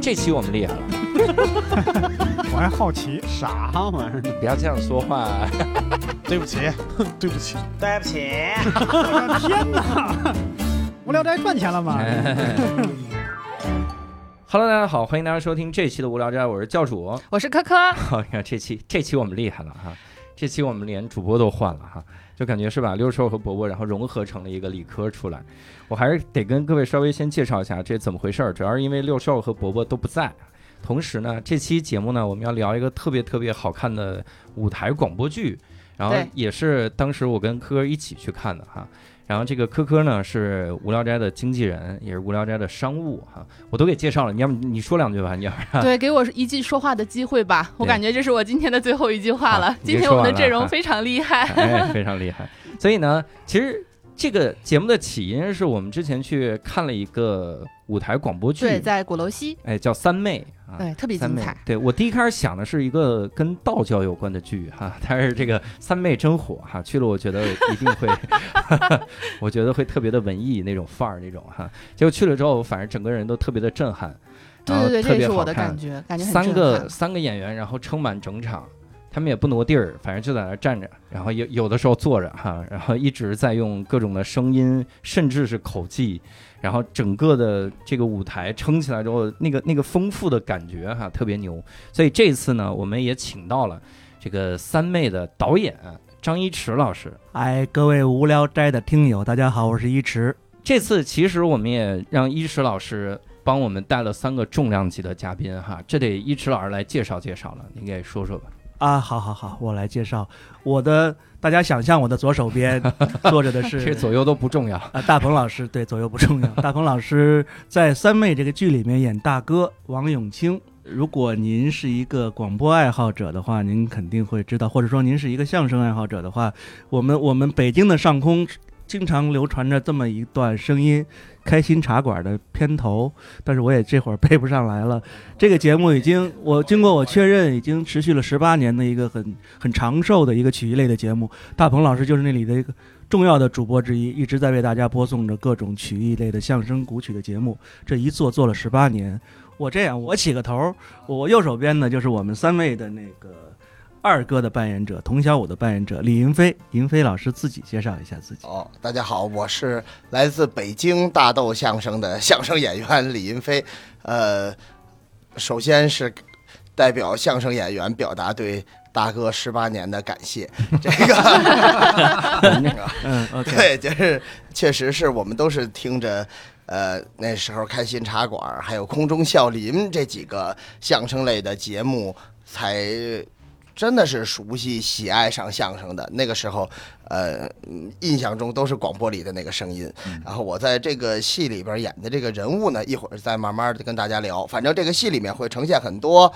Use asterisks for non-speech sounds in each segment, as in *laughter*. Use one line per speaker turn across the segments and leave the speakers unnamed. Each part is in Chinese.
这期我们厉害了，
我还好奇，
啥玩意儿？
不要这样说话。 *laughs*
对不起，对不起，
对不起，
我的哎天哪！无聊斋赚钱了吗？
Hello，大家好，欢迎大家收听这期的无聊斋，我是教主。
我是科科，
*laughs* 好、呀，这期这期我们厉害了哈，这期我们连主播都换了哈，就感觉是把六兽和伯伯然后融合成了一个理科出来。我还是得跟各位稍微先介绍一下这怎么回事儿，主要是因为六兽和伯伯都不在。同时呢，这期节目呢，我们要聊一个特别特别好看的舞台广播剧，然后
对
也是当时我跟科科一起去看的哈。然后这个科科呢是无聊斋的经纪人，也是无聊斋的商务哈，我都给介绍了，你要不你说两句吧，你要
对，给我一句说话的机会吧，我
对
感觉这是我今天的最后一句话
好
了。
你
今天
说
我们的
完了
阵容
啊
非常厉害，
哎，非常厉害。所以呢，其实这个节目的起因是我们之前去看了一个舞台广播剧，
*laughs* 对，在鼓楼西，
哎，叫《三妹》啊。
对，特别
三
精
妹
彩，，
对我第一开始想的是一个跟道教有关的剧哈、但是这个三妹真火哈、去了我觉得一定
*laughs*
会，我觉得会特别的文艺那种范儿那种哈、结果去了之后，反正整个人都特别的震撼，
对
然后
对对，
特
这也
别
是
好
我的
看
感觉，感觉很
三
震
个
撼
三个演员，然后撑满整场，他们也不挪地儿，反正就在那儿站着，然后有有的时候坐着哈，然后一直在用各种的声音，甚至是口技，然后整个的这个舞台撑起来之后，那个那个丰富的感觉哈，特别牛。所以这次呢，我们也请到了这个三妹的导演张一驰老师。
哎，各位无聊斋的听友，大家好，我是一池。
这次其实我们也让一池老师帮我们带了三个重量级的嘉宾哈，这得一池老师来介绍介绍了，您给说说吧。
啊，好好好，我来介绍我的。大家想象我的左手边坐着的是
这左右都不重要。 *laughs*
啊，大鹏老师。对，左右不重要。大鹏老师在《三妹》这个剧里面演大哥王永清。如果您是一个广播爱好者的话，您肯定会知道，或者说您是一个相声爱好者的话，我们我们北京的上空经常流传着这么一段声音，《开心茶馆》的片头，但是我也这会儿背不上来了。这个节目已经我经过我确认，已经持续了十八年的一个很很长寿的一个曲艺类的节目。大鹏老师就是那里的一个重要的主播之一，一直在为大家播送着各种曲艺类的相声、古曲的节目。这一做做了十八年，我这样，我起个头儿，我右手边呢就是我们三位的那个二哥的扮演者，童小五的扮演者李云飞。云飞老师自己介绍一下自己。
哦，大家好，我是来自北京大豆相声的相声演员李云飞。呃，首先是代表相声演员表达对大哥十八年的感谢。这个
*laughs* 嗯，OK，
对，就是确实是我们都是听着。呃，那时候开心茶馆，还有空中笑林这几个相声类的节目，才真的是熟悉、喜爱上相声的。那个时候，呃，嗯印象中都是广播里的那个声音。然后我在这个戏里边演的这个人物呢，一会儿再慢慢的跟大家聊。反正这个戏里面会呈现很多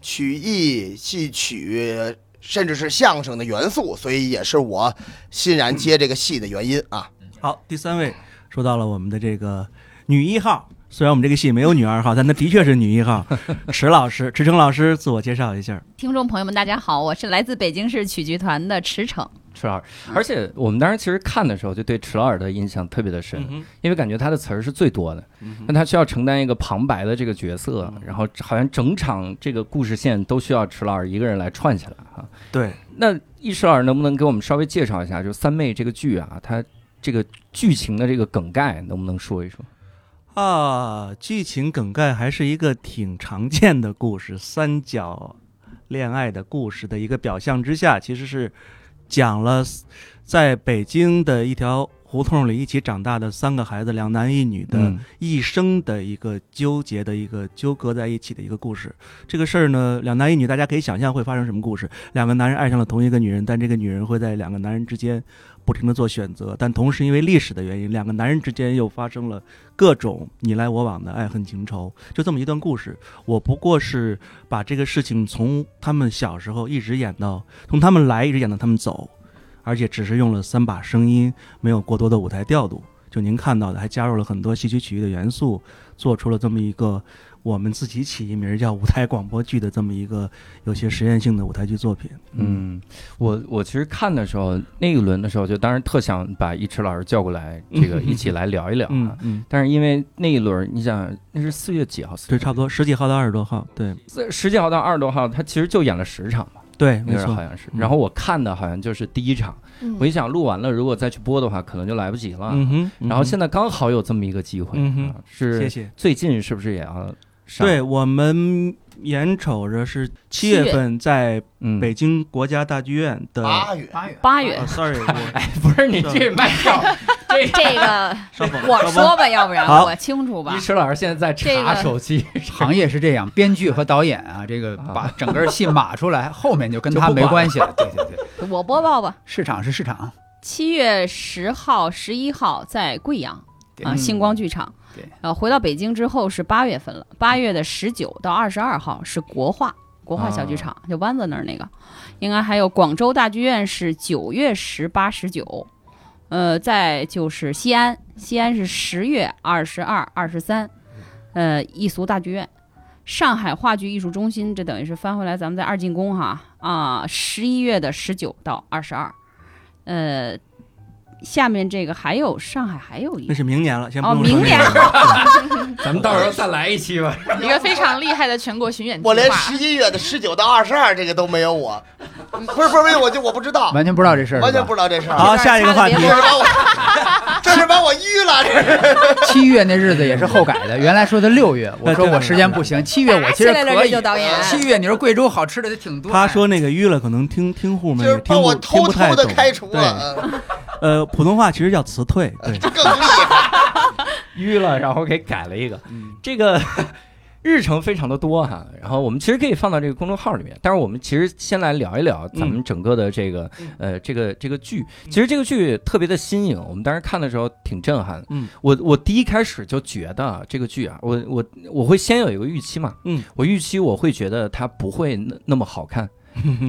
曲艺、戏曲，甚至是相声的元素，所以也是我欣然接这个戏的原因啊。
好，第三位说到了我们的这个女一号，虽然我们这个戏没有女二号，但她的确是女一号。池老师，池诚老师，自我介绍一下。
听众朋友们，大家好，我是来自北京市曲剧团的驰骋。
迟老师，
嗯
而且我们当时其实看的时候就对迟老师的印象特别的深，
嗯哼，
因为感觉他的词儿是最多的，
嗯哼嗯
那他需要承担一个旁白的这个角色，然后好像整场这个故事线都需要迟老师一个人来串起来哈。
对，
那易迟老师能不能给我们稍微介绍一下，就《三妹》这个剧啊，它这个剧情的这个梗概能不能说一说？
啊，剧情梗概还是一个挺常见的故事，三角恋爱的故事的一个表象之下，其实是讲了在北京的一条胡同里一起长大的三个孩子，两男一女的、
嗯
一生的一个纠结的一个纠葛在一起的一个故事。这个事儿呢，两男一女，大家可以想象会发生什么故事。两个男人爱上了同一个女人，但这个女人会在两个男人之间不停的做选择，但同时因为历史的原因，两个男人之间又发生了各种你来我往的爱恨情仇。就这么一段故事，我不过是把这个事情从他们小时候一直演到从他们来一直演到他们走，而且只是用了三把声音，没有过多的舞台调度。就您看到的，还加入了很多戏曲曲艺的元素，做出了这么一个我们自己起一名儿叫舞台广播剧的这么一个有些实验性的舞台剧作品。
嗯，我我其实看的时候，那一轮的时候，就当时特想把一池老师叫过来，这
*laughs*
个
嗯
一起来聊一聊啊。
嗯嗯，
但是因为那一轮，你想那是四月几号？
对，差不多十几号到二十多号，对
多十几号到二十多号，他其实就演了十场吧，
对，
那
没
是
错
好。像是。
嗯
然后我看的好像就是第一场，
嗯
我一想录完了，如果再去播的话，可能就来不及了。
嗯哼，嗯
然后
哼
现在刚好有这么一个机会，
嗯哼
啊是
谢谢。
最近是不是也要上？
对，我们眼瞅着是七月份在
嗯， *laughs*
北京国家大剧院的。
八月
八月
八月 *laughs*
啊、s o r r y 我
不是你这卖票， *laughs* 这
这个
上榜
我说吧，要不然
好
我清楚吧
一。池老师现在在
这
查
个
手机，
行业是这样，编剧和导演啊，这个把整个戏码出来，后面就跟他
就不
没
管
关系了。对对对，
我播报吧，
市场是市场，
七月十号、十一号在贵阳
对
啊星光剧场
对。
呃，回到北京之后是八月份了，八月的十九到二十二号是国画国画小剧场，
啊
就湾子那儿那个。应该还有广州大剧院是九月十八、十九，呃，再就是西安，西安是十月二十二、二十三，呃，艺俗大剧院。上海话剧艺术中心，这等于是翻回来，咱们在二进宫哈啊，十、1一月的十九到二十二，呃，下面这个还有上海还有一
那
个
是明年了，先不
哦，
用说
明年
这个
咱们到时候再来一期吧。
一个非常厉害的全国巡演计划。
我连十一月的十九到二十二这个都没有我，不是不是不是，我就我不知
*laughs*
道，
完全不知道这事儿，
完全不知道这事
*laughs*
儿，
好，下一个话题
差
这
点
是把我这是把我淤了，这是
七月那日子也是后改 *laughs* 的，原来说的六月，我说我时间不行，啊七月我其实
打起来
可
了这
以啊
就导演。
七月你说贵州好吃的也挺多的。
他说那个淤了，可能听听户们
就是
也
把
听不
我
听
偷
不太
偷
懂
的。开除
对
了，嗯
呃，普通话其实叫辞退，对，
这更厉害。
*laughs* 淤了，然后给改了一个。
嗯
这个 *laughs* 日程非常的多哈、然后我们其实可以放到这个公众号里面，但是我们其实先来聊一聊
嗯
咱们整个的这个、呃这个这个剧。其实这个剧特别的新颖，我们当时看的时候挺震撼的。
嗯，
我我第一开始就觉得啊这个剧啊，我我我会先有一个预期嘛，
嗯，
我预期我会觉得它不会那那么好
*laughs*
看。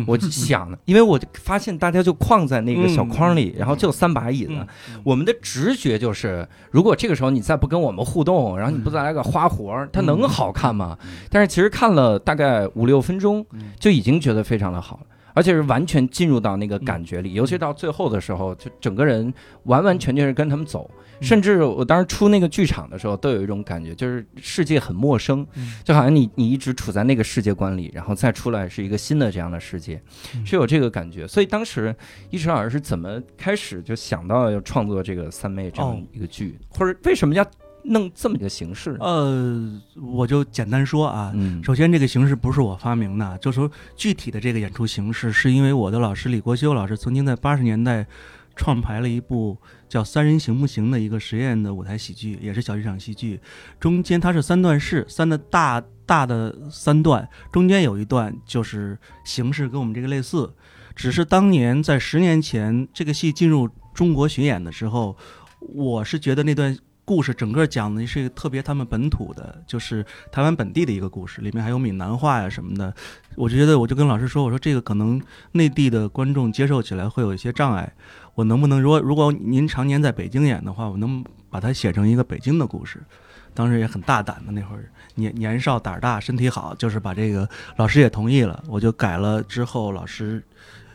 我就想的，因为我就发现大家就框在那个小框里，然后就三把椅子，
嗯
我们的直觉就是，如果这个时候你再不跟我们互动，然后你不再来个花活儿，它能好看吗？但是其实看了大概五六分钟，就已经觉得非常的好了。而且是完全进入到那个感觉里，尤其到最后的时候，就整个人完完全全是跟他们走。
嗯
甚至我当时出那个剧场的时候，都有一种感觉，就是世界很陌生
嗯，
就好像你你一直处在那个世界观里，然后再出来是一个新的这样的世界，
嗯
是有这个感觉。所以当时一晨老师是怎么开始就想到要创作这个三妹这样一个剧，或者为什么要弄这么一个形式呢？
呃，我就简单说啊，
嗯，
首先，这个形式不是我发明的，就说具体的这个演出形式，是因为我的老师李国修老师曾经在八十年代创排了一部叫《三人行不行》的一个实验的舞台喜剧，也是小剧场戏剧。中间它是三段式，三的大大的三段，中间有一段就是形式跟我们这个类似，只是当年在十年前这个戏进入中国巡演的时候，我是觉得那段。故事整个讲的是一个特别他们本土的，就是台湾本地的一个故事，里面还有闽南话呀什么的。我就觉得，我就跟老师说，我说这个可能内地的观众接受起来会有一些障碍，我能不能如果如果您常年在北京演的话，我能把它写成一个北京的故事。当时也很大胆的，那会儿年年少胆儿大，身体好，就是把这个老师也同意了，我就改了之后，老师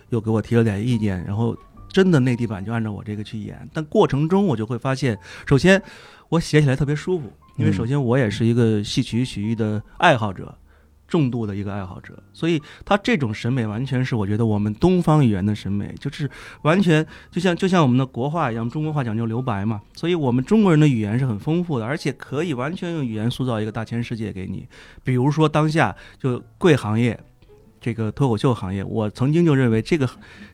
又给我提了点意见，然后真的内地版就按照我这个去演。但过程中我就会发现，首先我写起来特别舒服，因为
嗯
首先我也是一个戏曲曲艺的爱好者，重度的一个爱好者，所以他这种审美完全是我觉得我们东方语言的审美，就是完全就像就像我们的国画一样，中国话讲究留白嘛，所以我们中国人的语言是很丰富的，而且可以完全用语言塑造一个大千世界给你。比如说当下就贵行业，这个脱口秀行业，我曾经就认为这个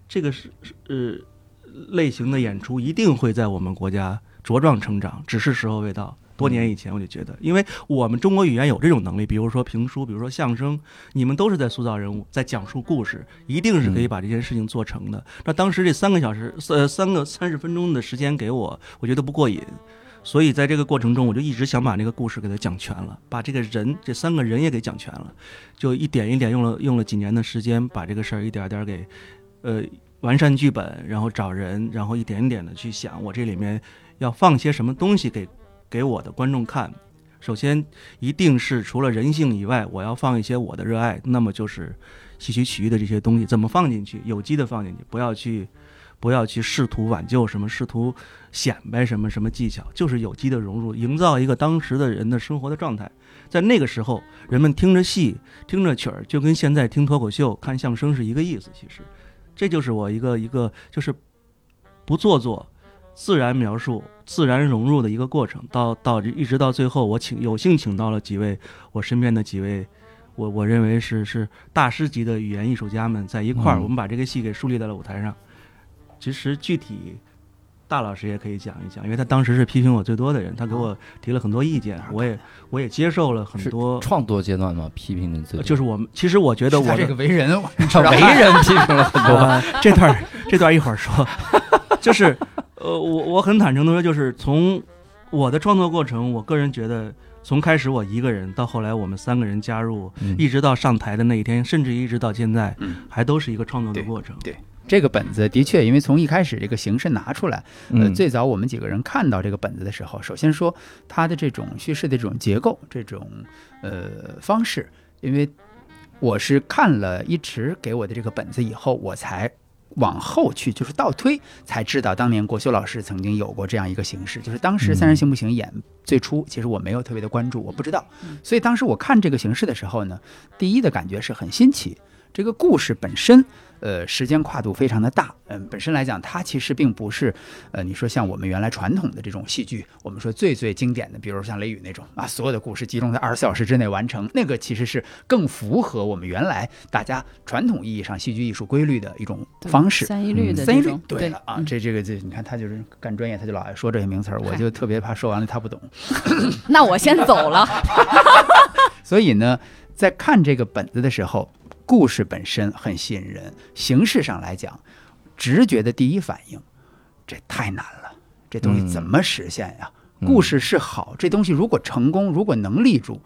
这个是是呃类型的演出一定会在我们国家茁壮成长，只是时候未到。多年以前我就觉得，因为我们中国语言有这种能力，比如说评书，比如说相声，你们都是在塑造人物，在讲述故事，一定是可以把这件事情做成的。那当时这三个小时，呃，三个三十分钟的时间给我，我觉得不过瘾，所以在这个过程中，我就一直想把这个故事给它讲全了，把这个人这三个人也给讲全了，就一点一点用了用了几年的时间，把这个事儿一点点给，呃，完善剧本，然后找人，然后一点一点的去想我这里面要放些什么东西给给我的观众看。首先，一定是除了人性以外，我要放一些我的热爱，那么就是戏曲曲艺的这些东西，怎么放进去？有机的放进去，不要去，不要去试图挽救什么，试图显摆什么什么技巧，就是有机的融入，营造一个当时的人的生活的状态。在那个时候，人们听着戏，听着曲儿，就跟现在听脱口秀、看相声是一个意思。其实，这就是我一个一个就是不做作，自然描述、自然融入的一个过程。到到一直到最后，我请有幸请到了几位我身边的几位，我我认为是是大师级的语言艺术家们在一块儿，
嗯
我们把这个戏给树立在了舞台上。其实具体。大老师也可以讲一讲，因为他当时是批评我最多的人，他给我提了很多意见，我也我也接受了很
是
多
创作阶段嘛，批评你自己， *laughs*
就是我们，其实我觉得我
哎他
的
这个为人，我
为人批评了很 *laughs* 多。
啊， *laughs* 这段儿这段儿一会儿说， *laughs* 就是呃，我我很坦诚的说，就是从我的创作过程，我个人觉得，从开始我一个人到后来我们三个人加入，
嗯
一直到上台的那一天，甚至一直到现在，
嗯
还都是一个创作的过程。
*laughs* 这个本子的确，因为从一开始这个形式拿出来，呃，
*laughs* 嗯，
最早我们几个人看到这个本子的时候，首先说它的这种叙事的这种结构、这种呃方式，因为我是看了一直给我的这个本子以后，我才往后去就是倒推，才知道当年国修老师曾经有过这样一个形式，就是当时《三人行不行》演最初，其实我没有特别的关注，我不知道，所以当时我看这个形式的时候呢，第一的感觉是很新奇，这个故事本身。呃，时间跨度非常的大，嗯、本身来讲，它其实并不是呃，你说像我们原来传统的这种戏剧，我们说最最经典的，比如像《雷雨》那种啊，所有的故事集中在二十四小时之内完成，那个其实是更符合我们原来大家传统意义上戏剧艺术规律的一种方式。嗯
三一律的
三一
这
律
种，
对了啊，
嗯
这这个这，你看他就是干专业，他就老爱说这些名词儿，我
嗨
就特别怕说完了他不懂。
嗯那我先走了。
*laughs* 所以呢，在看这个本子的时候，故事本身很吸引人，形式上来讲，直觉的第一反应，这太难了，这东西怎么实现呀、
嗯
故事是好，这东西如果成功，如果能立住，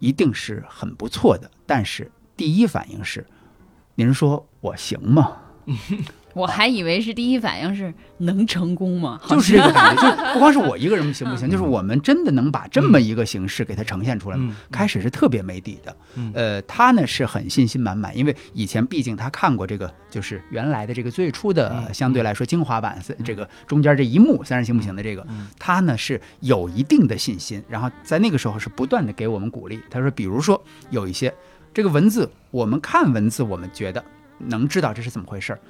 一定是很不错的。但是第一反应是，您说我行吗？
我还以为是第一反应是能成功吗？
就是这嗯个感觉，就不光是我一个人行不 *laughs* 行，就是我们真的能把这么一个形式给它呈现出来吗。
嗯，
开始是特别没底的，
嗯
呃，他呢是很信心满满，因为以前毕竟他看过这个，就是原来的这个最初的、
嗯
呃相对来说精华版，这个中间这一幕三人行不行的这个，
嗯
他呢是有一定的信心，然后在那个时候是不断的给我们鼓励。他说，比如说有一些这个文字，我们看文字，我们觉得能知道这是怎么回事儿，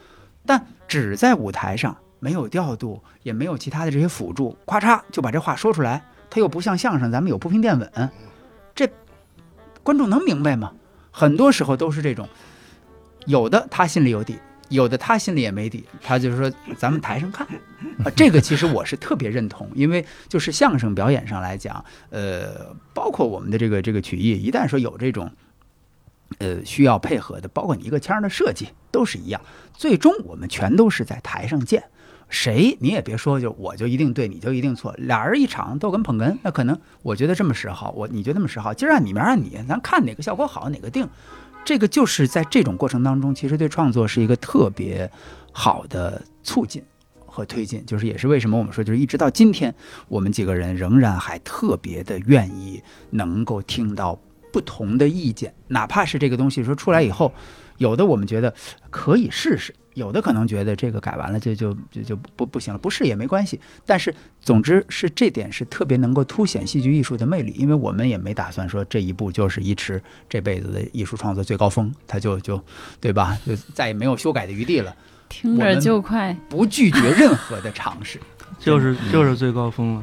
但只在舞台上没有调度，也没有其他的这些辅助，咔嚓就把这话说出来，它又不像相声，咱们有铺平垫稳，这观众能明白吗？很多时候都是这种，有的他心里有底，有的他心里也没底，他就是说咱们台上看。啊，这个其实我是特别认同，因为就是相声表演上来讲，呃，包括我们的这个这个曲艺，一旦说有这种，呃，需要配合的，包括你一个腔儿的设计，都是一样，最终我们全都是在台上见。谁你也别说，就我就一定对，你就一定错，俩人一场逗哏捧哏，那可能我觉得这么十好，我你觉得那么十好，今儿按你明儿按你，咱看哪个效果好哪个定。这个就是在这种过程当中，其实对创作是一个特别好的促进和推进，就是也是为什么我们说，就是一直到今天，我们几个人仍然还特别的愿意能够听到不同的意见，哪怕是这个东西说出来以后，有的我们觉得可以试试，有的可能觉得这个改完了就就就就不不行了，不试也没关系。但是总之是这点是特别能够凸显戏剧艺术的魅力，因为我们也没打算说这一步就是一池这辈子的艺术创作最高峰，它就就对吧， *laughs* 就再也没有修改的余地了，
听
我
着
们
就快，
不拒绝任何的尝试。 *laughs*
嗯就是就是最高峰了。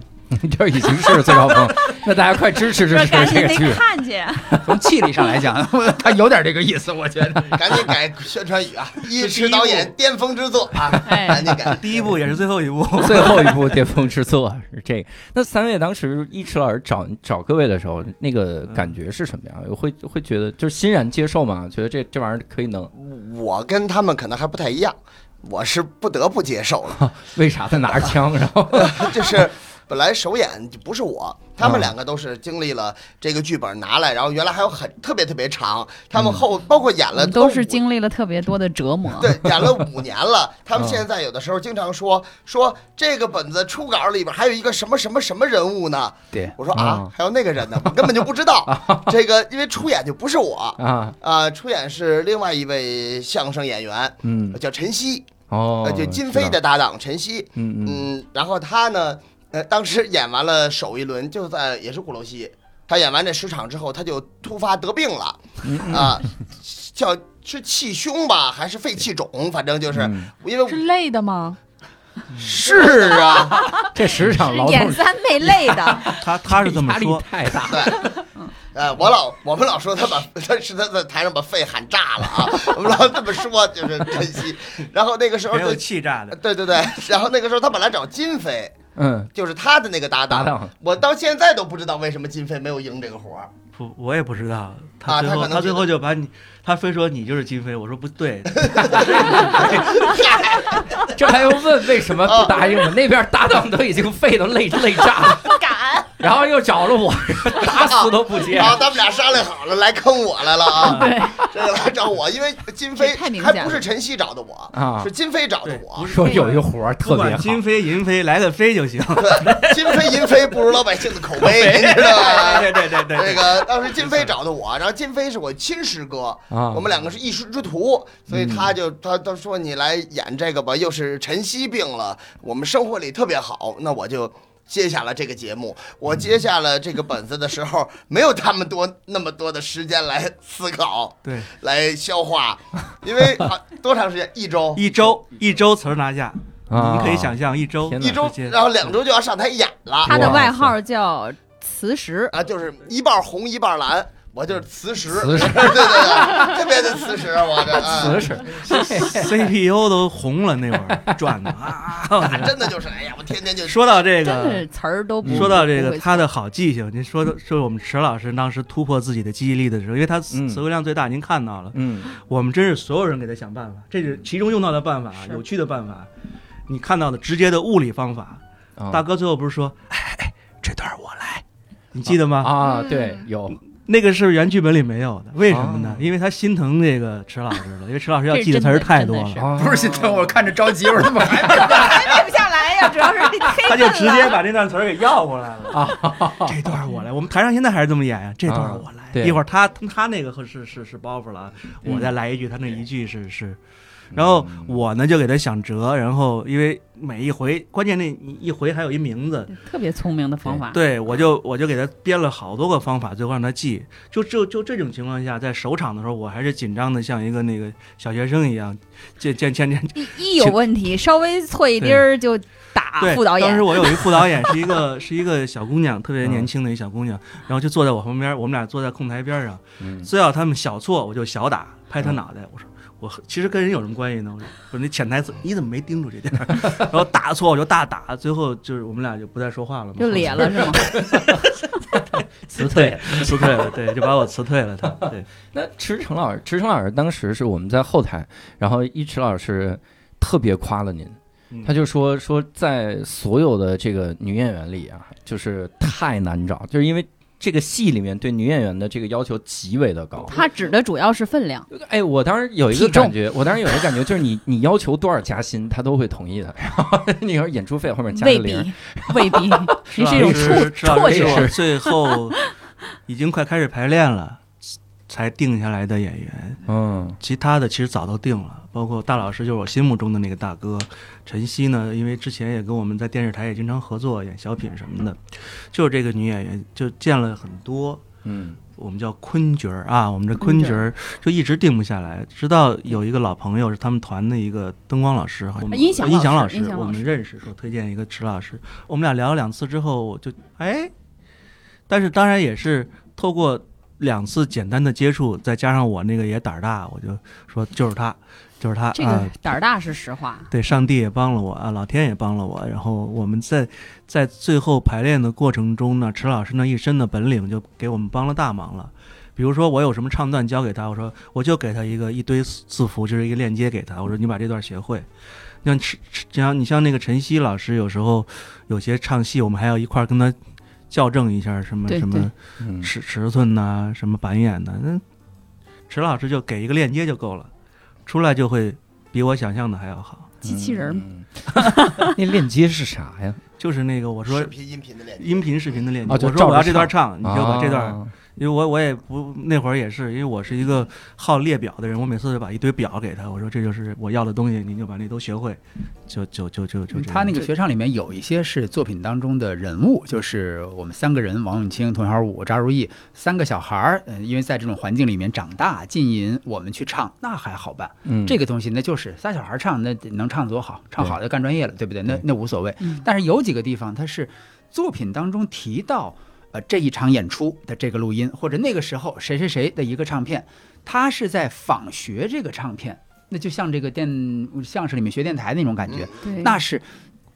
这已经是最高峰了，那大家快支持支持这个剧。
看见。
从气力上来讲，他有点这个意思，我觉 *laughs* 得。
赶紧改宣传语啊！一池导演巅峰之作啊，赶
哎，
紧改。
第一步也是最后一步，
最后一部巅峰之作是这个。那三位当时一池老师找找各位的时候，那个感觉是什么样？会会觉得就是欣然接受吗？觉得这这玩意儿可以弄？
我跟他们可能还不太一样，我是不得不接受了，
为啥他拿着枪？然后 *laughs*
就是本来首演就不是我，他
啊
们两个都是经历了这个剧本拿来，然后原来还有很特别特别长，他
嗯
们后包括演
我
了
们都
五
是经历了特别多的折
*laughs*
磨。
对，演了五
*laughs*
年了。他
啊
们现在有的时候经常说说这个本子初稿里边还有一个什么什么什么人物呢？
对，
我说
嗯
啊，还有那个人呢，我根本就不知道。
*laughs*
这个因为出演就不是我
啊，
啊、出演是另外一位相声演员，
*laughs* 嗯，
叫陈曦，
哦
呃，，就金飞
知道，
的搭档陈曦。
嗯嗯
嗯，然后他呢，呃，当时演完了首一轮，就在也是鼓楼西，他演完这十场之后，他就突发得病了，
嗯
啊、叫是气胸吧，还是肺气肿，反正就是、
嗯
因为我
是累的吗？
是
*laughs*
啊，
*laughs* 这十场劳动
演三倍累的，
他他是这么 *laughs*
压力
说，
太大，
呃，我老我们老说他把他是他在台上把肺喊炸了啊， *laughs* 我们老这么说就是珍惜，然后那个时候
没 *laughs* 有
就。
气炸的。
对对对，然后那个时候他本来找金飞，
嗯，
就是他的那个搭
搭
档，
档，
我到现在都不知道为什么金飞没有赢这个活儿。
不，我也不知道。
啊
他最
他
后、
可能
他最
觉得
后就把你，他非说你就是金飞，我说不
*laughs*
对，
这还用问为什么不答应我？那边搭档都已经肺都累累炸 *laughs* 了，
不敢。
然后又找了我，打死都不接。
啊，他们俩商量好了，来坑我来了啊！
*laughs*
*laughs* 这个来找我，因为金飞
这太明显
还
了
不是晨曦找的我，
啊
是金飞找的
对，
我
不。是
*laughs* 说有一活儿特别
不管
好，
金飞银飞来个飞就行。
对，金飞银飞不如老百姓的口碑，您知道
*laughs*
吧？
对对对对
这个当时金飞找的我，然后金飞是我亲师哥，
啊，
我们两个是一师之徒，所以他就他他说你来演这个吧，又是晨曦病了，我们生活里特别好，那我就。接下了这个节目，我接下了这个本子的时候，没有他们多那么多的时间来思考，
对，
来消化，因为、啊、多长时间？一周，
一周一周词儿拿下，
啊
你可以想象一周
天哪
一周啊
时，间 *laughs*
然后两周就要上台演了
他
他
的
的
外
外
号
号叫磁石，
啊，就是一半红一半蓝，我就是磁石，
磁石
*laughs* 对对对，特别的磁石，我这、啊、
瓷实，
CPU 都红了，那会儿转的
*laughs*
啊！我
啊
天
真的就是，哎呀，我天天就
说到这
真
个
的，词儿都不
说到这
不
个
会
他的好记性，您说的说我们池老师当时突破自己的记忆力的时候，因为他
嗯
词词汇量最大，您看到了，
嗯
我们真是所有人给他想办法，这是其中用到的办法啊，有趣的办法，你看到的直接的物理方法。
啊
大哥最后不是说，哎哎，这段我来，你记得吗？
啊，
嗯
对，
*laughs*
有
那个是原剧本里没有的，为什么呢
啊？
因为他心疼这个池老师了，因为池老师要
这
记的词
真
儿
的
太
真
多
的
了
是。
啊
*laughs* 不是心疼，我看着着急，我说 *laughs* 他妈还没
*laughs*
还背不下来呀，主要是
他
他
就直接把那段词儿给要过来了啊！ *laughs* 这段儿我来，我们台上现在还是这么演啊呀、这段儿我来。
对
一会儿他他那个是是是包袱了啊，
嗯
我再来一句，他那一句是是。然后我呢就给他想辙，然后因为每一回关键那一回还有一名字，
特别聪明的方法。
对我就我就给他编了好多个方法，最后让他记。就就就这种情况下，在首场的时候，我还是紧张的像一个那个小学生一样，见见见见
一一有问题，稍微错一丁儿就打
对，
啊副导
当
演
时。我有一副导演，是一
*laughs*
个是一个小姑娘，特别
嗯
年轻的一小姑娘，然后就坐在我旁边，我们俩坐在控台边上，
嗯
只要他们小错，我就小打，拍她脑袋。我说我其实跟人有什么关系呢？我说我说你潜台词你怎么没盯住这点儿？然后打错我就大打，最后就是我们俩就不再说话了嘛，
就咧了是吗？
辞退，辞退了，对，就把我辞退了他。对，
那池诚老师，池诚老师当时是我们在后台，然后一池老师特别夸了您，
嗯
他就说说在所有的这个女演员里啊，就是太难找，就是因为这个戏里面对女演员的这个要求极为的高。
*laughs* 他指的主要是分量，
嗯
哎，我当时有一个
体重
感觉，我当时有一个感觉就是你你要求多少加薪，他都会同意的。 *laughs* 然后你说演出费后面加个
未
零
必， *laughs* 未必，
是
你是一种
是
错
是
错
是
觉。
我最后已经快开始排练了，才定下来的演员。
嗯
其他的其实早都定了，包括大老师就是我心目中的那个大哥，陈曦呢，因为之前也跟我们在电视台也经常合作演小品什么的，就是这个女演员就见了很多，
嗯
我们叫昆角儿啊，我们这昆角儿就一直定不下来，直到有一个老朋友是他们团的一个灯光老师，我们
啊音响老师
音响老
音响老
我
师
们认识，说推荐一个池老师，我们俩聊了两次之后，我就哎，但是当然也是透过两次简单的接触，再加上我那个也胆儿大，我就说就是他，就是他，
这个
啊
胆儿大是实话，
对，上帝也帮了我啊，老天也帮了我。然后我们在在最后排练的过程中呢，池老师呢一身的本领就给我们帮了大忙了。比如说我有什么唱段教给他，我说我就给他一个一堆字符，就是一个链接给他，我说你把这段学会。像陈像你像那个晨曦老师，有时候有些唱戏，我们还要一块儿跟他校正一下什么
对
什么
嗯
尺尺寸呐、什么板眼呐、那池老师就给一个链接就够了，出来就会比我想象的还要好。
机器人儿，
嗯 *laughs* 那链接是啥呀？
就是那个我说
视频音频的链接
音频视频的链接，
啊就
我
照
说
着
我要这段唱，你就把这段，
啊
因为我我也不那会儿也是，因为我是一个好列表的人，我每次就把一堆表给他，我说这就是我要的东西，你就把那都学会，就就就就
嗯
就这样
他那个学唱里面有一些是作品当中的人物，就是我们三个人，王永清、童小五、扎如意，三个小孩儿，嗯、因为在这种环境里面长大，浸淫，我们去唱，那还好办。
嗯
这个东西那就是仨小孩唱，那能唱多好，唱好就干专业了，对不对？那
对
那无所谓
嗯。
但是有几个地方，它是作品当中提到，呃，这一场演出的这个录音，或者那个时候谁谁谁的一个唱片，他是在仿学这个唱片，那就像这个电相声里面学电台那种感觉，
对，
那是。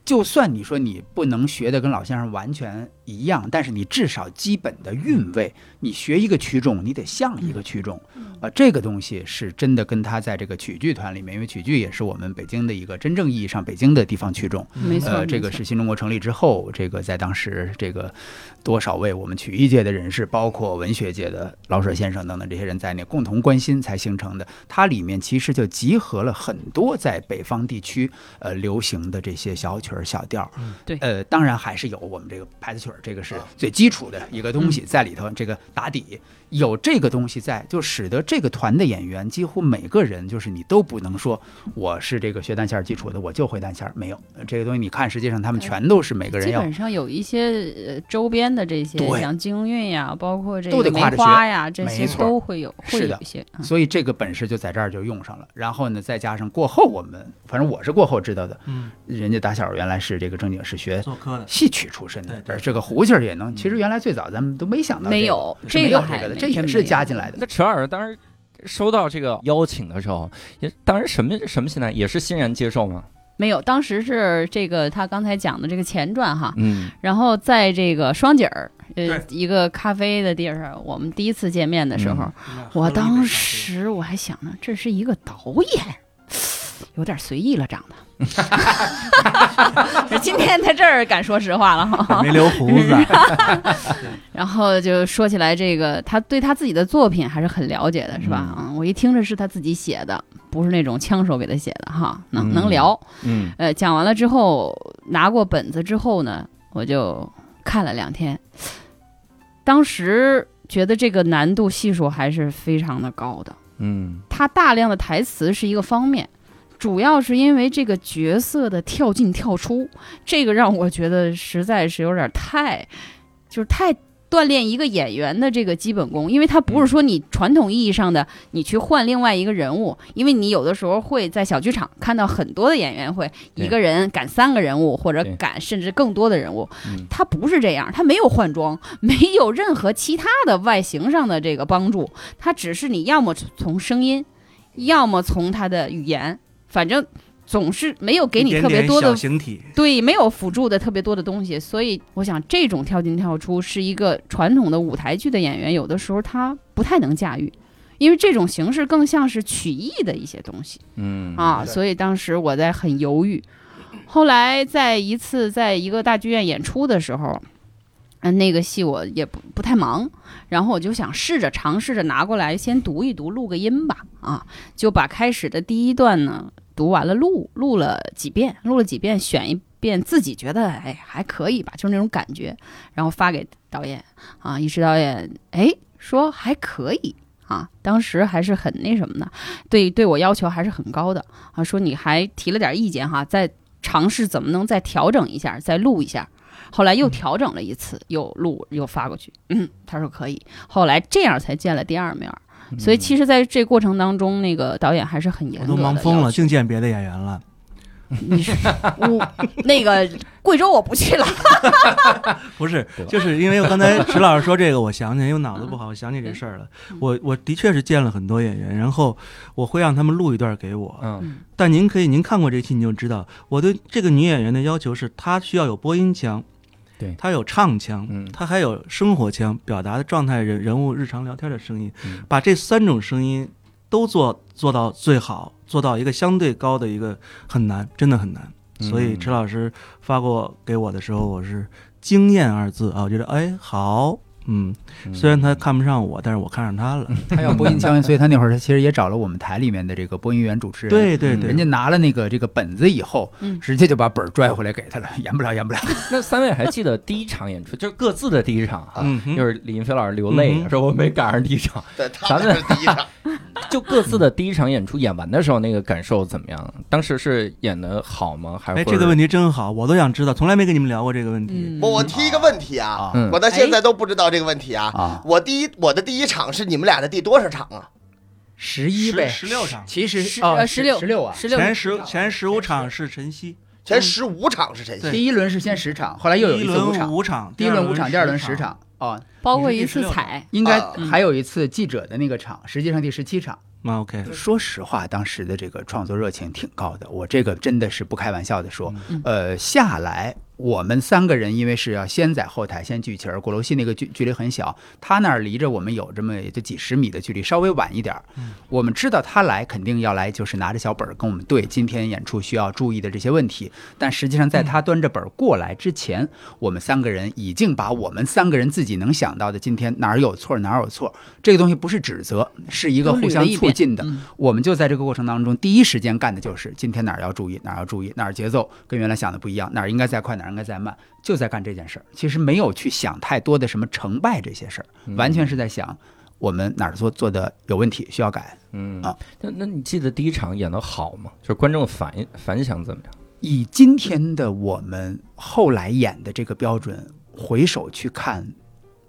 就算你说你不能学的跟老先生完全一样，但是你至少基本的韵味，你学一个曲种，你得像一个曲种，啊、这个东西是真的跟他在这个曲剧团里面，因为曲剧也是我们北京的一个真正意义上北京的地方曲种，
没错，
呃，
没
这个
错
是新中国成立之后，这个在当时这个多少位我们曲艺界的人士，包括文学界的老舍先生等等这些人在内共同关心才形成的。它里面其实就集合了很多在北方地区呃流行的这些小曲儿、小调儿。
对
呃，当然还是有我们这个牌子曲儿，这个是
啊
最基础的一个东
嗯
西在里头，这个打底。有这个东西在，就使得这个团的演员几乎每个人，就是你都不能说我是这个学单线儿基础的，我就会单线儿，没有呃这个东西。你看，实际上他们全都是每个人
基
要
本上有一些呃周边的这些，
对
像京韵呀，包括这
都得
个梅
跨着
花呀，这
没
些
错
都会有，会
是
有
的
一些。嗯
所以这个本事就在这儿就用上了。然后呢，再加上过后我们，反正我是过后知道的，
嗯
人家打小原来是这个正经是学
做科的，
戏曲出身
对
的，
对
而这个胡琴儿也能。其实原来最早咱们都没想到这个、
嗯没有
是没
这个
有
还
这个的，
没
这也
真
是
没
加
有
进来的。
那陈耳当时收到这个邀请的时候，也当时什么什么心态，也是欣然接受吗？
没有，当时是这个他刚才讲的这个前传哈，
嗯
然后在这个双井儿，呃
对，
一个咖啡的地儿上，我们第一次见面的时
嗯
候，我当时我还想呢，这是一个导演，有点随意了，长得。今天在这儿敢说实话了哈。
*laughs*
没留胡子，
然后就说起来，这个他对他自己的作品还是很了解的，是吧？嗯，我一听这是他自己写的，不是那种枪手给他写的哈，能、
嗯
能聊。
嗯
呃，讲完了之后，拿过本子之后呢，我就看了两天，当时觉得这个难度系数还是非常的高的。
嗯
它大量的台词是一个方面，主要是因为这个角色的跳进跳出，这个让我觉得实在是有点太，就是太。锻炼一个演员的这个基本功，因为他不是说你传统意义上的你去换另外一个人物，因为你有的时候会在小剧场看到很多的演员会
对
一个人赶三个人物，或者
对
赶甚至更多的人物，
嗯
他不是这样，他没有换装，没有任何其他的外形上的这个帮助，他只是你要么从声音，要么从他的语言，反正总是没有 *laughs* 给你特
*laughs*
别多
一点点
的
小形体，
对，没有辅助的特别多的东西，所以我想这种跳进跳出是一个传统的舞台剧的演员有的时候他不太能驾驭，因为这种形式更像是曲艺的一些东西。
嗯
啊，
对
所以当时我在很犹豫。后来在一次在一个大剧院演出的时候，嗯，那个戏我也不不太忙，然后我就想试着尝试着拿过来先读一读，录个音吧，啊，就把开始的第一段呢读完了录，录了几遍，录了几遍，选一遍自己觉得哎还可以吧，就是那种感觉，然后发给导演啊，一直导演哎说还可以啊，当时还是很那什么的，对对我要求还是很高的啊，说你还提了点意见哈，再尝试怎么能再调整一下，再录一下。后来又
嗯
调整了一次，又录又发过去，嗯，他说可以。后来这样才见了第二面儿，所以其实在这过程当中，那个导演还是很
嗯
严
我
格的。
都忙疯了，净见别的演员了。
你是我那个贵州我不去了。
*laughs* 不是
对，吧
就是因为我刚才石老师说这个，我想起来，因为我脑子不好，我想起这事儿了。
嗯
我我的确是见了很多演员，然后我会让他们录一段给我。
嗯
但您可以，您看过这期你就知道，我对这个女演员的要求是她需要有播音腔，
对
它有唱腔，
嗯
它还有生活腔，表达的状态、人人物日常聊天的声音，
嗯
把这三种声音都做做到最好，做到一个相对高的一个很难，真的很难。
嗯
所以池老师发过给我的时候，我是惊艳二字啊，我觉得哎好，嗯，虽然他看不上我，但是我看上他了。
他要播音腔，所以他那会儿他其实也找了我们台里面的这个播音员主持人，
对对对，
人家拿了那个这个本子以后，
嗯
直接就把本儿拽回来给他了，演不了，演不了。
*laughs* 那三位还记得第一场演出，就是各自的第一场啊，
嗯哼
就是李云飞老师流泪
嗯
说我没赶上第一场，
*laughs*
*laughs*
对，他
咱
们
们
是第一场，
就各自的第一场演出演完的时候，那个感受怎么样？当时是演的好吗？还是
哎，这个问
题？
题真好，我都想知道，从来没跟你们聊过这个问题。
嗯
我我提一个问题啊，
嗯
我到现在都不知道这个问题啊。
啊，
我第一我的第一场是你们俩的第多少场啊？
十一呗，
十六场，
其实
十
哦
呃十六
十六啊，
十六
前十前十五场是晨曦，
前十五场是谁
对
先？
第一轮是先十场，后来又有
第一
次五
轮
场，
五场，
第一轮五
场，
场，第二轮十。场，嗯哦，
包括一次彩，
应该
啊
还有一次记者的那个场，实际上第十七场。
啊，OK，
说实话，当时的这个创作热情挺高的，我这个真的是不开玩笑的说，
嗯
呃，下来我们三个人因为是要先在后台先聚齐儿，鼓楼西那个距距离很小，他那儿离着我们有这么也就几十米的距离，稍微晚一点儿。我们知道他来肯定要来，就是拿着小本儿跟我们对今天演出需要注意的这些问题，但实际上
嗯
在他端着本儿过来之前，我们三个人已经把我们三个人自己能想到的今天哪儿有错哪儿有错，这个东西不是指责，是一个
都捋了
互相
一
促
遍
进的。
嗯
我们就在这个过程当中，第一时间干的就是今天哪儿要注意，哪儿要注意，哪儿节奏跟原来想的不一样，哪儿应该再快，哪儿应该再慢，就在干这件事儿。其实没有去想太多的什么成败这些事儿，
嗯
嗯
完全是在想我们哪儿做做的有问题，需要改。
嗯。
啊
那那你记得第一场演的好吗？就是观众反应反响怎么样？
以今天的我们后来演的这个标准，回首去看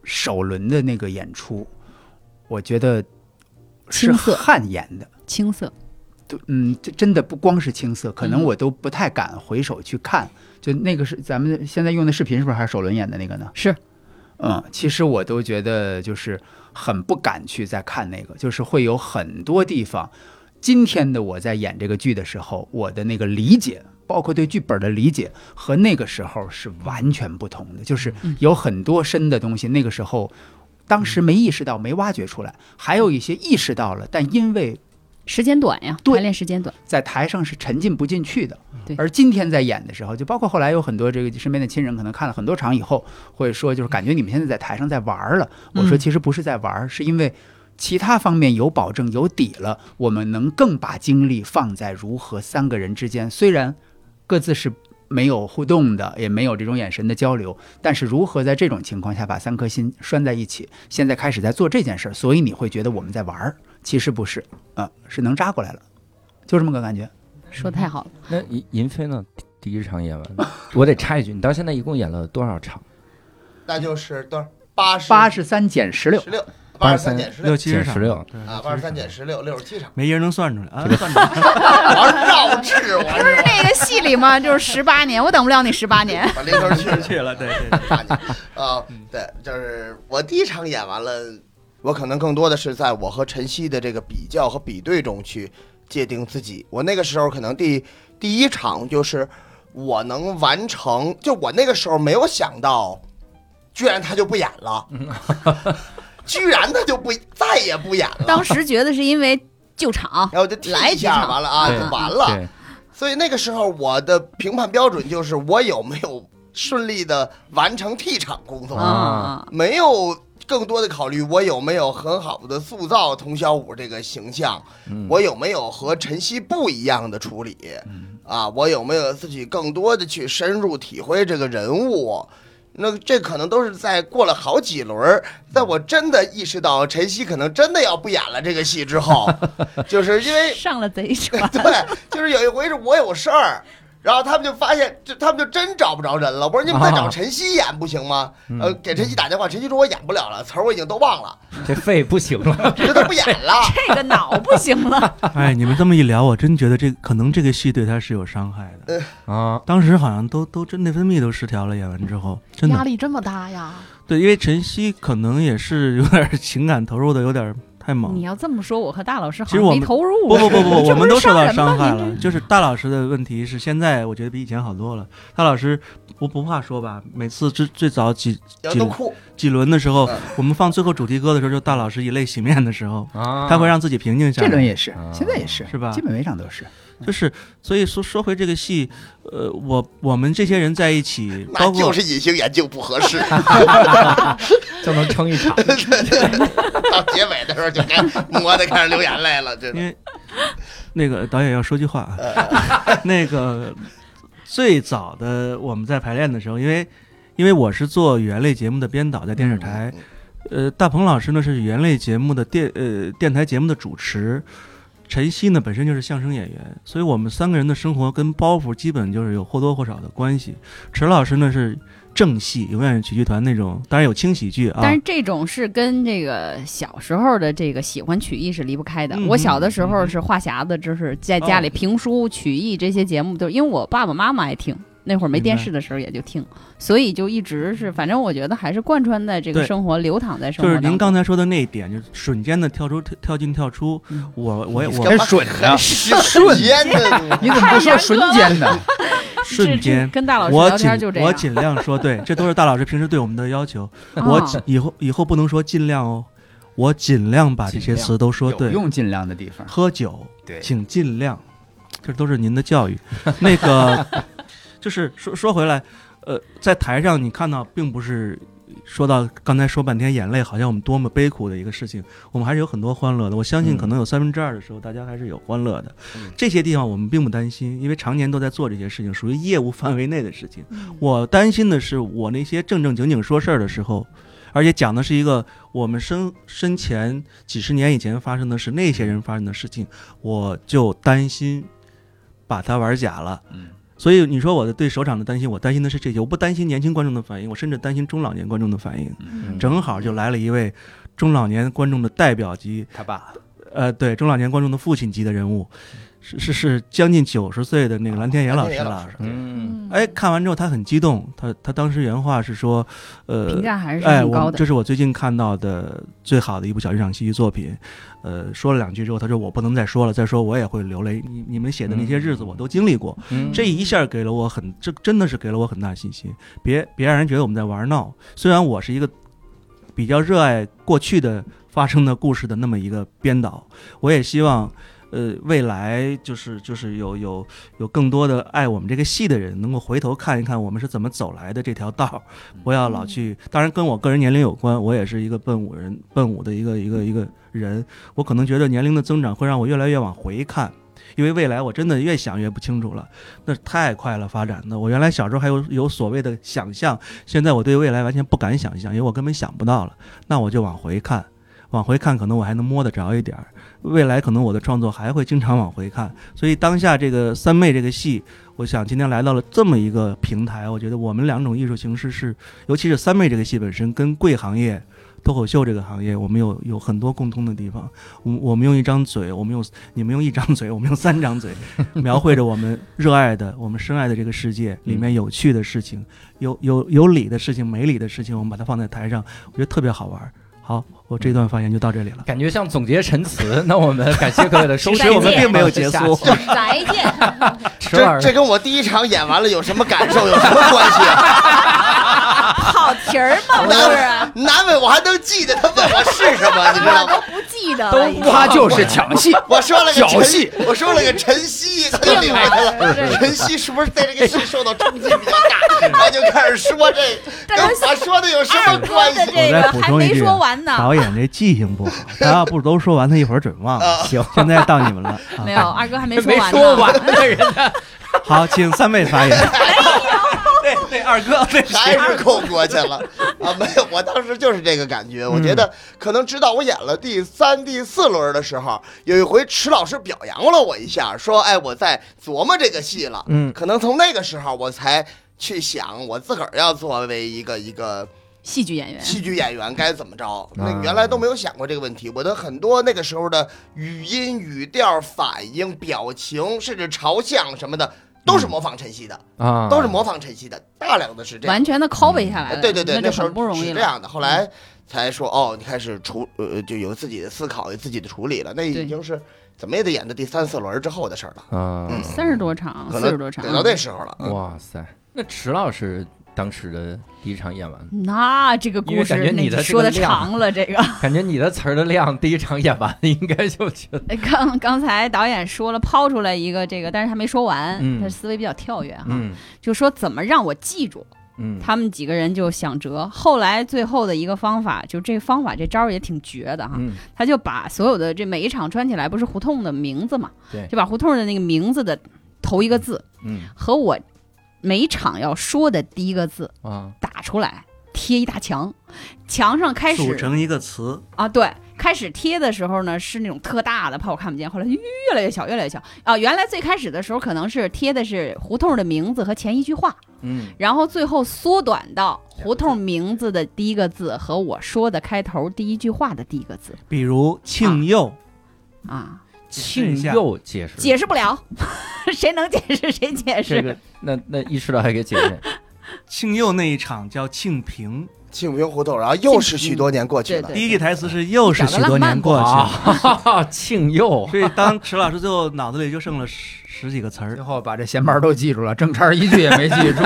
首轮的那个演出，我觉得是
青涩
汗颜的。
青涩，
对，嗯，这真的不光是青涩，可能
嗯
我都不太敢回首去看。就那个是咱们现在用的视频，是不是还是首轮演的那个呢？
是，
嗯，其实我都觉得就是很不敢去再看那个，就是会有很多地方。今天的我在演这个剧的时候，我的那个理解，包括对剧本的理解，和那个时候是完全不同的。
嗯
就是有很多深的东西，那个时候当时没意识到，没挖掘出来，还有一些意识到了，但因为
时间短呀，
对
排练时间短，
在台上是沉浸不进去的。
对
而今天在演的时候，就包括后来有很多这个身边的亲人，可能看了很多场以后，会说就是感觉你们现在在台上在玩儿了。
嗯
我说其实不是在玩儿，是因为。其他方面有保证有底了，我们能更把精力放在如何三个人之间，虽然各自是没有互动的，也没有这种眼神的交流，但是如何在这种情况下把三颗心拴在一起？现在开始在做这件事儿，所以你会觉得我们在玩儿，其实不是啊、是能扎过来了，就这么个感觉。
说得太好了。
那银银飞呢？第第一场演 *laughs* 完，我得插一句，你到现在一共演了多少场？
那就是多少？八十
八十三减十六
十，六，八
八
十
十三
三减十
六
六
七十场，
十六
对
啊，八十三减，十六，六十七场。
没一人能算出来啊，算出来。
我绕智，我
不是那个戏里吗？就是十八年，我等不了你十八
*laughs*
年。
把零头去了
去了，对对对，
*laughs* 啊，对，就是我第一场演完了，我可能更多的是在我和晨曦的这个比较和比对中去界定自己。我那个时候可能第第一场就是我能完成，就我那个时候没有想到，居然他就不演了， *laughs* 居然他就不再也不演了。
当时觉得是因为救场，
然后我就踢
来
一
几场
下，完了啊，
对
就完了。
对，
所以那个时候我的评判标准就是我有没有顺利的完成替场工作，
啊
啊，
没有更多的考虑我有没有很好的塑造童小五这个形象，
嗯
我有没有和晨曦不一样的处理，啊，我有没有自己更多的去深入体会这个人物。那这可能都是在过了好几轮儿，在我真的意识到晨曦可能真的要不演了这个戏之后，就是
*laughs*
因为。
上了贼船
对，就是有一回是我有事儿，然后他们就发现，就他们就真找不着人了。我说你们再找晨曦演不行吗？
嗯
呃，给晨曦打电话，晨曦说我演不了了，词儿我已经都忘了，
这肺不行了，
这都不演了。
*laughs* 这个脑不行了，
*laughs* 哎，你们这么一聊，我真觉得这可能这个戏对他是有伤害的。
*laughs* 啊，
当时好像都都真内分泌都失调了，演完之后 *laughs* 真的
力这么大呀？
对，因为晨曦可能也是有点儿情感投入的有点儿太猛
你
了。
要这么说，我和大老师好
嗯其实我
像
们
没投入。
不不不不，
这
我们都
是
受到
人
伤
吗？
害了。就是大老师的问题是，现在我觉得比以前好多了。大老师不不怕说吧，每次最最早几
要
几
都哭，
几轮的时候
嗯，
我们放最后主题歌的时候，就大老师以泪洗面的时候，
啊
他会让自己平静下
这轮
来。
也是
啊，
现在也是，
是吧
基本每场都是。
就是所以说说回这个戏，呃，我我们这些人在一起，包
那
括
就是隐形眼镜不合适。
就能撑一 *laughs* 场。
到结尾的时候就该磨的开始流眼泪了，真
因
的。
为那个导演要说句话啊，
呃
*laughs* 那个最早的我们在排练的时候，因为因为我是做语言类节目的编导，在
嗯
电视台，呃，大鹏老师呢是语言类节目的电呃电台节目的主持，晨曦呢本身就是相声演员，所以我们三个人的生活跟包袱基本就是有或多或少的关系。池老师呢是正戏，永远是曲剧团那种，当然有轻喜剧啊，
但是这种是跟这个小时候的这个喜欢曲艺是离不开的。
嗯
我小的时候是话匣子，就是在家里评书、曲艺这些节目，都因为我爸爸妈妈爱听，那会儿没电视的时候也就听，所以就一直是，反正我觉得还是贯穿在这个
对
生活，流淌在生
就
活
是
当中。
您刚才说的那一点，就是瞬间的跳出跳跳进跳出，
嗯
我我也我
干嘛
准哎的，
瞬间的，
你怎么不说瞬间呢？
瞬
这这
间，
跟大老师
我
聊
尽
天就这样
我。尽量说对，这都是大老师平时对我们的要求。
啊
我尽以后以后不能说尽量哦，我尽量把这些
尽量
词都说
有
对。
用尽量的地方，
喝酒，
对
请尽量，这都是您的教育。那个
*laughs*
就是说说回来，呃，在台上你看到，并不是说到刚才说半天眼泪，好像我们多么悲苦的一个事情，我们还是有很多欢乐的。我相信
嗯
可能有三分之二的时候，大家还是有欢乐的。这些地方我们并不担心，因为常年都在做这些事情，属于业务范围内的事情。
嗯
我担心的是，我那些正正经经说事儿的时候。而且讲的是一个我们生生前几十年以前发生的事，那些人发生的事情，我就担心把它玩假了。
嗯，
所以你说我的对首场的担心，我担心的是这些，我不担心年轻观众的反应，我甚至担心中老年观众的反应。
嗯
正好就来了一位中老年观众的代表级，
他爸
呃，对中老年观众的父亲级的人物，是是是将近九十岁的那个蓝天野老师
蓝天野
了
老师。
嗯，
哎，看完之后他很激动，他他当时原话是说，呃，
评价还是
哎，
很
我
高的。
这是我最近看到的最好的一部小剧场戏剧作品。呃，说了两句之后，他说我不能再说了，再说我也会流泪。你你们写的那些日子我都经历过，
嗯
这一下给了我很，这真的是给了我很大信心。别别让人觉得我们在玩闹。虽然我是一个比较热爱过去的发生的故事的那么一个编导，我也希望。呃，未来就是就是有有有更多的爱我们这个戏的人，能够回头看一看我们是怎么走来的这条道儿，不要老去。当然跟我个人年龄有关，我也是一个奔五人奔五的一个一个一个人，我可能觉得年龄的增长会让我越来越往回看，因为未来我真的越想越不清楚了。那太快了，发展的。我原来小时候还有有所谓的想象，现在我对未来完全不敢想象，因为我根本想不到了。那我就往回看，往回看，可能我还能摸得着一点儿。未来可能我的创作还会经常往回看，所以当下这个三妹这个戏，我想今天来到了这么一个平台，我觉得我们两种艺术形式是，尤其是三妹这个戏本身跟贵行业。脱口秀这个行业，我们有有很多共通的地方。我我们用一张嘴，我们用你们用一张嘴，我们用三张嘴，描绘着我们热爱的、我们深爱的这个世界里面有趣的事情，有有有理的事情、没理的事情，我们把它放在台上，我觉得特别好玩儿。好，我这段发言就到这里了。
感觉像总结陈词。那我们感谢各位的收
其实
听，
我们并没有结束，
*laughs*
再见。
池老
这这
师，
跟我第一场演完了有什么感受有什么关系啊？
跑题儿嘛，不
啊
是？
难为我还能记得他问我是什么，你知道吗？
不记得了已经，
他就是抢戏，
我说了个
侥
晨
幸，
我说了个晨曦，他就明白了。晨曦是不是对这个戏受到冲击比较大？他就开始说这
但
跟
是
我说的有什
二
么
哥
关
的
系？
这
我再
个
补
还
充一
没
句
说完呢。
导演这记性不好，
*laughs*
大家不都说完，他一会儿准忘了。行，现在到你们了。啊
啊没有，二哥还没
*laughs* 没
完呢。
说完 *laughs* 的人，
好，请三位发言。对对，二哥，对
还是扣过去了啊！没有，我当时就是这个感觉。我觉得
嗯
可能直到我演了第三、第四轮的时候，有一回池老师表扬了我一下，说：“哎，我在琢磨这个戏了。”
嗯，
可能从那个时候我才去想，我自个儿要作为一个一个
戏剧演员，
戏剧演员该怎么着？那
啊
原来都没有想过这个问题。我的很多那个时候的语音、语调、反应、表情，甚至朝向什么的，都
嗯
是模仿晨曦的，
啊，
都是模仿晨曦的，大量的是这样。
嗯
呃
完全的 copy 下来了。
对对对，
那
那
就
时候
很不容易
是
了。嗯
这样的。后来才说哦，你开始处呃就有自己的思考，有自己的处理了，那
对
已经是怎么也得演到第三四轮之后的事儿了，
啊，
嗯
三十多场，
可
哦四十
能
多场
得，到那时候了。嗯
哇塞，那池老师当时的第一场演完，
那这个
因为
故
感
事
觉你的
那
这
说
个
的
量 *laughs*
长了，这个。 *laughs*
感觉你的词儿的量，第一场演完应该就觉得，
刚刚才导演说了，抛出来一个这个，但是他没说完，
嗯
他思维比较跳跃哈，
*laughs* 嗯
就说怎么让我记住。
嗯，
他们几个人就想辙，后来最后的一个方法，就这方法这招儿也挺绝的哈，
嗯
他就把所有的这每一场穿起来不是胡同的名字嘛，
对
就把胡同的那个名字的头一个字
嗯
和我每一场要说的第一个字
啊，
打出来，贴一大墙，墙上 *laughs* 开
组
始
成一个词，
啊，对，开始贴的时候呢是那种特大的，怕我看不见，后来越来越小，越来越小啊。原来最开始的时候可能是贴的是胡同的名字和前一句话，
嗯
然后最后缩短到胡同名字的第一个字和我说的开头第一句话的第一个字
比如庆佑，
啊，
庆佑解释
解释不了， *laughs* 谁能解释谁解释。
这个，那那意识到还给解释，
庆佑那一场叫庆平，
庆平胡同，然后又是许多年过去了
嗯对，
第一句台词是又是许多年过去了，
*laughs* 啊，庆佑，
所以当池老师最后脑子里就剩了十十几个词
最
儿，
后把这闲班都记住了，正差一句也没记
*laughs*
住。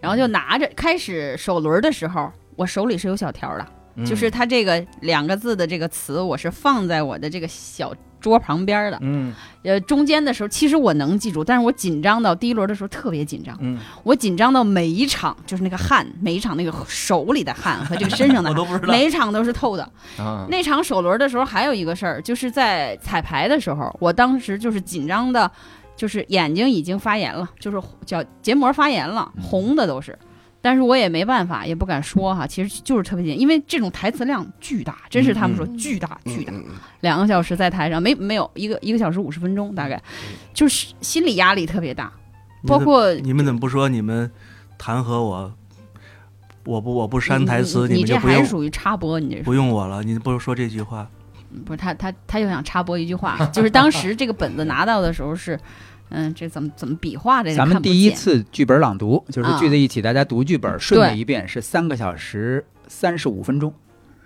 然后就拿着开始首轮的时候，我手里是有小条的，
嗯
嗯
就是它这个两个字的这个词，我是放在我的这个小桌旁边的。
嗯
呃，中间的时候其实我能记住，但是我紧张到第一轮的时候特别紧张，
嗯
我紧张到每一场就是那个汗，每一场那个手里的汗和这个身上的
我都
汗。
不知道。
每一场都是透的。
啊，
嗯
那场首轮的时候，还有一个事儿，就是在彩排的时候，我当时就是紧张的，就是眼睛已经发炎了，就是叫结膜发炎了，
嗯
红的都是。但是我也没办法，也不敢说哈，其实就是特别紧，因为这种台词量巨大，真是他们说巨大巨大，
嗯嗯
两个小时在台上没没有一个一个小时五十分钟大概，就是心理压力特别大，包括
嗯你们怎么不说你们弹劾我？我不我不删
你
台词，
你
们
这
就不
还
用
是属于插播，你这是。
不用我了，你不说这句话，
不是他他他又想插播一句话， *laughs* 就是当时这个本子拿到的时候是，嗯，这怎么怎么比划这个
咱
看
们
不
第一
见
次剧本朗读就是聚在一起，大家读剧本，顺了
对
一遍是三个小时三十五分钟。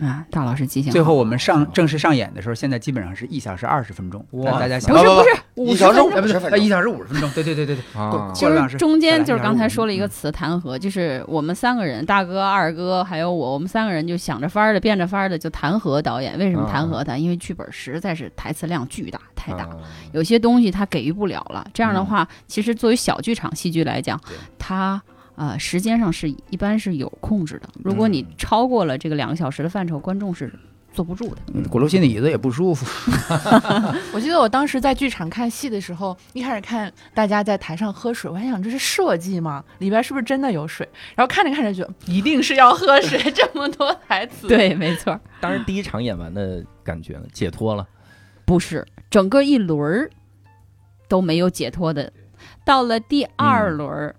啊，大老师记性好。
最后我们上正式上演的时候，现在基本上是一小时二十分钟。
哇
但大家想
不是
不
不是
一
五十
小时
分
五
钟，
十分
哎，一
钟，
呃小时五十分钟，对对对对对，
啊
过
就
过两
是
时
中间
过
就是刚才
两
说了一个词弹劾，就是我们三个人，大哥、二哥还有我，我们三个人就想着法儿的变着法儿的就弹劾导演。为什
啊
么弹劾他？因为剧本实在是台词量巨大，太大。
啊
有些东西它给予不了了。这样的
嗯
话，其实作为小剧场戏剧来讲，它呃时间上是一般是有控制的。如果你
嗯
超过了这个两个小时的范畴，观众是坐不住的。
嗯鼓楼心的椅子也不舒服。
我记得我当时在剧场看戏的时候，一开始看大家在台上喝水，我还想这是设计吗？里边是不是真的有水？然后看着看着就一定是要喝水， *laughs* 这么多台词。，
对，没错，
当时第一场演完的感觉呢，解脱了，
不是整个一轮儿都没有解脱的，到了第二轮儿，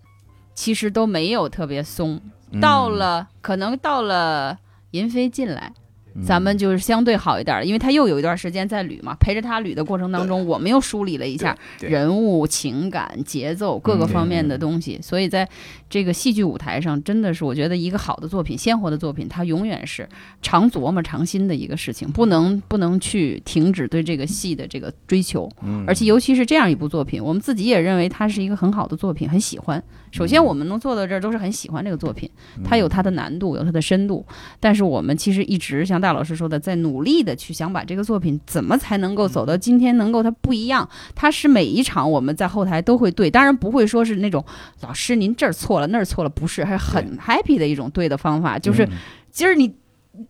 其实都没有特别松，
嗯
到了可能到了银飞进来。
嗯
咱们就是相对好一点儿，因为他又有一段时间在捋嘛，陪着他捋的过程当中，我们又梳理了一下
对对
人物、情感、节奏各个方面的东西，所以在这个戏剧舞台上，真的是我觉得一个好的作品、鲜活的作品，它永远是常琢磨、常新的一个事情，不能不能去停止对这个戏的这个追求。
嗯
而且尤其是这样一部作品，我们自己也认为它是一个很好的作品，很喜欢。首先，我们能做到这儿，都是很喜欢这个作品。
嗯
它有它的难度，有它的深度，但是我们其实一直像大老师说的，在努力的去想把这个作品怎么才能够走
嗯
到今天，能够它不一样。它是每一场我们在后台都会对，当然不会说是那种老师您这儿错了那儿错了，不是，还是很 happy 的一种对的方法，就是
嗯
今儿你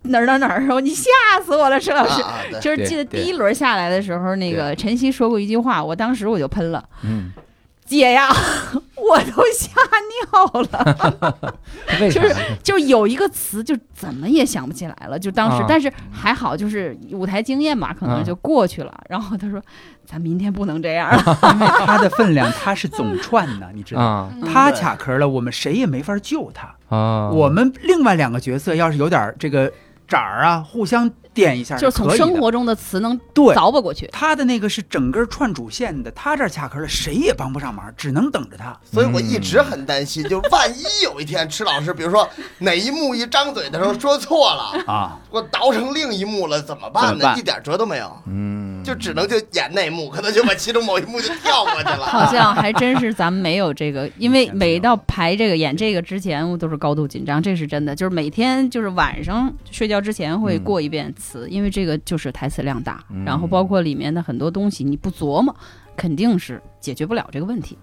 哪儿哪儿哪儿，然后你吓死我了，石 *laughs* 老师。
啊啊对
就是
对
记得
对
第一轮下来的时候，那个晨曦说过一句话，我当时我就喷了。
嗯，
姐呀， *laughs* 我都吓尿了。
嗯为啥
就？是就有一个词，就怎么也想不起来了。就当时，
啊
但是还好，就是舞台经验吧，可
啊
能就过去了。然后他说：“咱明天不能这样了。
因为 *laughs* 它的分量，它是总串的，你知
*laughs*
道，
啊
嗯
它卡壳了，我们谁也没法救它。
啊，
我们另外两个角色要是有点这个。盏儿啊，互相垫一下
*laughs* 就是从
可以的
生活中的词能
对
凿吧过去。
他的那个是整个串主线的，他这儿卡壳了，谁也帮不上忙，只能等着他。
所以我一直
嗯
很担心，就万一有一天池老师，比如说哪一幕一张嘴的时候说错了，
啊，
我倒成另一幕了，怎么办
怎么
呢？
办
一点辙都没有，
嗯，
就只能就演那幕，可能就把其中某一幕就跳过去
啊
了。
好像还真是咱们没有
*laughs*
这个，因为每到排这个演这个之前我都是高度紧张，这是真的。就是每天就是晚上睡觉之前会过一遍词，因为这个就是台词量大，
嗯
然后包括里面的很多东西你不琢磨，肯定是解决不了这个问题。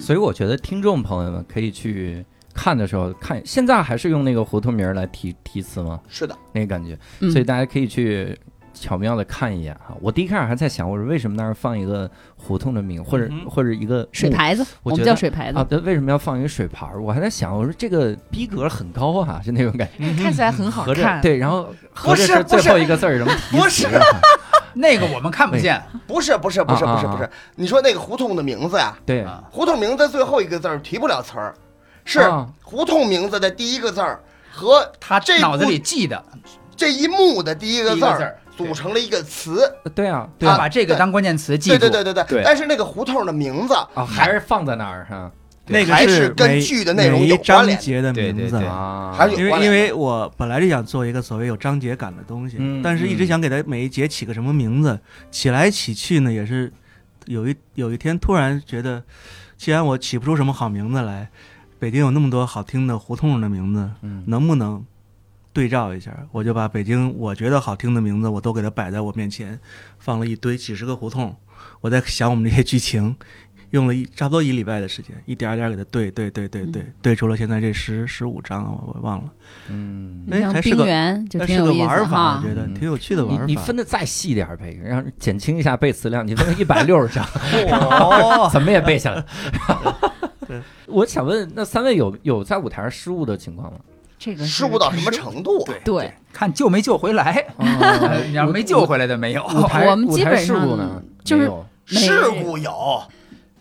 所以我觉得听众朋友们可以去看的时候看，现在还是用那个胡同名儿来提提词吗？
是的，
那个感觉，
嗯
所以大家可以去巧妙的看一眼哈。我第一开始还在想，我说为什么那儿放一个胡同的名，或者
嗯哼
或者一个
水
木
牌子，
我
我们
觉得
叫水牌子。
啊？对，为什么要放一个水牌儿？我还在想，我说这个逼格很高啊，是那种感觉。
看起来很好
合着
看。
对，然后合着
不是
是
不
最
是
后一个字儿什么提
不
词
是
啊？
*laughs* 那个我们看不
*laughs*
见，
不是不是不是
啊啊
不是
啊
不是，你说那个胡同的名字呀，
对，
啊
胡同名字最后一个字儿提不了词儿，是
啊
胡同名字的第一个字儿和
他
这
脑子
部
里记的
这一幕的第一个
第一
字
个字
儿
儿，
组成了一个词。
对啊，对
他
啊，
把这个
对
当关键词记
对
住。
对对对对
对。
但是那个胡同的名字
啊还是放在那儿哈
那个
还是
是
跟
每
剧的内容
每
有
一
关
章
联
节的
对对
名字
对
啊。
啊，
还是有
因
关
为
联
因为
的
我本来就想做一个所谓有章节感的东西，
嗯
但是一直
嗯
想给它每一节起个什么名字，起来起去呢，也是有一有一天突然觉得，既然我起不出什么好名字来，北京有那么多好听的胡同的名字，
嗯
能不能对照一下？我就把北京我觉得好听的名字，我都给它摆在我面前，放了一堆几十个胡同，我在想我们这些剧情。用了一差不多一礼拜的时间，一点儿一点儿给它对对对
嗯
对对、对出了现在这十十五章啊，我我忘了。
嗯。
你
哎
像
还是
冰
个
原就
那
挺
是
有
个
意思
玩儿法，
哈
我。觉得
嗯
挺有趣的玩
你
儿法。
你分的再细点儿呗，让减轻一下背词量。你分一百六十
*laughs*
章，
哦，
怎么也背下来。 *laughs* 我想问，那三位有有在舞台上失误的情况吗？
这个是
失误到什么程度啊？
对，
*laughs* 看救没救回来，
哦
*laughs* 你要没救回来的没有。
舞台
我们基本上
舞台事故呢
就是
没有
没
事故有，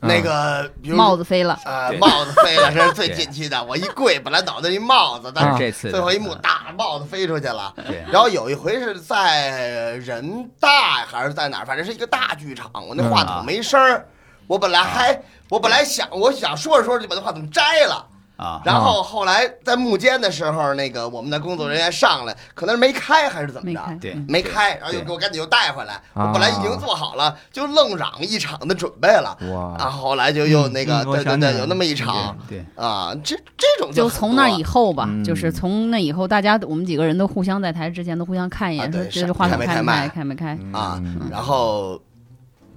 那个比如
帽子飞了，
呃
嗯对
帽子飞了，这是最近期的。我一跪，本来脑袋一帽子，但是
但是 *laughs* 这次的
最后一
嗯
幕，大帽子飞出去了。
对
然后有一回是在人大还是在哪儿，反正是一个大剧场，我
嗯
那话筒没声儿。我本
啊
来还，我本来想，我想说着说着就把那话筒摘了。
啊，
然后后来在幕间的时候，那个我们的工作人员上来，可能是没开还是怎么
没
着，
开。
对
嗯
没开，然后又给我赶紧又带回来。
啊
我本来已经做好了，就愣嚷一场的准备了，啊，
哇，
后来就又那个，
嗯我
对对
想起来
对，
了
有那么一场
对，
啊，这这种
就
很
从那
多
以后吧，
嗯
就是从那以后，大家我们几个人都互相在台之前都互相看一眼，
啊
说
对
这
是
个话筒
开没
开
开
开，
麦
开没开？
啊
嗯
然后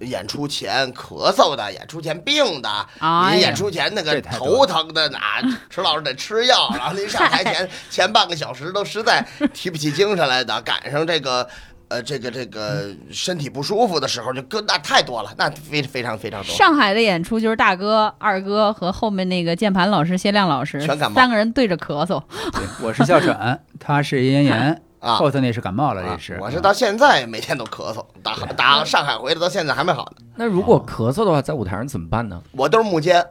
演出前咳嗽的，演出前病的，
哎呀
您嗯演，出前那个
这太
头
多
*laughs*
疼的呢，池老师得吃药，然后您上台前前半个小时都实在提不起精神来的，赶上这个。呃，这个这个身体不舒服的时候，就更那太多了，那非非常非常多。
上海的演出就是大哥、二哥和后面那个键盘老师、谢亮老师，
全感冒
三个人对着咳嗽，
对我是哮喘，他是咽炎，
啊
后头那是感冒了，这
啊
是。
嗯
我是到现在每天都咳嗽，打打上海回来到现在还没好呢。
那如
啊
果咳嗽的话，在舞台上怎么办呢？
我都是幕间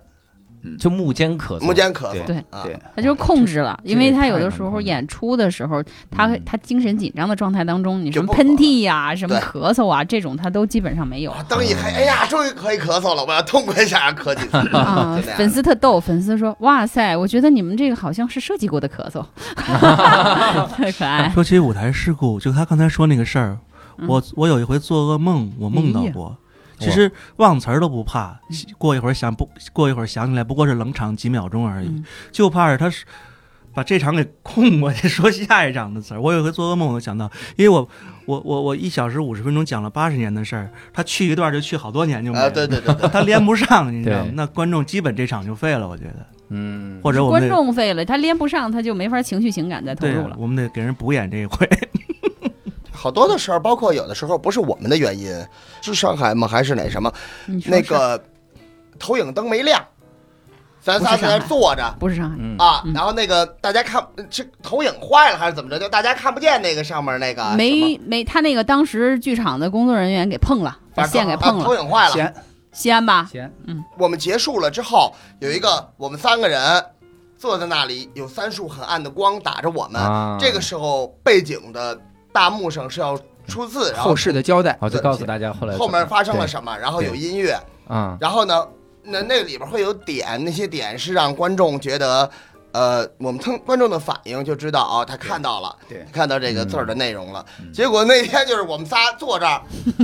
就幕间咳嗽，
幕间咳嗽，
对
啊
对
他就是控制了，因为他有的时
这也太难控
候
制了
演出的时候，他
嗯
他精神紧张的状态当中，你什
就
么
不好了
喷嚏呀、什么
对
咳嗽啊这种，他都基本上没有
啊，灯一黑，哎呀，终于可以咳嗽了，我要痛快一下咳 *laughs* 几次。
啊
就那。样
粉丝特逗，粉丝说：“哇塞，我觉得你们这个好像是设计过的咳嗽，特可爱。”
说起舞台事故，就他刚才说那个事儿，
嗯
我我有一回做噩梦，我梦到
哎呀嗯
过。其实忘词儿都不怕，过一会儿想不过一会儿想起来，不过是冷场几秒钟而已，
嗯
就怕是他是把这场给空过去，说下一场的词儿。我有一回做噩梦，我就想到，因为我我我我一小时五十分钟讲了八十年的事儿，他去一段就去好多年就没了，
啊，对对对对，
他连不上，你知道吗
对？
那观众基本这场就废了，我觉得，
嗯，
或者我们
观
得
众废了，他连不上，他就没法情绪情感再投
对
入
啊
了。
我们得给人补演这一回。
好多的事儿，包括有的时候不是我们的原因，是上海吗？还是哪什么？
你说
那
是
个投影灯没亮，咱仨在那儿坐着
不是上海？
嗯
啊
嗯，
然后那个大家看这投影坏了还是怎么着，就大家看不见那个上面那个啊什么
没没，他那个当时剧场的工作人员给碰了，把
把
线给碰
啊投
了，
影坏了。
闲
西安吧？
闲，
我们结束了之后，有一个我们三个人坐在那里，有三束很暗的光打着我们。
啊
这个时候背景的大幕上是要出字，然后
后世的交代，
好，就告诉大家后来
后面发生了
么
什么，然后有
对
音乐，
啊？
然后呢，那那里边会有点，那些点是让观众觉得，呃，我们听观众的反应就知道啊、他看到了，
对对
看到这个字儿的内容了。
嗯
结果那天就是我们仨坐这儿，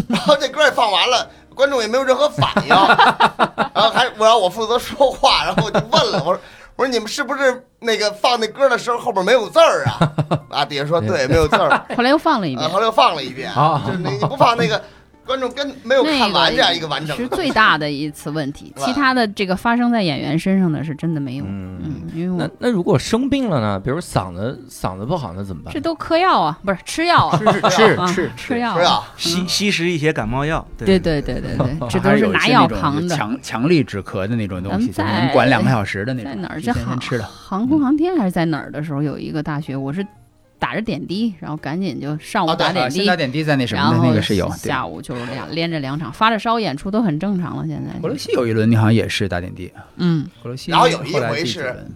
然后这歌也放完了。观众也没有任何反应，然后还我让我负责说话，然后我就问了，我说我说你们是不是那个放那歌的时候后边没有字儿啊？啊，底下说对，没有字儿，
后来又放了一遍
啊，后。来又放了一遍，
好
就是你你不放那个观众跟没有看完这样一个完
*laughs*
整
是
的，
最大的一次问题，
哇
其他的这个发生在演员身上的是真的没有。
嗯，
嗯，因为
那
我
那如果生病了呢？比如嗓子嗓子不好，那怎么办
这？都嗑药啊，不是吃药啊，
是
*laughs* 啊
是
吃药
是
啊，
吧？
嗯
嗯
吸吸食一些感冒药，对
对对对对对，这都
啊还
是
有一
拿
些
药
那种
扛的。
强强力止咳的那种东
咱
西，
们
就
在
能管两个小时的那种，
在哪儿？
提
这
前
航
吃的，嗯
航空航天还是在哪儿的时候，有一个大学，我是打着点滴，然后赶紧就上午
啊对
打
啊
点
啊，先
滴，
打点滴在那什
然
么
后
的那个是有，对。
下午就是两连着两场，发着烧演出都很正常了。现在
俄罗西有一轮，你好像也是打点滴。啊
嗯，
俄罗西
然后有一
后来
回
第几
是
轮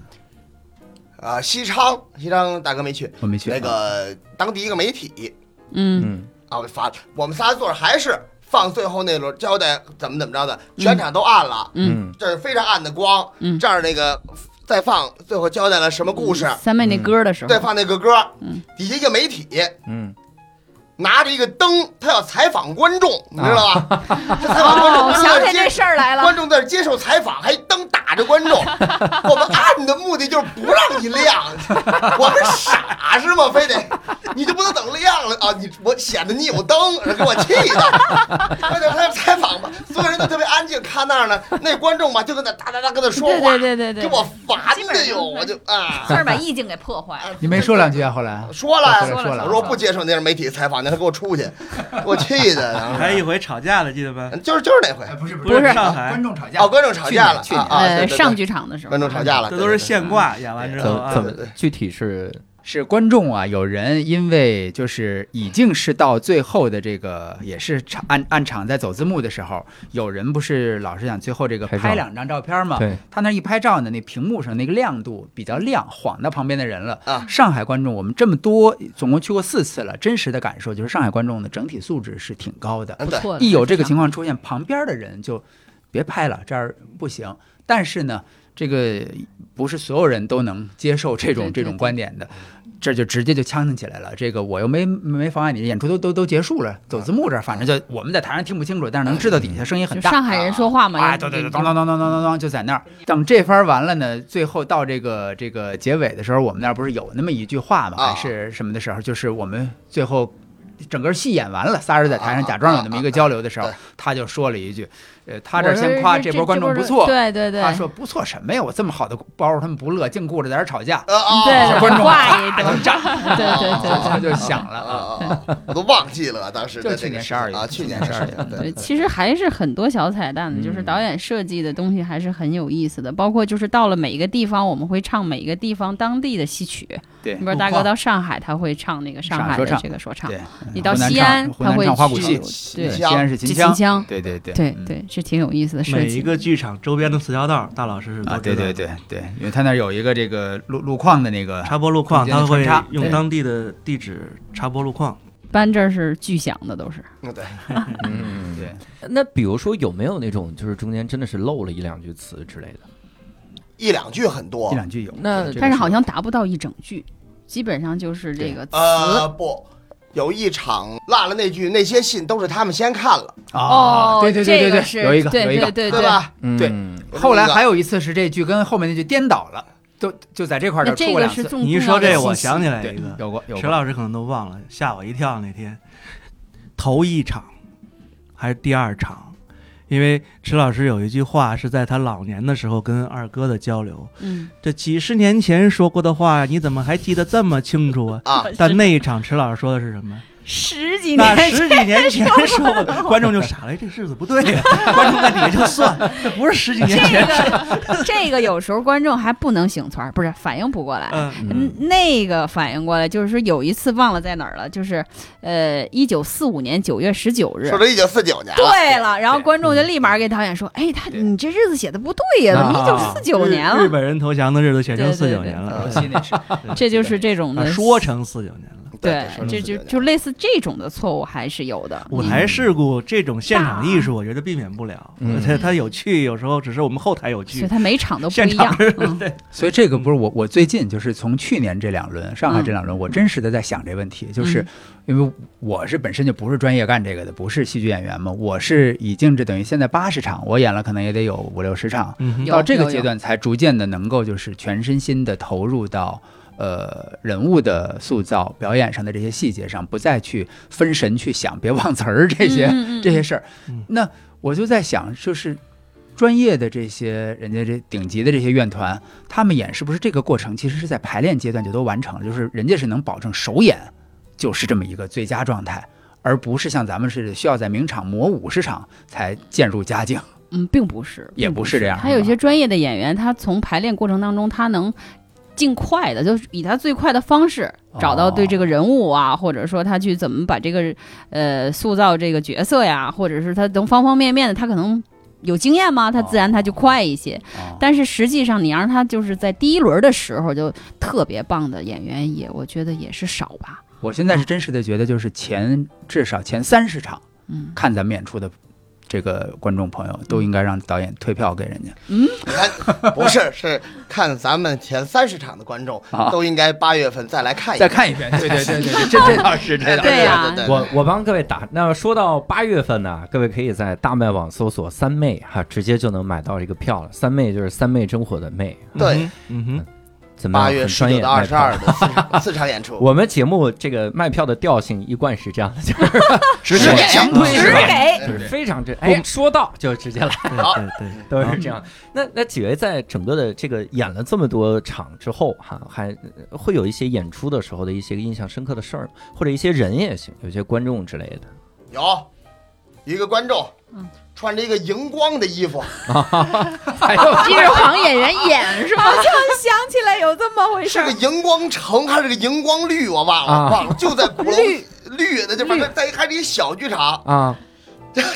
啊，西昌，西昌大哥没去，
我没去啊
那个当地一个媒体
嗯
嗯，
啊发，我们仨坐着还是放最后那轮交代怎么怎么着的，全场都暗了，
嗯，
这是非常暗的光，
嗯
这儿那个再放最后交代了什么故事，
三妹那
嗯
歌的时候，
再放那个歌，
嗯
底下一个媒体
嗯，
拿着一个灯，他要采访观众，你知道吧？他采访
*laughs*
观众，
哦，
他
想
在
起
接
这事儿来了，
观众在这接受采访，还灯打着观
*laughs*
众。我们按的目的就是不让你亮，我们傻是吗？非得你就不能等亮了啊？你我显得你有灯，给我
*laughs*
气的。快点，快点采访吧！所有人都特别安静，看那儿呢。那观众吧，就跟那哒哒哒跟那说
对
话，
对对对对，
给我烦
基
的
本
哟！
上
我就啊，
事儿把意境给破坏了。
你没说两句啊？后来
说了呀，
说了说了
我说不接受那媒体采访，你还给我出去，给我气的。然后
还有一回吵架了，记得吧？
就是就是那回，
不是
不是哎
是
上海
观众吵架
哦，观众吵架了
去年
啊啊！对
呃
对对
上剧场的时候
嗯
观，众吵架了，
这
对
都
对
是
对
现挂，演完之
怎
后
么
啊，
怎么具体是
是观众啊，有人因为就是已经是到最后的这个，也是场按按场在走字幕的时候，有人不是老是想最后这个
拍照
拍两张照片
啊
吗？
对
他那一拍照呢，那屏幕上那个亮度比较亮，晃到旁边的人了。
啊
上海观众我们这么多，总共去过四次了，真实的感受就是上海观众的整体素质是挺高的。
嗯
不
对
错的。
一有这个情况出现，旁边的人就别拍了，这儿不行。但是呢，这个不是所有人都能接受这种
对对
这种观点的，这就直接就呛呛起来了。这个我又没没妨碍你，演出都都都结束了，走字幕这儿反正就我们在台上听不清楚，但是能知道底下声音很
就
大。
上海人说话嘛，
啊，
也
对对对，
就
咚咚咚咚咚咚咚，就在那儿。
嗯
等这番完了呢，最后到这个这个结尾的时候，我们那儿不是有那么一句话嘛，
啊
还是什么的时候，就是我们最后整个戏演完了，仨人在台
啊
上假装有那么一个交流的时候
啊啊，
他就说了一句，呃，他
我
这儿先夸
这
波观众
这
不错，
对对对，
他说不错什么呀，我这么好的包，他们不乐，净顾着在这儿吵架，
呃啊，
对对，
哦观 *laughs* 众
话也都
炸，
对对
*laughs*
对对
他就响了
啊
啊。
啊啊！我都忘记了当时
就
的
去
这个
年
事
十二月
啊，去年12
去年12
月，
对，
*laughs*
对，
其实还是很多小彩蛋的，就是
嗯
导演设计的东西还是很有意思的。包括就是到了每一个地方，我们会唱每一个地方当地的戏曲。
对
你比如大哥到上海，他会唱那个上海的这个说唱；
对，
你到
湖南
西
唱
安，
湖
他
南
会
唱花鼓
去
戏，
对
西安是
去
腔
秦，腔。
对对对
对
嗯
对，是挺有意思的
*laughs*
设
每
计
一。个剧场周边的四条道，大老师是
啊，
都
对
知道的。
对对对，因为他那儿有一个这个路路况的那个，
插播路况，
中间
他
的
会
穿插
用
对
当地的地址插播路况。
搬这儿是巨响的，都是。
嗯对，
嗯，
对，
那比如说有没有那种就是中间真的是漏了一两句词之类的？
一两句很多
一，两句有。
那
这个
但是好像达不到一整句，基本上就是这个词。
啊
呃不，有一场落了那句，那些信都是他们先看了，
哦
哦
啊，对对对
这
对
个是
有一个
对
有一
对
个。
对
对，吧？
对
嗯
后来还有一次是这句跟后面那句颠倒了，都就在这块儿
那
就出
这
过
个
两
是
次。
重
你一
重
说
嗯要的
这，
信
我
息
想起来
对嗯
一个，
有过有
石
过。
老师可能都忘了，吓我一跳那天，头一场还是第二场，因为池老师有一句话是在他老年的时候跟二哥的交流，
嗯，
这几十年前说过的话，你怎么还记得这么清楚啊？
啊，
但那一场池老师说的是什么？
十几
那
年
十几年前说过的，观众就傻了，哎这日子不对呀、观众在底下就算，这不是十几
*laughs*
年前，
这个有时候观众还不能醒村儿，不是反应不过来。
嗯，
嗯
嗯，那个反应过来，就是说有一次忘了在哪儿了，就是，呃，一九四五年九月十九日
说，到一九四九年了，
对了，然后观众就立马给导演说，哎，他
对
你这日子写的不对呀，怎么一九四九年
日日
了？
本人投降的日子写成
对对
四
对
九年了，
西那是
这就是这种
啊
的
说成四九年了。
对
对
说，得
这
是
就
对的
就类似这种的错误还是有的。嗯
舞
你
台事故这种现场艺术，我觉得避免不了。
嗯
它它有趣，有时候只是我们后台有
所以
趣，
它每场都不
现
一样
场。是
嗯
对
所以这个不是我，我最近就是从去年这两轮，上海
嗯
这两轮，我真实的在想这问题，就是因为我是本身就不是专业干这个的，不是戏剧演员嘛，我是已经这等于现在八十场，我演了可能也得有五六十场，
嗯哼
有
到这个
有
阶段才逐渐的能够就是全身心的投入到。呃，人物的塑造、表演上的这些细节上，不再去分神去想，别忘词儿这些、
嗯嗯嗯
这些事儿
嗯。
那我就在想，就是专业的这些人家这顶级的这些院团，他们演是不是这个过程其实是在排练阶段就都完成了？就是人家是能保证首演就是这么一个最佳状态，而不是像咱们是需要在名场磨五十场才渐入佳境。
嗯，并不是，
也
并
不
不
是这样
他
是
有
吧
些专业的演员，他从排练过程当中，他能尽快的，就是以他最快的方式
哦
找到对这个人物啊，或者说他去怎么把这个呃塑造这个角色呀，或者是他从方方面面的，他可能。有经验吗？他自然他就快一些，
哦
但是实际上你让他就是在第一轮的时候就特别棒的演员也，我觉得也是少吧。
我现在是真实的觉得，就是前至少前三十场
嗯，
看咱们演出的这个观众朋友，都应该让导演退票给人家。
你看，不是是看咱们前三十场的观众
啊
都应该八月份再来看一
再
遍。
看一遍，对对对对，对这这倒是这倒是。
哎对呀
对对
我我帮各位打，那说到八月份呢，各位可以在大麦网搜索“三妹”哈，直接就能买到这个票了。三妹就是三昧真火的妹，
对，
嗯哼，
怎么样
八月
很
十
专
九
业
到二
卖
十
票
二的四场四场演出，
我们节目这个卖票的调性一贯是这样的，就是
直
接
接
强推
只
是吧？
给
就是非常这哎，说到就直接来，
对
好
对对，
都是啊嗯这样。那那几位在整个的这个演了这么多场之后，哈、还呃会有一些演出的时候的一些印象深刻的事儿吗，或者一些人也行，有些观众之类的。
有一个观众，穿着一个荧光的衣服，
*laughs* 哎呦，
这是黄演员演是吧？
想起来有这么回事
是
儿
个。荧光橙还是个荧光绿，我忘
啊
了，忘了，就在鼓楼绿的地方，在还是一小剧场， *laughs*
啊，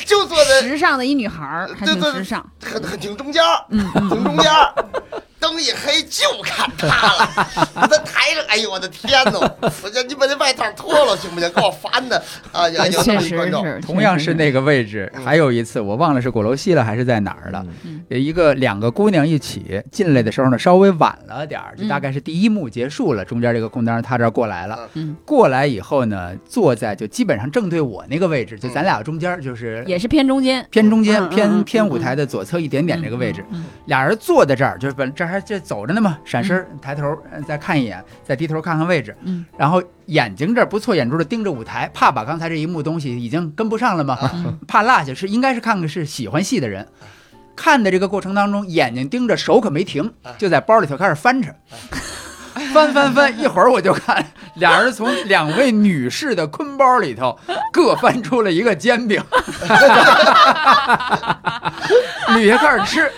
就坐在
时尚的一女孩儿还
呃对
挺
对
时尚，
很很挺中间儿，挺中间儿， *laughs* 灯一黑就看他了， *laughs* 我在台上，哎呦我的天呐，我叫你把那外套脱了行不行？给我烦的啊！有有这
确
么一
实
观众，
是，
同样
确实
是那个
*laughs*
位置，
嗯
还有一次我忘了是鼓楼西了还是在哪儿了。有一个两个姑娘一起进来的时候呢，稍微晚了点儿，就
嗯
大概是第一幕结束了，中间这个空当她这儿过来了。
嗯，
过来以后呢，坐在就基本上正对我那个位置，就咱俩中间就是
嗯也是偏中间，
偏中
嗯
间
嗯
偏
嗯
偏
嗯
舞台的左侧一点点这个位置。
嗯，嗯
俩人坐在这儿，就是本这还这走着呢嘛，闪身儿抬头呃再看一眼，再低头看看位置，
嗯，
然后眼睛这儿不错眼珠的盯着舞台，怕把刚才这一幕东西已经跟不上了嘛，怕落下，是应该是看看是喜欢戏的人。看的这个过程当中，眼睛盯着，手可没停，就在包里头开始翻着，翻翻翻，一会儿我就看俩人从两位女士的坤包里头各翻出了一个煎饼，捋下开始吃，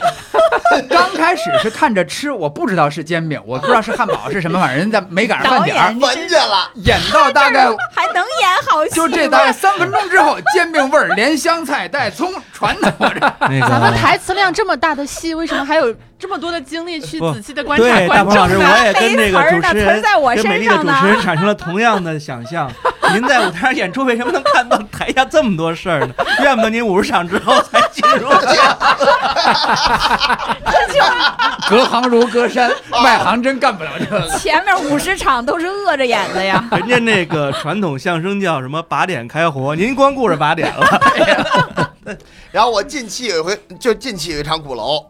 刚开始是看着吃，我不知道是煎饼，我不知道是汉堡是什么，反正在没赶上饭点儿。
闻见了，
演到大概
还能演好戏
就这大概三分钟之后，煎饼味儿连香菜带葱传到我这儿。
那个
咱们台词量这么大的戏，为什么还有这么多的精力去
不
仔细的观察
对大
观
鹏老师，
众呢？
我也哎跟这个
黑词儿
主
呢
持
词儿
人
在我
跟
身
美丽的
上
主
呢
持人产生了同样的想
*laughs*
象。您在舞台上演出，为什么能看到台下这么多事儿呢？怨不得您五十场之后才进入。，
隔行如隔山，外行真干不了这个。
*laughs* 前面五十场都是饿着演的呀
*laughs* 人家那个传统相声叫什么“把点开活”，您光顾着把点了。
然后我近期有一回，就近期有一场鼓楼，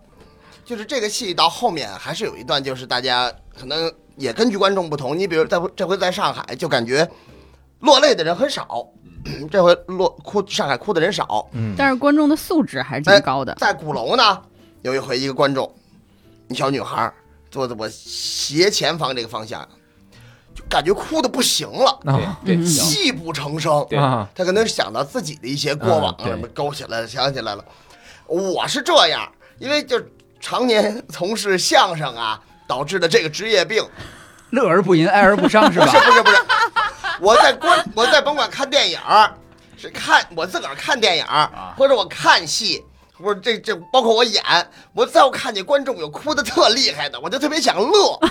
就是这个戏到后面还是有一段，就是大家可能也根据观众不同，你比如在这回在上海，就感觉落泪的人很少，这回落哭上海哭的人少，
嗯，
*laughs* 但是观众的素质还是
哎
挺高的。
在鼓楼呢，有一回一个观众，一小女孩坐在我斜前方这个方向，就感觉哭的不行了，
啊
嗯
对，行
泣不成声。
啊，
他可能想到自己的一些过往啊
嗯对
什么勾起来了，想起来了。我是这样，因为就常年 *laughs* 从事相声啊，导致的这个职业病。
乐而不淫，哀而不伤，是吧
不？是不是不是，我在观我
啊
在甭管看电影儿，是看我自个儿看电影儿，或者我看戏，不是这这，包括我演，我在我看见观众有哭的特厉害的，我就特别想乐，
*laughs*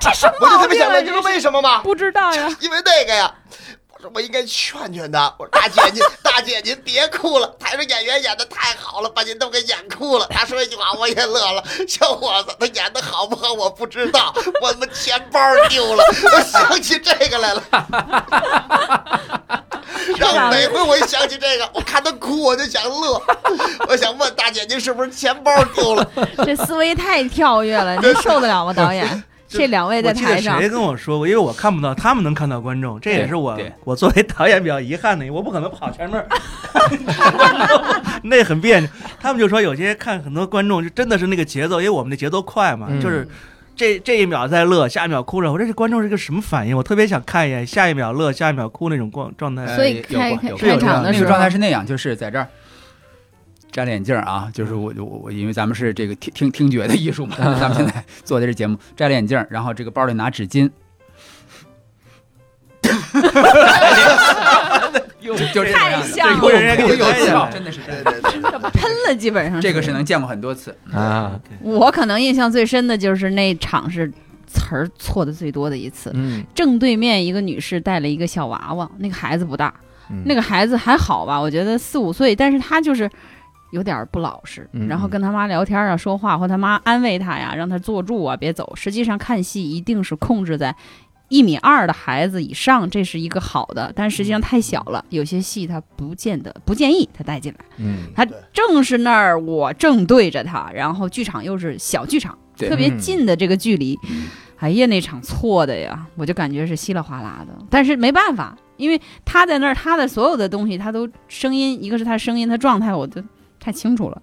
这什么
我就特
毛病
别想
啊？
乐，你知道为什么吗？
不知道呀，
因为那个哎呀，我说我应该劝劝他，我说大姐 *laughs* 您大姐您别哭了，台上演员演的太好了，把您都给演哭了。他说一句话我也乐了，小伙子他演的好不好我不知道，我们钱包丢 *laughs* 了，我想起这个 *laughs* 来了。然后每回我一想起这个，我看他哭我就想乐，我想问大姐您是不是钱包丢了？
这思维太跳跃了，您受得了吗，导
*laughs*
演？这两位在
我记得
台上
谁跟我说过？因为我看不到，他们能看到观众，这也是我
对
我作为导演比较遗憾的，我不可能跑前面儿， *laughs* 那很别扭。他们就说有些看很多观众就真的是那个节奏，因为我们的节奏快嘛，
嗯
就是。这这一秒在乐，下一秒哭了。我说这观众是个什么反应？我特别想看一眼，下一秒乐，下一秒哭那种状状态。
嗯
所以
呃
开
有过
开
有过
开场的
那
时
个
候
状态是那样，就是在这儿摘了眼镜儿啊，就是我我我，因为咱们是这个听听听觉的艺术嘛，咱们现在做的这节目，摘了眼镜儿，然后这个包里拿纸巾，就就这个样子，
像
有
了人家给你
有
摘下
笑，
来
真的是这
*laughs*
样
对对对，
喷了，基本上
这个是能见过很多次，
啊，
我可能印象最深的就是那场是词儿错的最多的一次。
嗯，
正对面一个女士带了一个小娃娃，那个孩子不大，
嗯
那个孩子还好吧，我觉得四五岁，但是他就是有点儿不老实，
嗯
然后跟他妈聊天啊、说话，或他妈安慰他呀，让他坐住啊，别走。实际上看戏一定是控制在。一米二的孩子以上，这是一个好的，但实际上太小了，有些戏他不见得不建议他带进来。
嗯，
他
对
正是那儿，我正对着他，然后剧场又是小剧场，
对
特别
嗯
近的这个距离，哎呀，那场错的呀，我就感觉是稀里哗啦的，但是没办法，因为他在那儿，他的所有的东西，他都声音，一个是他声音，他状态，我都太清楚了，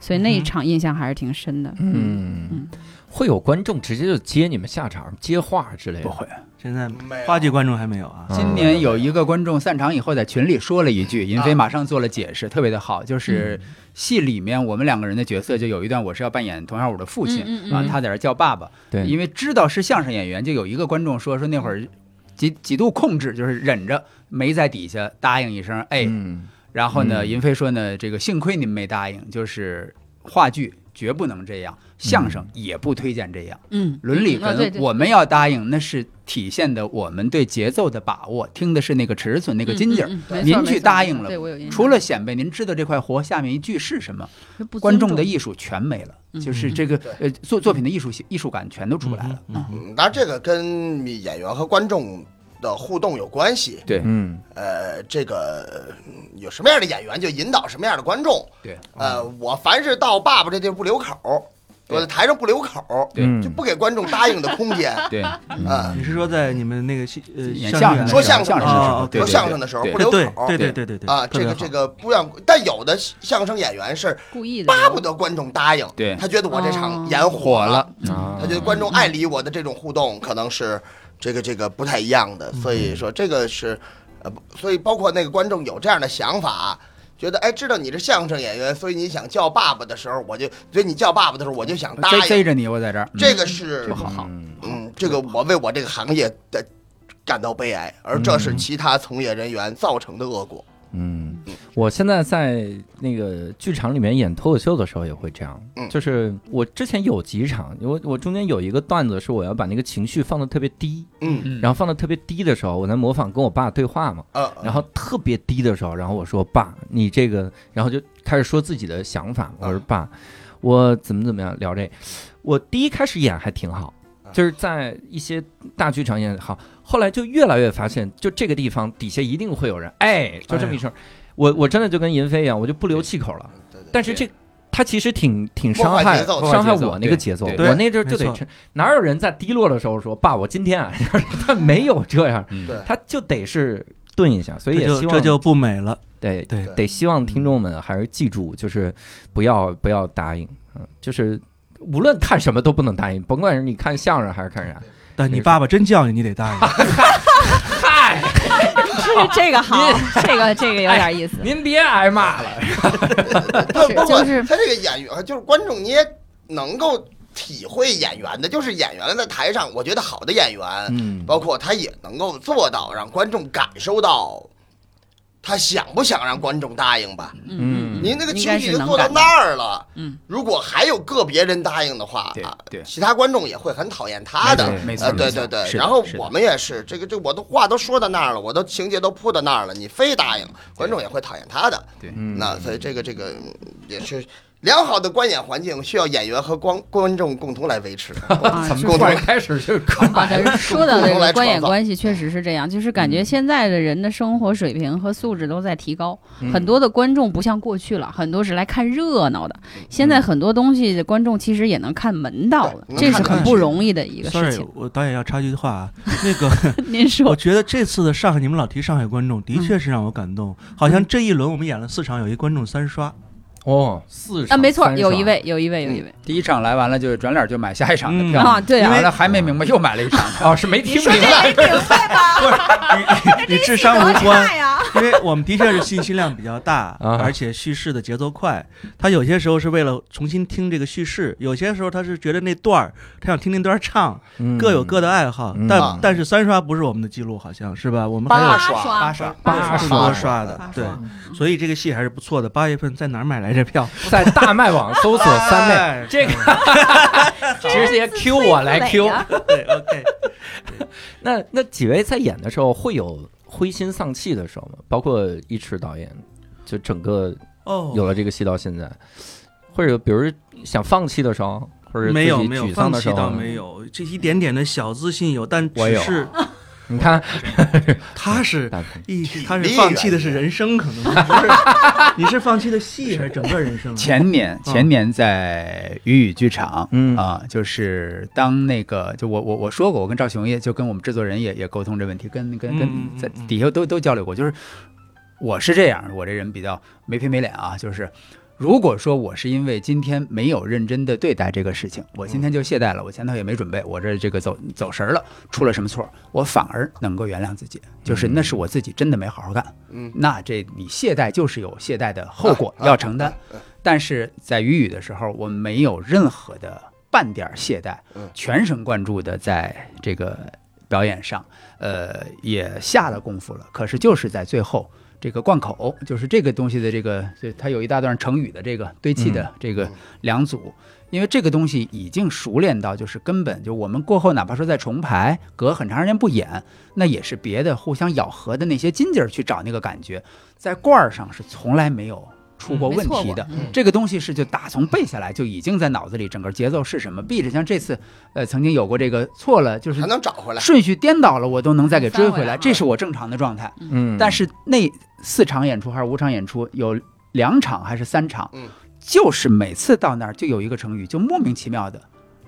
所
嗯
以那一场印象还是挺深的。
嗯
嗯，
会有观众直接就接你们下场接话之类
不
的，
会。
现在话剧观众还没有
嗯
嗯
啊，
今年有一个观众散场以后在群里说了一
嗯
句，尹飞马上做了解释，特别的好，就是戏里面我们两个人的角色就有一段我是要扮演佟小五的父亲，
嗯嗯嗯
啊，他在这叫爸爸，
对
因为知道是相声演员，就有一个观众说说那会儿极极度控制，就是忍着没在底下答应一声，哎，
嗯
然后呢，
嗯
银飞说呢，这个幸亏您没答应，就是话剧绝不能这样，相声也不推荐这样。
嗯，
伦理
啊对
跟
对
我们要答应，那是体现的我们对节奏的把握，听的是那个尺寸、那个筋劲儿。
嗯嗯嗯没错
您
没
去
错
答
没
应
错
了
对我有印象。
除了显摆您知道这块活下面一句是什么，
就不尊
观众的
重
艺术全没了，
嗯
就是这个
对
呃作作品的艺术性艺术感全都出不来了。
嗯嗯
嗯，当然这个跟演员和观众的互动有关系。
对
嗯
呃，这个嗯有什么样的演员就引导什么样的观众。
对，
呃，我凡是到爸爸这地儿不留口儿，
对
我在台上不留口儿，
对
嗯
就不给观众答应的空间。
对，
啊，
嗯
你是说在你们那个戏呃
演
剧
相声
院
的
说
时候
相声
的时候
哦，
对
说
对
相
对
声的时候
对
不留
对
口儿
对对对对对
啊，
特
这
别
个
好
这个不让，但有的相声演员是
故意的，
巴不得观众答应，
对
他觉得我这
哦
场演
火
了，
了，
啊
他觉得观众爱理我的这种互动可能是这个这个不太一样的，所以说这个是呃，不所以包括那个观众有这样的想法。觉得哎，知道你是相声演员，所以你想叫爸爸的时候，我就所以你叫爸爸的时候，我就想答
逮逮
应。
着你，我在这儿，嗯
这个是
不好。
嗯
嗯，这个我为我这个行业的感到悲哀，而这是其他从业人员造成的恶果。
嗯，我现在在那个剧场里面演脱口秀的时候也会这样，
嗯
就是我之前有几场，我我中间有一个段子是我要把那个情绪放的特别低，
嗯
嗯
然后放的特别低的时候，我在模仿跟我爸对话嘛，
呃，
然后特别低的时候，然后我说爸，你这个，然后就开始说自己的想法。我说爸，我怎么怎么样聊这，我第一开始演还挺好，就是在一些大剧场演得好，后来就越来越发现，就这个地方底下一定会有人，哎，就这么一声，我我真的就跟银飞一样，我就不留气口了。
对对
但是这。他其实挺挺
破
伤
坏
害
节奏
伤害
破坏节奏
我那个节奏，
对
对
我那阵儿就得
没错
趁哪有人在低落的时候说爸，我今天啊， *laughs* 他没有这样，
嗯
对
他就得是顿一下，所以
这
也
就
希望
这就不美了。
得
对
对
得希望听众们还是记住，就是不要不要答应，嗯，就是无论看什么都不能答应，甭管是你看相声还是看啥，
但你爸爸真叫你，你得答应。
嗨，
*laughs*
这这个好，这个这个有点
*laughs*
意思。
哎
您别挨骂了，
*laughs* 不不
就
管
是
他这个演员，就是观众，你也能够体会演员的，就是演员在台上，我觉得好的演员，
嗯，
包括他也能够做到让观众感受到，他想不想让观众答应吧。
嗯嗯
嗯
您那个
应
亲
该
戚已
是
经
能
做到
感
那儿了，
嗯，
如果还有个别人答应的话，
对
啊
对
其他观众也会很讨厌他的。
没错，
呃，
没
对
错
对对，
是的
然后
是的
我们也是，这个这我都话都说到那儿了，我都情节都铺到那儿了，你非答应，观众也会讨厌他的。
嗯，
那所以这个这个嗯也是良好的观演环境需要演员和观观众共同来维
*laughs*
持，
啊，
怎
是
么我突
会
然开始就是
*laughs*
扛
啊，但是说到这
共同来
个观演
创造
关系，确实是这样，就是感觉现在的人的生活水平和素质都在提高，很多的观众不像过去了，很多是来看热闹的，现在很多东西的观众其实也能看门道了，
对
这是
能
很
看门
不容易的一个事
Sorry，
情。
我导演要插句话啊，那个
您
我
说，
觉得这次的上海，你们老提上海观众，的确是让我感动。好像这一轮我们演了四场，有一观众三刷，
哦，四
啊，
场
没错，
三
有
场
一位，有一位，有一位
第一场来完了，就转脸就买下一场的票，
嗯
啊，对啊
完，了还没明白又买了一
*laughs*
场，
哦，是没听
说
明
这
白，，
没明白吧？
与与
多
智商无关
差。呀！
因为我们的确是信息量比较大
*laughs* 啊
而且叙事的节奏快。他有些时候是为了重新听这个叙事，有些时候他是觉得那段儿他想听那段儿唱，
嗯
各有各的爱好。
嗯
但
嗯
但是三刷不是我们的记录，好像是吧？我们还
八
有
刷。
八刷
八
更
刷
多刷的
八，
对
刷，
所以这个戏还是不错的。八月份在哪儿买来着票？
在大麦网搜索三妹，
哎
这个直接 Q 我来 Q。
对，OK，
那那几位在演的时候会有灰心丧气的时候吗？包括一池导演，就整个
哦，
有了这个戏到现在，或者比如想放弃的时候，或者自
没
己
有没有
沮丧
放
的时
弃倒
候，
没有，这一点点的小自信有，但
我
只
有
是
你看，
他是
大鹏
一他
体
是
力
放弃的是人生，可能不是你是放弃的戏还是整个人生啊？
前年
嗯
前年在雨雨剧场，
嗯
啊，就是当那个就我我我说过，我跟赵雄也就跟我们制作人也也沟通这问题，跟跟
嗯嗯
跟
嗯
在
嗯
底下都都交流过，就是我是这样，我这人比较没皮没脸啊，就是。如果说我是因为今天没有认真的对待这个事情，我今天就懈怠
嗯
了，我前头也没准备，我这这个走走神儿了，出了什么错，我反而能够原谅自己，
嗯
就是那是我自己真的没好好干。
嗯，啊
那这你懈怠就是有懈怠的后果要承担。但是在雨雨的时候，我没有任何的半点儿懈怠
嗯，
全神贯注的在这个表演上，呃，也下了功夫了。可是就是在最后这个贯口，就是这个东西的这个，就它有一大段成语的这个堆砌的这个
嗯
两组。因为这个东西已经熟练到，就是根本就我们过后哪怕说再重排，隔很长时间不演，那也是别的互相咬合的那些筋筋儿去找那个感觉，在罐儿上是从来没有出过
没
问
错
题
过
的。
嗯
这个东西是就打从背下来就已经在脑子里，整个节奏是什么，避着像这次，呃，曾经有过这个错了，就是
还能找回来。嗯
顺序颠倒了，我都能再给追
翻
回
回来嗯
来，这是我正常的状态。
嗯，
但是那四场演出还是五场演出，有两场还是三场，
嗯
就是每次到那儿就有一个成语，就莫名其妙的，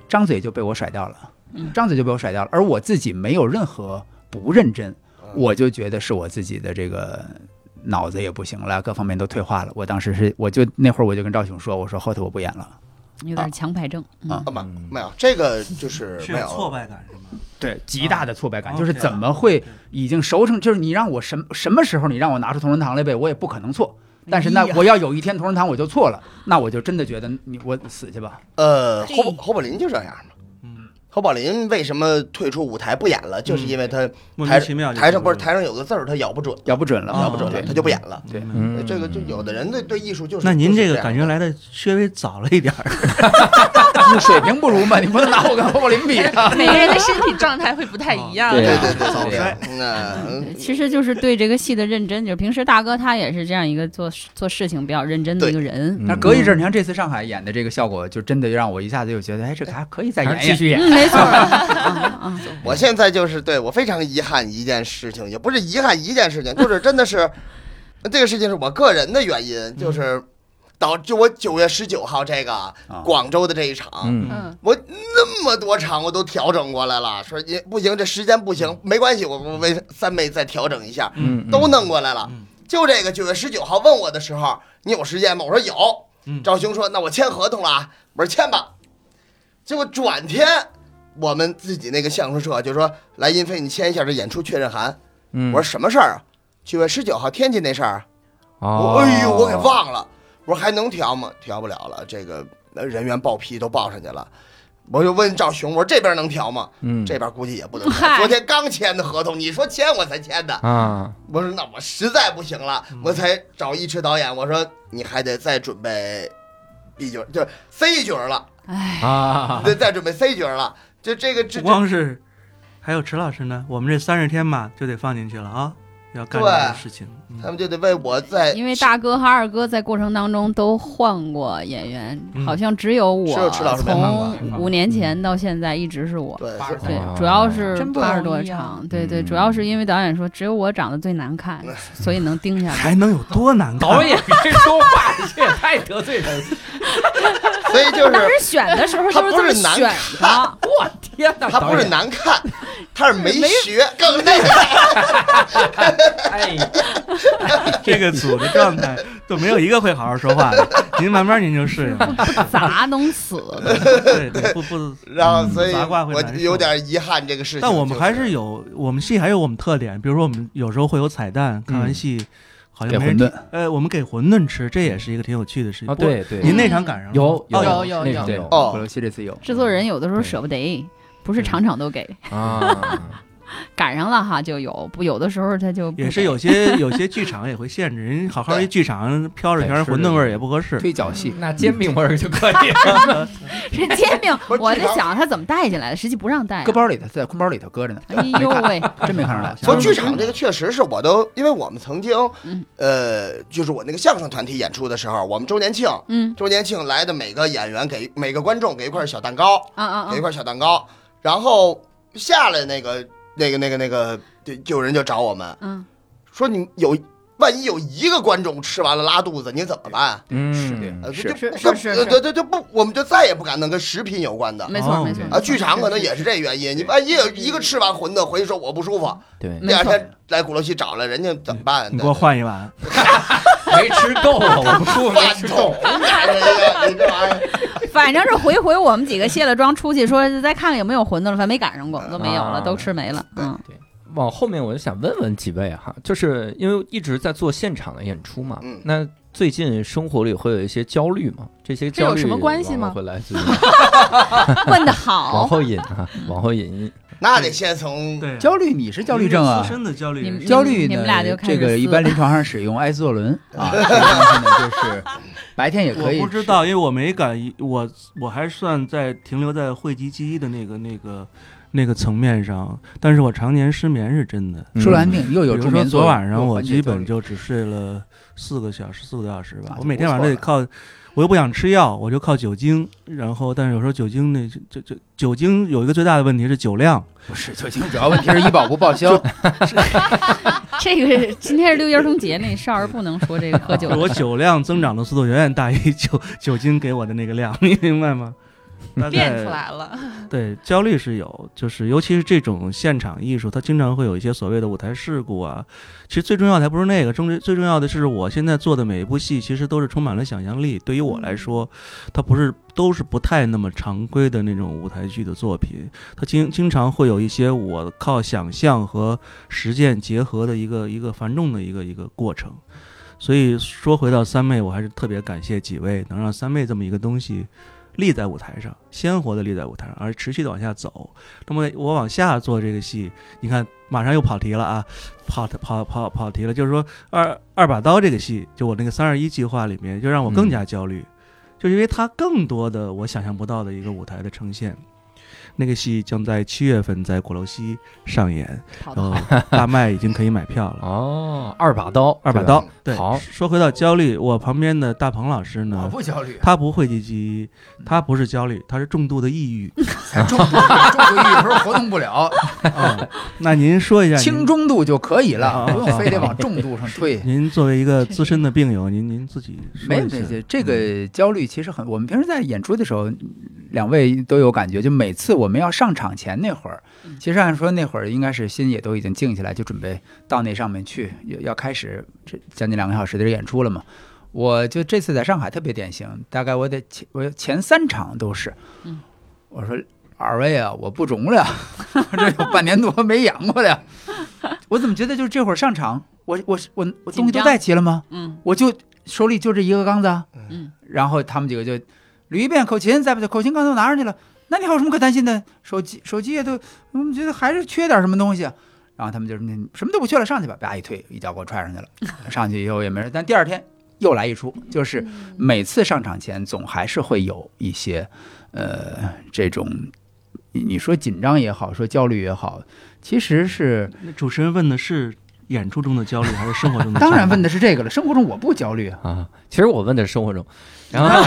张嘴就被我甩掉了，
嗯
张嘴就被我甩掉了，而我自己没有任何不认真，
嗯
我就觉得是我自己的这个脑子也不行了，各方面都退化了。我当时是，我就那会儿我就跟赵雄说，我说后头我不演了。
有点强迫症，嗯
啊
啊，没没有，这个就是
是
没
有
有
挫败感是吗？
对，极大的挫败感，
啊
哦就是怎么会已经熟成，就是你让我什么什么时候你让我拿出同仁堂来背，我也不可能错。但是那
哎
我要有一天同仁堂我就错了，那我就真的觉得你我死去吧。
呃，
对
侯侯宝林就这样嘛。
嗯，
侯宝林为什么退出舞台不演了？就是因为他
莫
台
名其妙就
台上不是
了
台上有个字儿他咬不准，
咬不准了，
哦
咬不准了，
对
他就不演了。
对
明白
嗯
这个就有的人对对艺术就是
那您
就
这
是
个
样
感觉来的稍微早了一点儿，
水平不如嘛，你不能拿我跟侯宝林比
嗯
啊。
*laughs* 每个人的身体状态会不太一 *laughs* 样。
对
对啊
对对
早
对
衰
对，那
对 *laughs* 其实就是对这个戏的认真。就是平时大哥他也是这样一个做做事情比较认真的一个人，
那隔一阵儿，你看这次上海演的这个效果，就真的让我一下子就觉得，哎，这个还可以再
还
演
是
一
继
演。
续演，
*laughs* 嗯，没错，啊啊，
我现在就是对我非常遗憾一件事情，也不是遗憾一件事情，就是真的是这个事情是我个人的原因，就是导致我九月十九号这个
啊
广州的这一场。
嗯，
嗯，
这么多场我都调整过来了，说也不行，这时间不行，没关系，我我为三妹再调整一下，
嗯
都弄过来了
嗯。
就这个九月十九号问我的时候，你有时间吗？我说有
嗯。
赵兄说那我签合同了啊，我说签吧。结果转天我们自己那个相声社就说来银飞你签一下这演出确认函。
嗯，
我说什么事儿啊？九月十九号天津那事儿啊。
哦，
我哎呦，我给忘了。我说还能调吗？调不了了，这个呃人员报批都报上去了。我就问赵雄，我说这边能调吗？
嗯，
这边估计也不能调。
嗨
昨天刚签的合同，你说签我才签的。
啊，
我说那我实在不行了，我才找一池导演，我说你还得再准备 B 角，就是 C 角了，
哎，
啊
你，得再准备 C 角了。就这个这
不
这
光是，还有池老师呢，我们这三十天嘛就得放进去了啊，要干这
对
个事情。嗯
他们就得为我在
嗯因为大哥和二哥在过程当中都换过演员，
嗯
好像只有
只有
我
池老师没换
嗯
过嗯
从五年前到现在一直是我。
对
八
是
十
对
哦，
主要是
真不
八十多
容易啊
场，对对，
嗯
主要是因为导演说只有我长得最难看，
嗯
所以能盯下来。
还能有多难看？
*laughs* 导演别说话，这也太得罪人了。
所以就
当
是
时选的时候就
他
是
不
这么
是难
选的，
*laughs*
*laughs*
天哪，
他不
导
是
演，
难看，他是没学，更那个。
哎，
这个组的状态都没有一个会好好说话的，您慢慢您就适应了。
砸能死。
对对，不不，
*laughs* 然后所以
八卦会
我
难受
有点遗憾这个事情。
但我们还
就是
有我们戏还有我们特点，比如说我们有时候会有彩蛋，看完戏好
给
像没
馄
人
饨，
呃，我们给馄饨吃，这也是一个挺有趣的事情。
啊，对对，
不过，您那场赶上了吗
有
哦
有有
那
有
种有
鼓
哦
楼西嗯这次有嗯
制作人有的时候舍不得，不是场场都给，
啊，
赶上了哈就有，不有的时候他就不
也是
给 *laughs*
有些有些剧场也会限制，人好好一剧场飘着全是馄饨味儿也不合适。
推脚戏，
那煎饼味儿就可以了。
人
*laughs*
煎饼
不，是
我
这
在
条
想他怎么带进来的，实际不让带
搁。包里头，在空包里头搁着呢，
哎呦喂，
真没看出来。
不过剧场
*laughs*
这个确实是我都，因为我们曾经
嗯，
呃，就是我那个相声团体演出的时候，我们周年庆，
嗯
周年庆来的每个演员给每个观众给一块小蛋糕，
啊啊啊
哎
给一！块小蛋糕，然后下来那个那个那个那个，就有人就找我们
嗯，
说你有。万一有一个观众吃完了拉肚子，你怎么办？
嗯，
是的
呃，
是
就是
是是是
对对对，不，我们就再也不敢弄跟食品有关的
没错
哦
没错。
啊。剧场可能也是这原因，你万一有一个吃完馄饨回去说我不舒服，
对，
第
没错
二天来鼓楼西找了，人家怎么办？
你给我换一碗，
没吃够啊，我不舒服，没
饭
吃够
桶，。哎你这玩意儿，
反正是回回我们几个卸了妆出去说再看看有没有馄饨了，反正没赶上过，都没有了，
啊
都吃没了。嗯
往后面我就想问问几位哈，就是因为一直在做现场的演出嘛，
嗯
那最近生活里会有一些焦虑吗？这些
这有
焦虑
什么关系
往
吗
往会来自于
*laughs*
问的
往
啊好，
后引啊，往后引。
那得先从
对，
焦虑，你是焦虑症啊
自？身的焦虑
你们
人士，
焦虑
你
呢
们俩就，开
这
始
个
撕
一般临床上使用艾司唑仑
*laughs*
啊，这个东西呢就是白天也可以。
我不知，道，因为我没敢，我我还算在停留在汇集记忆的那个那个那个层面上，但是我常年失眠是真的。
舒兰定又有
比
助
如说
眠作
昨
用。
晚上
又
我
缓解
基
焦虑
本就只睡了四个小时，四个多小时吧
啊。
我
就
每天
不
晚上
错
得靠，我又不想吃药，我就靠酒精。然后，但是有时候酒精那这这酒精有一个最大的问题是酒量，
不是酒精，主要问题是医保不报销。
这个今天是六一儿童节，那少儿不能说这
*laughs*
个喝酒。
啊我酒量增长的速度远远大于酒酒精给我的那个量， *laughs* 你明白吗？大
变
概
出来了。
*laughs* 对，焦虑是有，就是尤其是这种现场艺术，它经常会有一些所谓的舞台事故啊。其实最重要的还不是那个，重最重要的是我现在做的每一部戏，其实都是充满了想象力。对于我来说，它不是都是不太那么常规的那种舞台剧的作品，它经经常会有一些我靠想象和实践结合的一个一个繁重的一个一个过程。所以说回到三妹，我还是特别感谢几位能让三妹这么一个东西立在舞台上，鲜活的立在舞台上，而持续的往下走。那么我往下做这个戏，你看马上又跑题了啊，跑跑跑跑题了，就是说二二把刀这个戏，就我那个三二一计划里面，就让我更加焦虑，就是因为它更多的我想象不到的一个舞台的呈现。那个戏将在七月份在鼓楼西上演，
跑
然
得
后
哦
好，
嗯
*laughs* 大麦已经可以买票了。
哦，二把刀，
二把
对吧
刀。对，
好
说回到焦虑，我旁边的大鹏老师
我
呢，
不嗯
*laughs*
焦虑，
他不会积极，他不是焦虑，他是重度的抑
*laughs*
郁。
才重度，重度抑郁时候活动
*laughs*
不了，
啊，那您说一下，
轻
您
中度就可以了，
啊
不用非得
*laughs*
往重度上推。
您作为一个资深的病友，您您自己说
没
一
有
下嗯
没有，这个焦虑其实很，我们平时在演出的时候，两位都有感觉，就每次我们要上场前那会儿，其实按说那会儿应该是心也都已经静下来，就准备到那上面去，要要开始这将近两个小时的演出了嘛。我就这次在上海特别典型，大概我得前我前三场都是，
嗯
我说二位啊，我不中了， *laughs* 我这有半年多没演过了， *laughs* 我怎么觉得就是这会儿上场，我我我我东西
紧
都
张
带齐了吗？
嗯
我就手里就这一个缸子啊，
嗯，
然后他们几个就捋一遍口琴，再把口琴刚才我拿上去了，那你还有什么可担心的？手机手机也都，我们觉得还是缺点什么东西。然后他们就是那什么都不缺了，上去吧，叭一推，一脚给我踹上去了。 *laughs* 上去以后也没人，但第二天又来一出，就是每次上场前总还是会有一些，呃，这种你你说紧张也好，说焦虑也好，其实是
那主持人问的是演出中的焦虑还是生活中的焦虑？
当然问的是这个了。生活中我不焦虑啊，
啊，其实我问的是生活中，然
*laughs*
后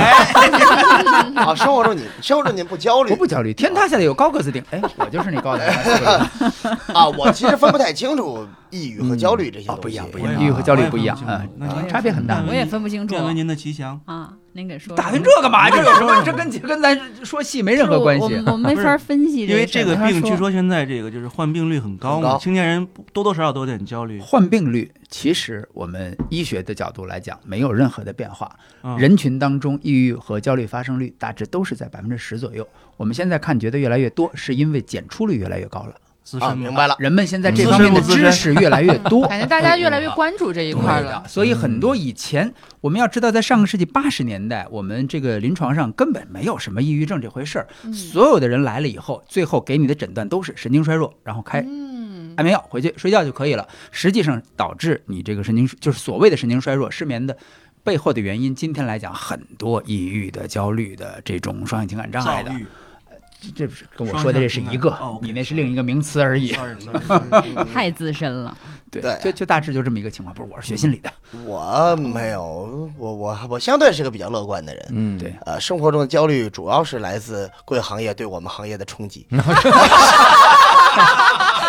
啊，生活中你生活中您不焦虑
我不焦虑。天塌下来有高个子顶，哎，我就是那高
*laughs*
个子顶。
啊？我其实分不太清楚抑郁和焦虑这些
哦
东西。，
不一样，不一
我
样，
也
抑郁和焦虑不一样
我也分
啊
不清，楚
嗯 *laughs* 差别很大。
我也分不清楚
愿闻您的吉祥。
啊，您给说说。
打听这干嘛？这有什么？这跟跟咱说戏没任何关
就是
系。
我我们没法分析
因为这个病，据
说
说现在这个就是患病率很高
很
嘛，
高
青年人多多少少都有点焦虑。
患病率其实我们医学的角度来讲没有任何的变化，
嗯
人群当中抑郁和焦虑发生率大致都是在百分之十左右。我们现在看觉得越来越多，是因为检出率越来越高了，
资
啊，
深
明
嘛
白了。
人们现在这方面的
嗯资深不资
知
深
识越来越 *laughs* 多，
感觉大家越来越关注这一 *laughs* 块
对
了
的，。所以很多以前我们要知道，在上个世纪八十年代，我们这个临床上根本没有什么抑郁症这回事儿。所有的人来了以后，最后给你的诊断都是神经衰弱，然后开
嗯，
安眠药回去睡觉就可以了。实际上导致你这个神经就是所谓的神经衰弱、失眠的。背后的原因，今天来讲很多抑郁的、焦虑的这种双向情感障碍的
躁，郁
这不是跟我说的这是一个
双向情感哦，，OK
你那是另一个名词而已。
sorry，sorry，
太资深了，
对
哦对
就就大致就这么一个情况。不是，我是学心理的，
我没有，我我我相对是个比较乐观的人。
嗯，
对，
呃，生活中的焦虑主要是来自贵行业对我们行业的冲
*laughs*
击。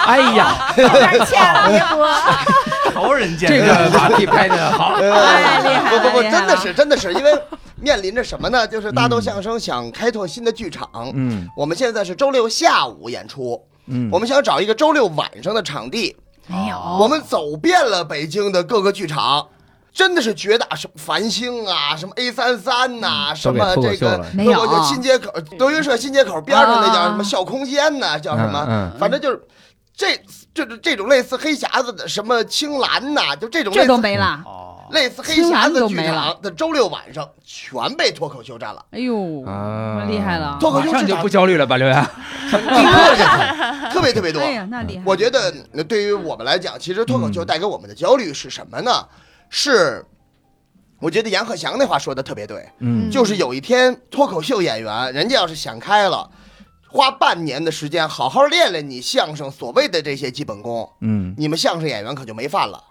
哎呀，
有点欠了，别播。
*laughs*
仇人啊见
这个马屁拍的 *laughs* 好。
哎厉害了
不不不，
厉害
真的
了
是真的
*laughs*
是，因为面临着什么呢？就是大豆
嗯
相声想开拓新的剧场，
嗯
我们现在是周六下午演出，
嗯，
我们想找一个周六晚上的场地。
没有，
我们走遍了北京的各个剧场，真的是绝打什么繁星啊，什么 A 三三呐，什么
嗯都给
这
脱口秀
个
了
没有
脱口秀新街口、德云社新街口边上那
啊啊
叫
啊
什么小空间呐，叫什么？
嗯
反正就是这这这种类似黑匣子的什么青蓝呐，就这种类
这
似
都没了。
哦，
类似黑
青
匣
蓝
子
都
剧
没
场的周六晚上全被脱口秀占了。
哎呦，
啊
厉害了，
脱口
马
秀
上
市
就
场
不焦虑了吧，刘洋？
哎
特别特别多。
哎呀，那厉害。
我觉得呃对于我们来讲，其实脱口秀带给我们的焦虑是什么呢？是，我觉得杨鹤翔那话说的特别对，
嗯
就是有一天脱口秀演员，人家要是想开了，花半年的时间好好练练你相声所谓的这些基本功，
嗯，
你们相声演员可就没饭了。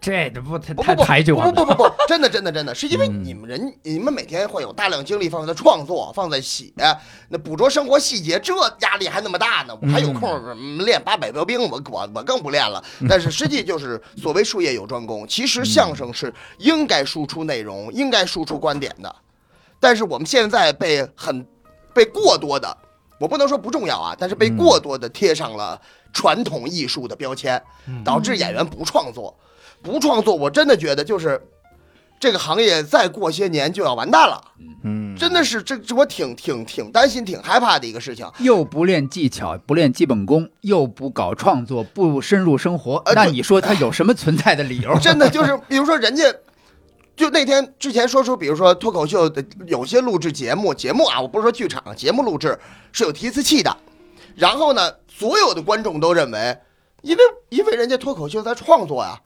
这都不太
不不
太
不
抬举我
不
们
不不
*laughs*
不，真的真的真的，是因为
嗯
你们人你们每天会有大量精力放在创作，放在写，那捕捉生活细节，这压力还那么大呢，我还有空儿嗯练八百标兵，我我我更不练
*laughs*
了。但是实际就是所谓术业有专攻，其实相声是应该输出内容，应该输出观点的，但是我们现在被很被过多的。我不能说不重要啊，但是被
嗯
过多的贴上了传统艺术的标签，
嗯
导致演员不创作，不创作，我真的觉得就是这个行业再过些年就要完蛋了，
嗯，
真的是这这我挺挺挺担心、挺害怕的一个事情。
*laughs* 又不练技巧，不练基本功，又不搞创作，不深入生活，
呃
那
对
你说他有什么存在的理 *laughs* 由？
真的就是，比如说人家。就那天之前说出，比如说脱口秀的有些录制节目，节目啊，我不是说剧场，节目录制是有提词器的。然后呢，所有的观众都认为，因为因为人家脱口秀在创作啊，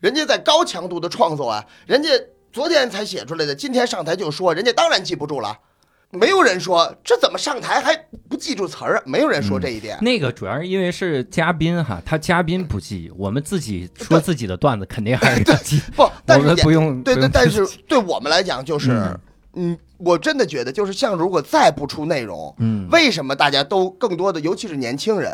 人家在高强度的创作啊，人家昨天才写出来的，今天上台就说，人家当然记不住了。没有人说这怎么上台还不记住词儿啊，没有人说这一点。
那个主要是因为是嘉宾哈，他嘉宾不记，我们自己说自己的段子肯定还是记，
不，
我
但是
们
也
不用
对
不
对，
用
但是对我们来讲，就是嗯我真的觉得，就是像如果再不出内容，
嗯
为什么大家都更多的，尤其是年轻人，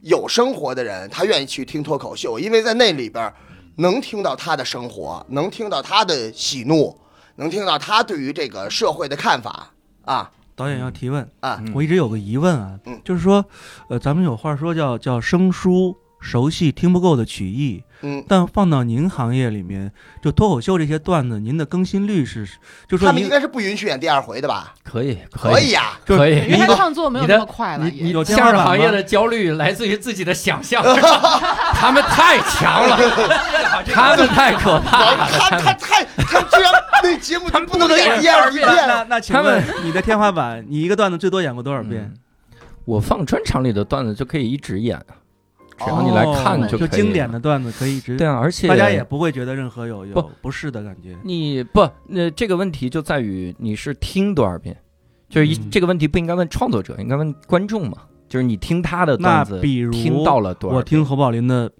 有生活的人，他愿意去听脱口秀，因为在那里边儿能听到他的生活，能听到他的喜怒，能听到他对于这个社会的看法啊。
*laughs* 导演要提问
啊
嗯
我一直有个疑问啊
嗯，
就是说，呃，咱们有话说叫叫生疏。熟悉听不够的曲艺，
嗯，
但放到您行业里面，就脱口秀这些段子，您的更新率是，就说
他们
您
应该是不允许演第二回的吧？
可以
可
以
以呀、
就是
可以
因为他创作没有
你的
那么快了，
你
也
有
你
天花
相
板
声
吗
行业的焦虑来自于自己的想
*laughs*
象，他们太强了，他们太可怕
啊，
了，
他他太他居然那节目
他们
就不能演第
那
二遍了。
*laughs* 那那请问你的天花板，你一个段子最多演过多少遍哦
嗯？我放专场里的段子就可以一直演，只要
嗯
你来看
哦
就可以了。
经典的段子可以一直
对啊，而且
大家也不会觉得任何有有
不
不适的感觉。
你不，那这个问题就在于你是听多少遍，就是一、
嗯
这个问题不应该问创作者，应该问观众嘛，就是你听他的段
那
子，
比如
听到了多少
我
遍？
听侯宝林的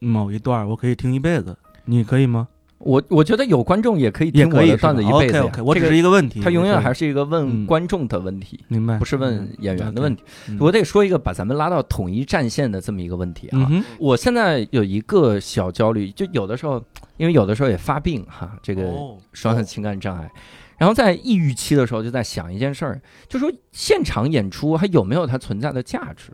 某一段，我可以听一辈子，你可以吗？
我我觉得有观众也可以
也
听我
可以
的段子一辈子呀
OK OK，我
这
只
个
是一个问题，
他永远
没事
还是一个问
嗯
观众的问题，
明白，
不是问演员的问
题。
题。
嗯
我得说一个把咱们拉到统一战线的这么一个问题啊。
嗯哼，
我现在有一个小焦虑，就有的时候，因为有的时候也发病哈，这个
哦
双向情感障碍。然后在抑郁期的时候，就在想一件事儿，就说现场演出还有没有它存在的价值？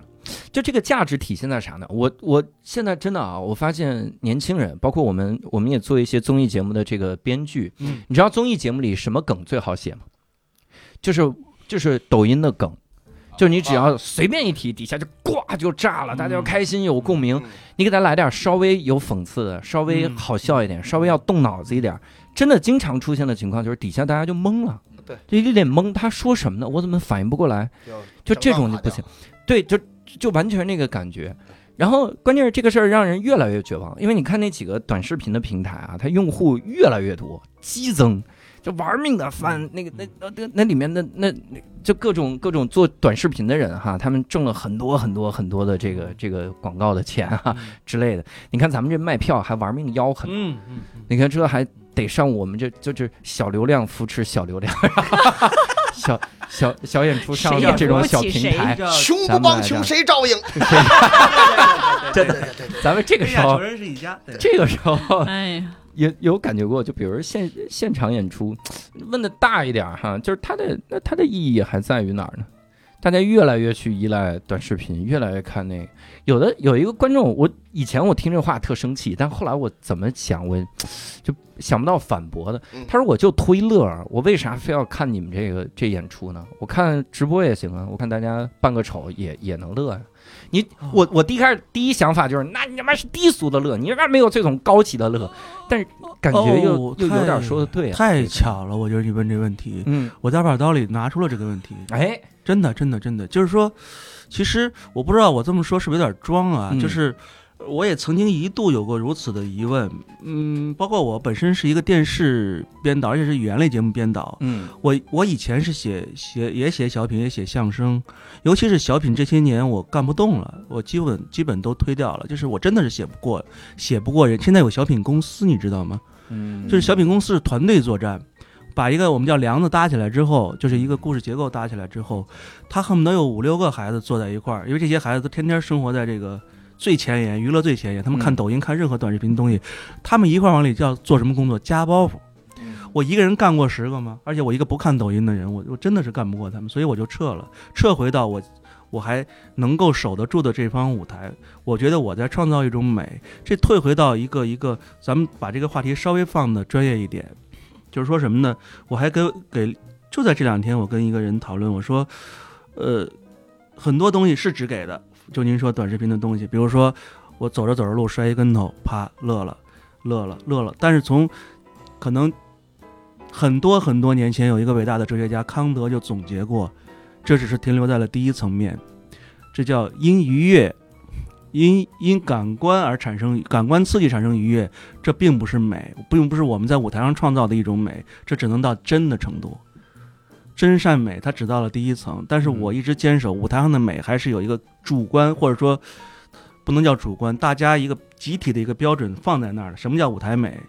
就这个价值体现在啥呢？我我现在真的啊，我发现年轻人，包括我们，我们也做一些综艺节目的这个编剧，
嗯
你知道综艺节目里什么梗最好写吗？就是就是抖音的梗，就你只要随便一提，底下就呱就炸了，
嗯
大家就开心有共鸣。你给他来点稍微有讽刺的，稍微
嗯
好笑一点，稍微要动脑子一点。真的经常出现的情况就是底下大家就懵了，
对，
就有点懵，他说什么呢？我怎么反应不过来？就这种就不行，对，就就完全那个感觉。然后关键是这个事儿让人越来越绝望，因为你看那几个短视频的平台啊，它用户越来越多，激增，就玩命的翻那个那那那那里面的那那就各种各种做短视频的人哈，他们挣了很多很多很多的这个这个广告的钱啊之类的。你看咱们这卖票还玩命吆喝呢，
嗯嗯嗯
你看这还得上我们这就是小流量扶持小流量， *laughs* 小小小演出上
谁也
这种
扶不
小
起
平
谁
台，
穷不帮穷，谁照应？
真的，咱们这个
天
时
*laughs*
下
候
啊
仇，人是一家，对
这个时候 *laughs*
哎呀，
也有感觉过，就比如现现场演出，问的大一点儿哈，就是它的那它的意义还在于哪儿呢？大家越来越去依赖短视频，越来越看那个。有的有一个观众，我以前我听这话特生气，但后来我怎么想，我就想不到反驳的
嗯。
他说我就图一乐儿，我为啥非要看你们这个这演出呢？我看直播也行啊，我看大家扮个丑也也能乐呀、你
哦
我我第一开始第一想法就是，那你他妈是低俗的乐，你他妈没有这种高级的乐，但是感觉又、
哦
又有点
太
说的对啊，
太
这个
巧了，我觉得你问这问题，
嗯，
我在把刀里拿出了这个问题，
哎，
真的，真的，真的，就是说，其实我不知道我这么说是不是有点装啊，
嗯
就是我也曾经一度有过如此的疑问，嗯，包括我本身是一个电视编导，而且是语言类节目编导，
嗯
我我以前是写写也写小品，也写相声，尤其是小品这些年我干不动了，我基本基本都推掉了，就是我真的是写不过，写不过人。现在有小品公司，你知道吗？
嗯，
就是小品公司是团队作战，把一个我们叫梁子搭起来之后，就是一个故事结构搭起来之后，他恨不得有五六个孩子坐在一块儿，因为这些孩子都天天生活在这个最前沿、娱乐最前沿，他们看
嗯
抖音、看任何短视频东西，他们一块儿往里叫做什么工作？加包袱。我一个人干过十个吗？而且我一个不看抖音的人，我我真的是干不过他们，所以我就撤了，撤回到我我还能够守得住的这方舞台。我觉得我在创造一种美。这退回到一个一个，咱们把这个话题稍微放的专业一点，就是说什么呢？我还给给就在这两天，我跟一个人讨论，我说，呃，很多东西是只给的，就您说短视频的东西，比如说我走着走着路摔一跟头，啪乐了，乐了，乐了。但是从可能很多很多年前，有一个伟大的哲学家康德就总结过，这只是停留在了第一层面，这叫因愉悦。因因感官而产生感官刺激产生愉悦，这并不是美，并不是我们在舞台上创造的一种美，这只能到真的程度。真善美，它只到了第一层，但是
嗯
我一直坚守，舞台上的美还是有一个主观，或者说不能叫主观，大家一个集体的一个标准放在那儿了。什么叫舞台美？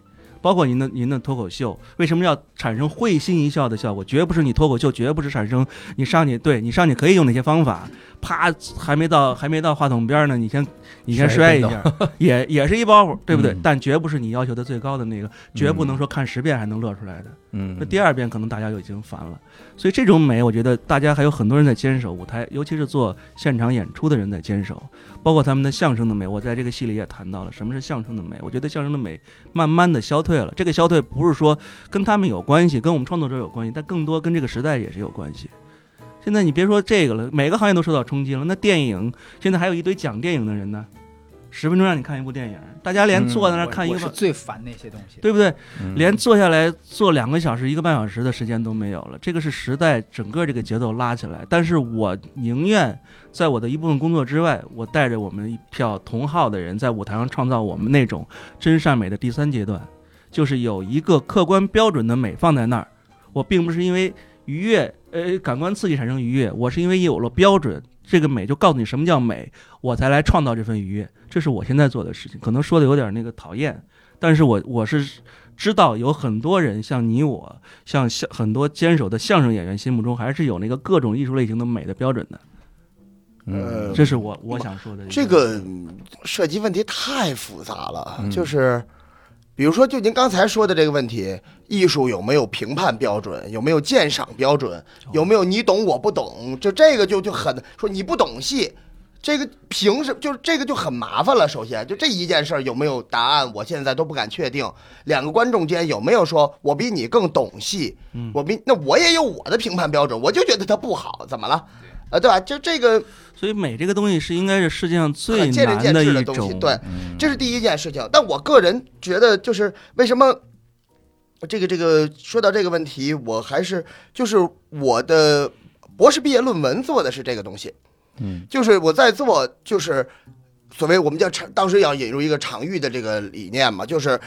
包括您的您的脱口秀，为什么要产生会心一笑的效果？绝不是你脱口秀，绝不是产生你上去对你上去可以用哪些方法，啪，还没到还没到话筒边儿呢，你先你先摔
摔
一
一
下，也也是一包袱，对不对？
嗯
但绝不是你要求的最高的那个，绝不能说看十遍还能乐出来的。
嗯，
那第二遍可能大家就已经烦了，所以这种美，我觉得大家还有很多人在坚守舞台，尤其是做现场演出的人在坚守，包括他们的相声的美。我在这个戏里也谈到了什么是相声的美，我觉得相声的美慢慢的消退了。这个消退不是说跟他们有关系，跟我们创作者有关系，但更多跟这个时代也是有关系。现在你别说这个了，每个行业都受到冲击了。那电影现在还有一堆讲电影的人呢，十分钟让你看一部电影，大家连坐在那儿
我
看一
我
个
是
半，
最烦那些东西。
对不对？
嗯
连坐下来坐两个小时、一个半小时的时间都没有了，这个是时代整个这个节奏拉起来。但是我宁愿在我的一部分工作之外，我带着我们一票同好的人，在舞台上创造我们那种真善美的第三阶段，就是有一个客观标准的美放在那儿。我并不是因为愉悦，呃，感官刺激产生愉悦，我是因为有了标准，这个美就告诉你什么叫美，我才来创造这份愉悦。这是我现在做的事情，可能说的有点那个讨厌，但是我我是知道有很多人像你我，像像很多坚守的相声演员心目中还是有那个各种艺术类型的美的标准的，
嗯
呃
这是我我想说的一。
这个嗯涉及问题太复杂了，
嗯
就是比如说，就您刚才说的这个问题，艺术有没有评判标准，有没有鉴赏标准，有没有你懂我不懂，就这个就就很说你不懂戏。这个凭什就是这个就很麻烦了。首先，就这一件事儿有没有答案，我现在都不敢确定。两个观众间有没有说我比你更懂戏，
嗯
我比那我也有我的评判标准，我就觉得它不好，怎么了？呃，对吧？就这个
所以美这个东西是应该是世界上最
很见仁
难
见智
一
东西，
种，嗯
对，这是第一件事情。但我个人觉得，就是为什么这个这个说到这个问题，我还是就是我的博士毕业论文做的是这个东西，
嗯
就是我在做就是所谓我们叫场，当时要引入一个场域的这个理念嘛，就是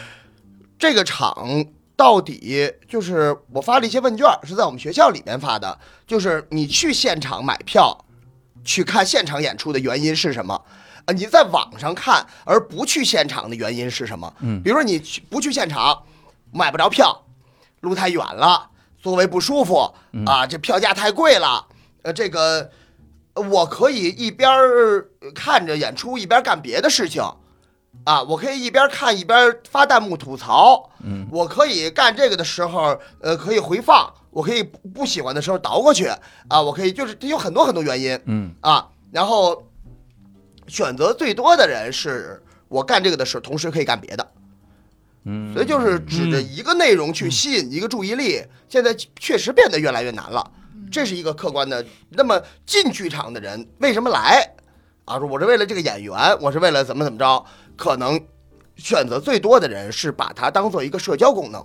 这个场。到底就是我发了一些问卷，是在我们学校里面发的。就是你去现场买票，去看现场演出的原因是什么？啊，你在网上看而不去现场的原因是什么？
嗯
比如说你去不去现场，买不着票，路太远了，座位不舒服
嗯
啊，这票价太贵了。呃，这个呃我可以一边儿看着演出，一边干别的事情。啊，我可以一边看一边发弹幕吐槽，
嗯
我可以干这个的时候，呃，可以回放，我可以不不喜欢的时候倒过去，啊，我可以就是这有很多很多原因，
嗯
啊，然后选择最多的人是我干这个的时候，同时可以干别的，
嗯，
所以就是指着一个内容去吸引一个注意力，现在确实变得越来越难了，这是一个客观的。那么进剧场的人为什么来？啊，说我是为了这个演员，我是为了怎么怎么着，可能选择最多的人是把它当做一个社交功能。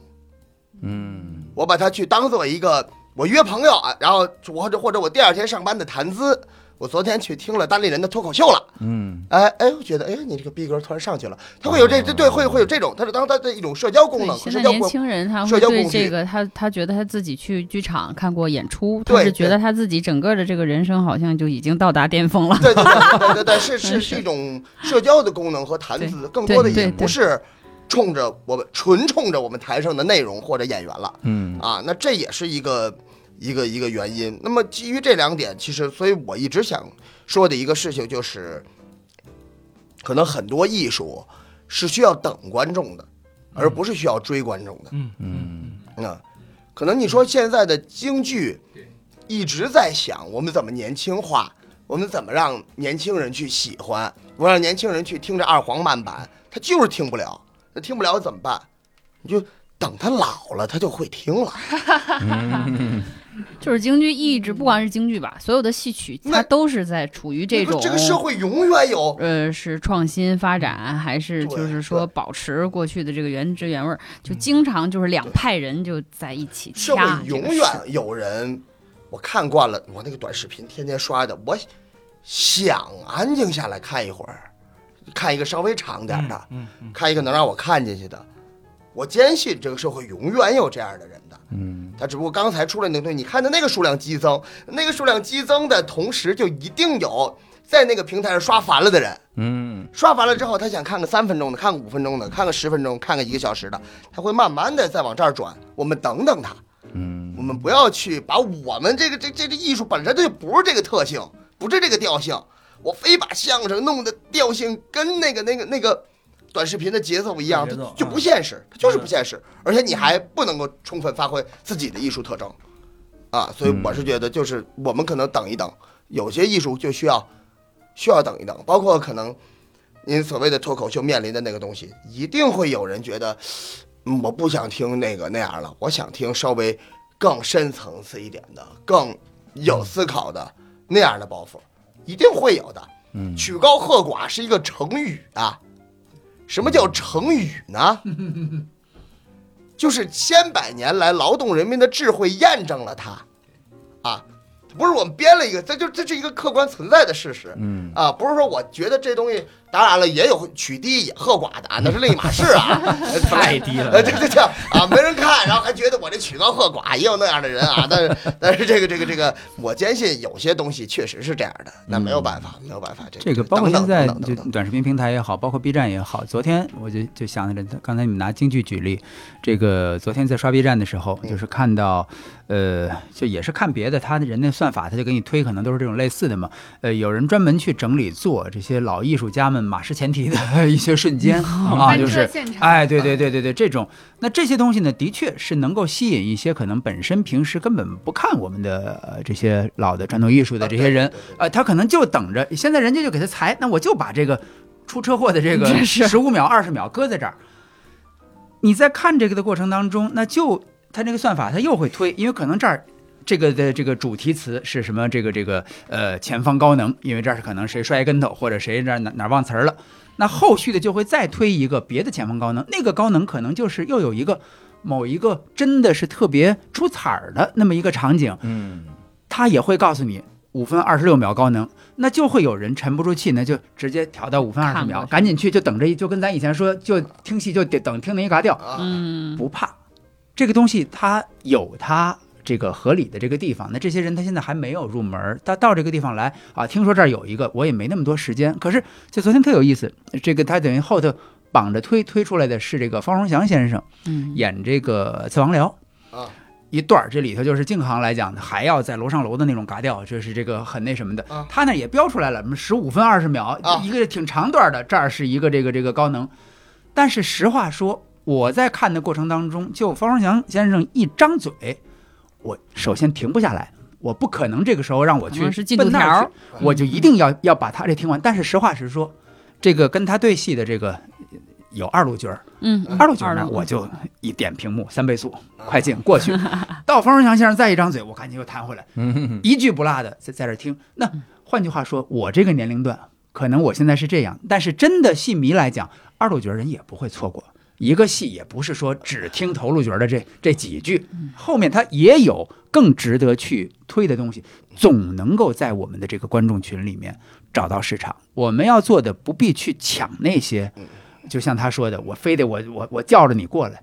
嗯
我把它去当做一个我约朋友啊，然后我或者或者我第二天上班的谈资。我昨天去听了单立人的脱口秀了，
嗯哦
哎哎，我觉得哎，你这个逼格突然上去了，他会有这这对会会有这种，他是当他的一种社交功
对，
能，
现
社
在
交
年
功
轻人他
社
会
交
对
工具
这个，他他觉得他自己去剧场看过演出，他
对
是觉
对
得他自己整个的这个人生好像就已经到达巅峰了。
对对对对对对，是
*laughs*
是是一种社交的功能和谈资，更多的
对对
也不是冲着我们纯冲着我们台上的内容或者演员了。
嗯
啊，那这也是一个一个一个原因。那么基于这两点，其实所以我一直想说的一个事情就是，可能很多艺术是需要等观众的，而不是需要追观众的。
嗯嗯，
嗯
那、可能你说现在的京剧一直在想我们怎么年轻化，我们怎么让年轻人去喜欢，我让年轻人去听这二黄慢板，他就是听不了，那听不了怎么办？你就等他老了，他就会听了。
就是京剧一直，不光是京剧吧，所有的戏曲
嗯那
它都是在处于这
不是
种
这个社会永远有
呃，是创新发展，还是
对
就是说
对
保持过去的这个原汁原味儿？就经常就是两派人就在一起
社会
掐，
永远有人，我看惯了我那个短视频天天刷的，我想安静下来看一会儿，看一个稍微长点儿的，
嗯嗯
看一个能让我看进去的。我坚信这个社会永远有这样的人的，
嗯
他只不过刚才出来那个东西，你看的那个数量激增，那个数量激增的同时，就一定有在那个平台上刷烦了的人。
嗯
刷完了之后，他想看个三分钟的，看个五分钟的，看个十分钟，看个一个小时的，他会慢慢的再往这儿转。我们等等他，我
嗯
们不要去把我们这个这这这艺术本身它就不是这个特性，不是这个调性。我非把相声弄的调性跟那个那个那个短视频的节奏一样，它
节奏
就
嗯
不现实，它就是不现实。而且你还不能够充分发挥自己的艺术特征，啊，所以我是觉得就是我们可能等一等，有些艺术就需要需要等一等，包括可能您所谓的脱口秀面临的那个东西，一定会有人觉得，嗯，我不想听那个那样了，我想听稍微更深层
嗯
次一点的、更有思考的那样的包袱，一定会有的。
嗯，
曲高和寡是一个成语啊。什么叫成语呢？ *laughs* 就是千百年来劳动人民的智慧验证了它，啊，不是我们编了一个，这就这是一个客观存在的事实
嗯
啊，不是说我觉得这东西，当然了，也有取缔也和寡的啊，那是另一码事
*laughs*
啊，呃本来
太低了
*laughs* 呃，，这这这啊，没人看，然后还觉得我这曲高和寡，也有那样的人啊。但是但是这个这个这个，我坚信有些东西确实是这样的，那没有办法，没有办法。这
这个包括
等等
现在
等等
就
等等
短视频平台也好，包括 B 站也好，昨天我就就想起来，刚才你们拿京剧举例，这个昨天在刷 B 站的时候，
嗯
就是看到，呃，就也是看别的，他的人的算法，他就给你推，可能都是这种类似的嘛。呃，有人专门去整理做这些老艺术家们马失前蹄的 *laughs* 一些瞬间啊，
翻
就
车
是。
现 *laughs* 场，
哎，对对对对对，这种那这些东西呢，的确是能够吸引一些可能本身平时根本不看我们的、呃、这些老的传统艺术
啊
的这些人，呃，他可能就等着，现在人家就给他裁，那我就把这个出车祸的这个十五秒、二十秒搁在这儿。你在看这个的过程当中，那就他这个算法他又会推，因为可能这儿。这个的这个主题词是什么？这个这个呃，前方高能，因为这儿是可能谁摔一跟头，或者谁这儿哪哪儿忘词儿了，那后续的就会再推一个别的前方高能，那个高能可能就是又有一个某一个真的是特别出彩儿的那么一个场景，
嗯，
他也会告诉你五分二十六秒高能，那就会有人沉不住气呢，就直接调到五分二十
看过
秒，
去
赶紧去，就等着，就跟咱以前说，就听戏就得等听那一嘎调，
啊，
嗯，
不怕。这个东西它有它这个合理的这个地方。那这些人他现在还没有入门儿，他到这个地方来啊，听说这儿有一个，我也没那么多时间。可是就昨天特有意思，这个他等于后头绑着推推出来的是这个方荣祥先生
嗯，
演这个刺王僚
啊。
一段儿，这里头就是靖康来讲的，还要在楼上楼的那种嘎调，就是这个很那什么的
啊。
他那也标出来了，什么十五分二十秒
啊，
一个挺长段儿的，这儿是一个这个这个高能。但是实话说，我在看的过程当中，就方荣祥先生一张嘴，我首先停不下来，我不可能这个时候让我去
可能是进
奔
度
那儿
条
去
儿
我就一定要要把他这听完。但是实话实说，这个跟他对戏的这个呃有二路角儿，
嗯，嗯
二路角儿
二
呢，
路
我就一点屏幕三倍速
啊
快进
*laughs*
过去，到方荣祥先生再一张嘴，我赶紧又弹回来，
嗯
一句不落的在在这儿听。那换句话说，我这个年龄段，可能我现在是这样，但是真的戏迷来讲，二路角人也不会错过。一个戏也不是说只听头路角的这这几句，
嗯
后面它也有更值得去推的东西，总能够在我们的这个观众群里面找到市场。我们要做的不必去抢那些，
嗯
就像他说的，我非得我我我叫着你过来，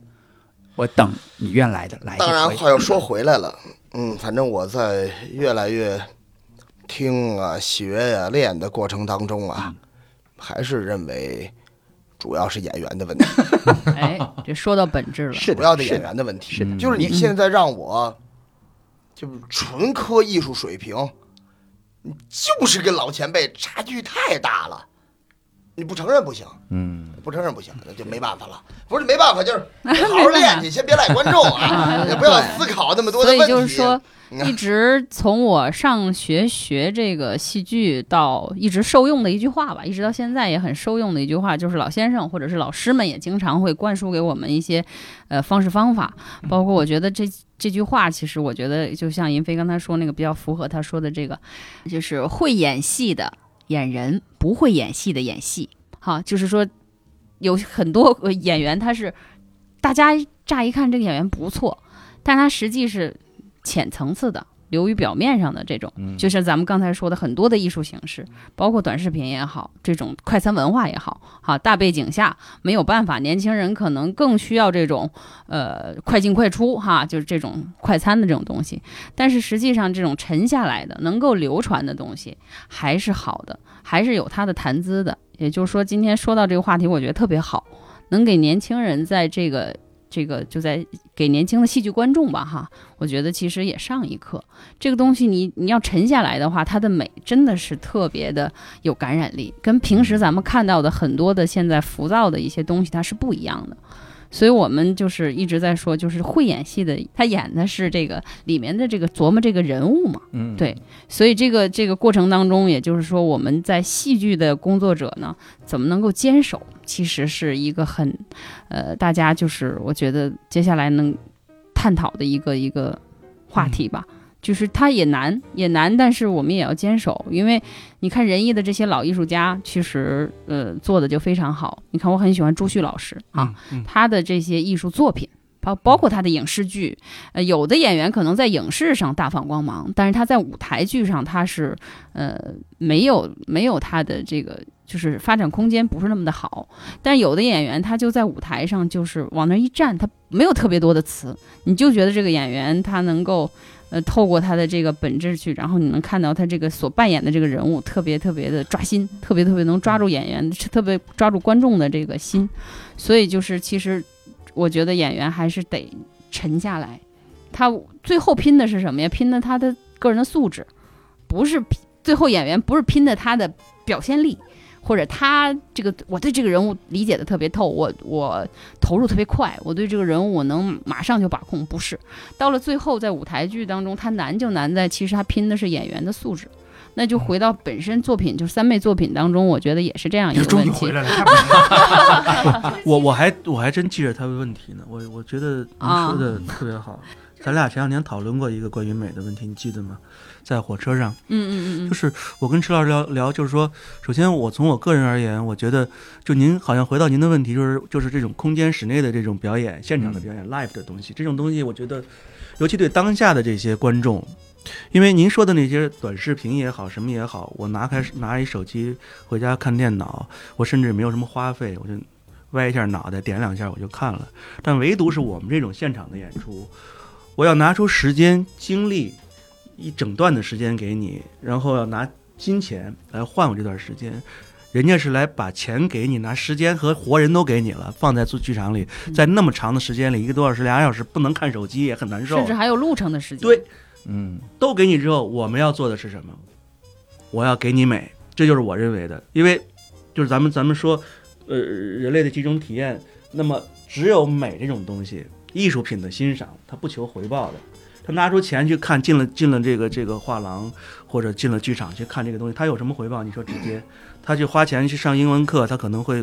我等你愿来的来就
当然
可以
话又说回来了，嗯，反正我在越来越听啊、学呀、练的过程当中
嗯
啊，还是认为主要是演员的问题，
哎，这说到本质了，
是
主要
的，
的
是
演
的，
员的问题。
是的，
就是你
嗯
现在让我，就是纯科艺术水平，就是跟老前辈差距太大了，你不承认不行，
嗯
不承认不行，那就没办法了。不是没办法，就是 *laughs* 好好练去，先别赖观众啊，也不要思考那么多的
所
问
以就
题。
是
*laughs*
说，
嗯
一直从我上学学这个戏剧到一直受用的一句话吧，一直到现在也很受用的一句话，就是老先生或者是老师们也经常会灌输给我们一些呃方式方法，
嗯
包括我觉得这这句话，其实我觉得就像银飞刚才说那个比较符合他说的这个，
就是会演戏的
演人不会演戏的演戏，哈，就是说有很多呃演员他是大家乍一看这个演员不错，但他实际是浅层次的，流于表面上的这种，
嗯，
就像咱们刚才说的很多的艺术形式，包括短视频也好，这种快餐文化也好，哈，大背景下没有办法，年轻人可能更需要这种呃快进快出哈，就是这种快餐的这种东西。但是实际上，这种沉下来的、能够流传的东西还是好的，还是有它的谈资的。也就是说，今天说到这个话题，我觉得特别好，能给年轻人在这个这个就在给年轻的戏剧观众吧哈，我觉得其实也上一课。这个东西你你要沉下来的话，它的美真的是特别的有感染力，跟平时咱们看到的很多的现在浮躁的一些东西它是不一样的。所以我们就是一直在说，就是会演戏的，他演的是这个里面的这个琢磨这个人物嘛。
嗯
对所以这个这个过程当中，也就是说我们在戏剧的工作者呢，怎么能够坚守，其实是一个很，呃，大家就是我觉得接下来能探讨的一个一个话题吧。就是它也难也难，但是我们也要坚守，因为你看仁义的这些老艺术家，其实呃做的就非常好。你看我很喜欢朱旭老师啊，
嗯
他的这些艺术作品。包包括他的影视剧，呃，有的演员可能在影视上大放光芒，但是他在舞台剧上他是，呃，没有没有他的这个就是发展空间不是那么的好。但有的演员他就在舞台上就是往那一站，他没有特别多的词，你就觉得这个演员他能够，呃，透过他的这个本质去，然后你能看到他这个所扮演的这个人物特别特别的抓心，特别特别能抓住演员，特别抓住观众的这个心。所以就是其实我觉得演员还是得沉下来，他最后拼的是什么呀？拼的他的个人的素质，不是拼最后演员不是拼的他的表现力，或者他这个我对这个人物理解的特别透，我我投入特别快，我对这个人物我能马上就把控，不是。到了最后，在舞台剧当中，他难就难在其实他拼的是演员的素质。那就回到本身作品，就是三妹作品当中，我觉得也是这样一个问题。
来了，太棒了我我还我还真记着他的问题呢，我我觉得您说的特别好。咱俩前两天讨论过一个关于美的问题，你记得吗？在火车上，
嗯嗯嗯嗯，
就是我跟池老师聊聊，就是说，首先我从我个人而言，我觉得就您好像回到您的问题，就是就是这种空间室内的这种表演、现场的表演、live 的东西，这种东西，我觉得，尤其对当下的这些观众，因为您说的那些短视频也好，什么也好，我拿开拿一手机回家看电脑，我甚至没有什么花费，我就歪一下脑袋点两下我就看了，但唯独是我们这种现场的演出，我要拿出时间精力。一整段的时间给你，然后要拿金钱来换我这段时间。人家是来把钱给你，拿时间和活人都给你了，放在做剧场里，在那么长的时间里，一个多小时、俩小时，不能看手机也很难受
甚。至还有路程的时间。
对，
嗯，
都给你之后，我们要做的是什么？我要给你美，这就是我认为的。因为就是咱们咱们说，呃，人类的集中体验，那么只有美这种东西，艺术品的欣赏，它不求回报的。他拿出钱去看，进了进了这个这个画廊或者进了剧场去看这个东西，他有什么回报？你说直接，他去花钱去上英文课，他可能会，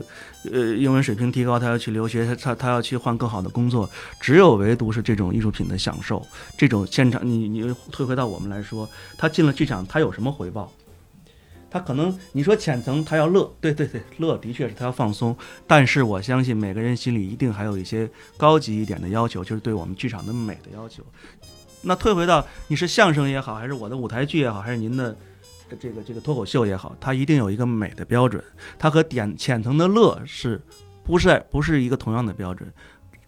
呃，英文水平提高，他要去留学，他他他要去换更好的工作。只有唯独是这种艺术品的享受，这种现场，你你退回到我们来说，他进了剧场，他有什么回报？他可能你说浅层，他要乐，对对对，乐的确是他要放松，但是我相信每个人心里一定还有一些高级一点的要求，就是对我们剧场的美的要求。那退回到你是相声也好，还是我的舞台剧也好，还是您的呃这个这个脱口秀也好，它一定有一个美的标准，它和点浅层的乐是不是不是一个同样的标准？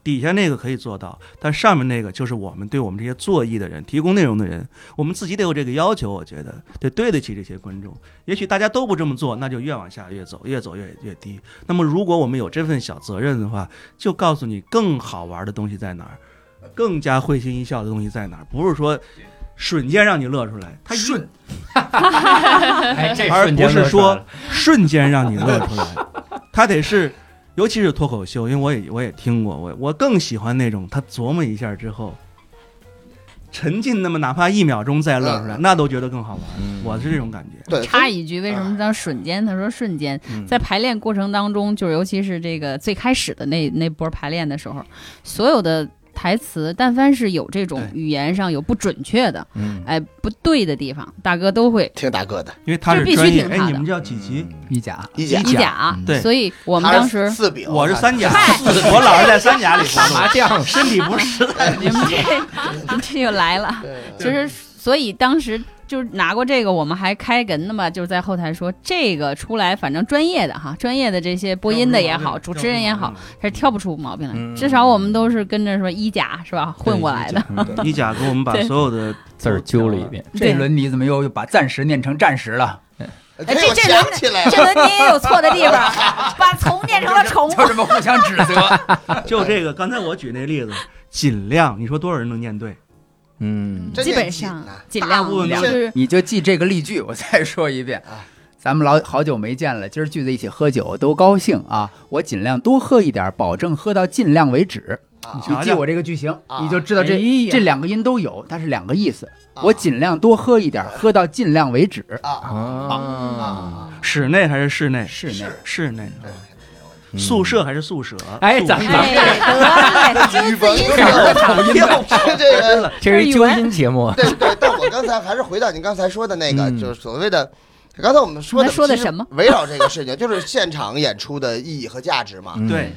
底下那个可以做到，但上面那个就是我们对我们这些做艺的人、提供内容的人，我们自己得有这个要求。我觉得得对得起这些观众。也许大家都不这么做，那就越往下越走，越走越越低。那么，如果我们有这份小责任的话，就告诉你更好玩的东西在哪儿，更加会心一笑的东西在哪儿，不是说瞬间让你乐出来，它瞬，
哎， *laughs* 这
而
瞬
不
间
是
乐出来
说
了
瞬间让你乐出来，它得是，尤其是脱口秀，因为我也我也听过，我我更喜欢那种他琢磨一下之后，沉浸那么哪怕一秒钟再乐出来，那都觉得更好玩。
呃嗯
我是这种感觉。
对，
插一句，为什么叫瞬间？他说瞬间，
嗯
在排练过程当中，就是尤其是这个最开始的那那波排练的时候，所有的台词，但凡是有这种
对
语言上有不准确的，
嗯，
哎，不对的地方，大哥都会
听大哥的，
因为他
这
是
必须
专业，
听
哎
他，的
你们叫几级？
一甲
一
一
甲，
甲
嗯，
对
所以我们
他是
当时
四饼，
我是三甲，
嗨
*laughs* 我老是在三甲里
打麻将，
身体不适。
你们这你们 *laughs* 这就来了。
对，
就是所以当时就是拿过这个，我们还开哏呢嘛，就是在后台说这个出来，反正专业的哈，专业的这些播音的
啊
也好，主持人也
嗯
好，，他是挑不出毛病来。
嗯
至少我们都是跟着说一甲是吧混过来的。
嗯
一甲给我们把
对
所有的
字儿揪了一遍，
这一轮你怎么又又把暂时念成暂时了？
哎
这
我
这
想起来
*laughs*
了，
这轮你也有错的地方，把虫变成了
哦
虫。
就这么互相指
*laughs*
责。
*laughs* 就这个，刚才我举那例子，尽量你说多少人能念对？
嗯，
*laughs*
真
基
念
本
紧
上
呐
尽
大
量
部分都
就是是
你就记这个例句，我再说一遍
啊。
咱们老好久没见了，今儿聚在一起喝酒都高兴啊！我尽量多喝一点，保证喝到尽量为止。
啊
你记我这个句型，你就知道这、
哎呀
这两个音都有，它是两个意思。
啊
我尽量多喝一点，喝到尽量为止。
啊
啊，
室内还是室内？
室内
室内。
嗯
宿舍还是宿舍？
哎
宿
咱
舍
们
哎，得嘞，就
*laughs* 语
自
文
己
跟
找
我 *laughs*
*laughs*
讨厌，这个
这是一纠音节目，啊
对对，但我刚才还是回到你刚才说的那个，
嗯
就是所谓的。刚才我们说的
你们说的
其实
什么 *laughs*
围绕这个事情，就是现场演出的意义和价值嘛，
嗯
啊对，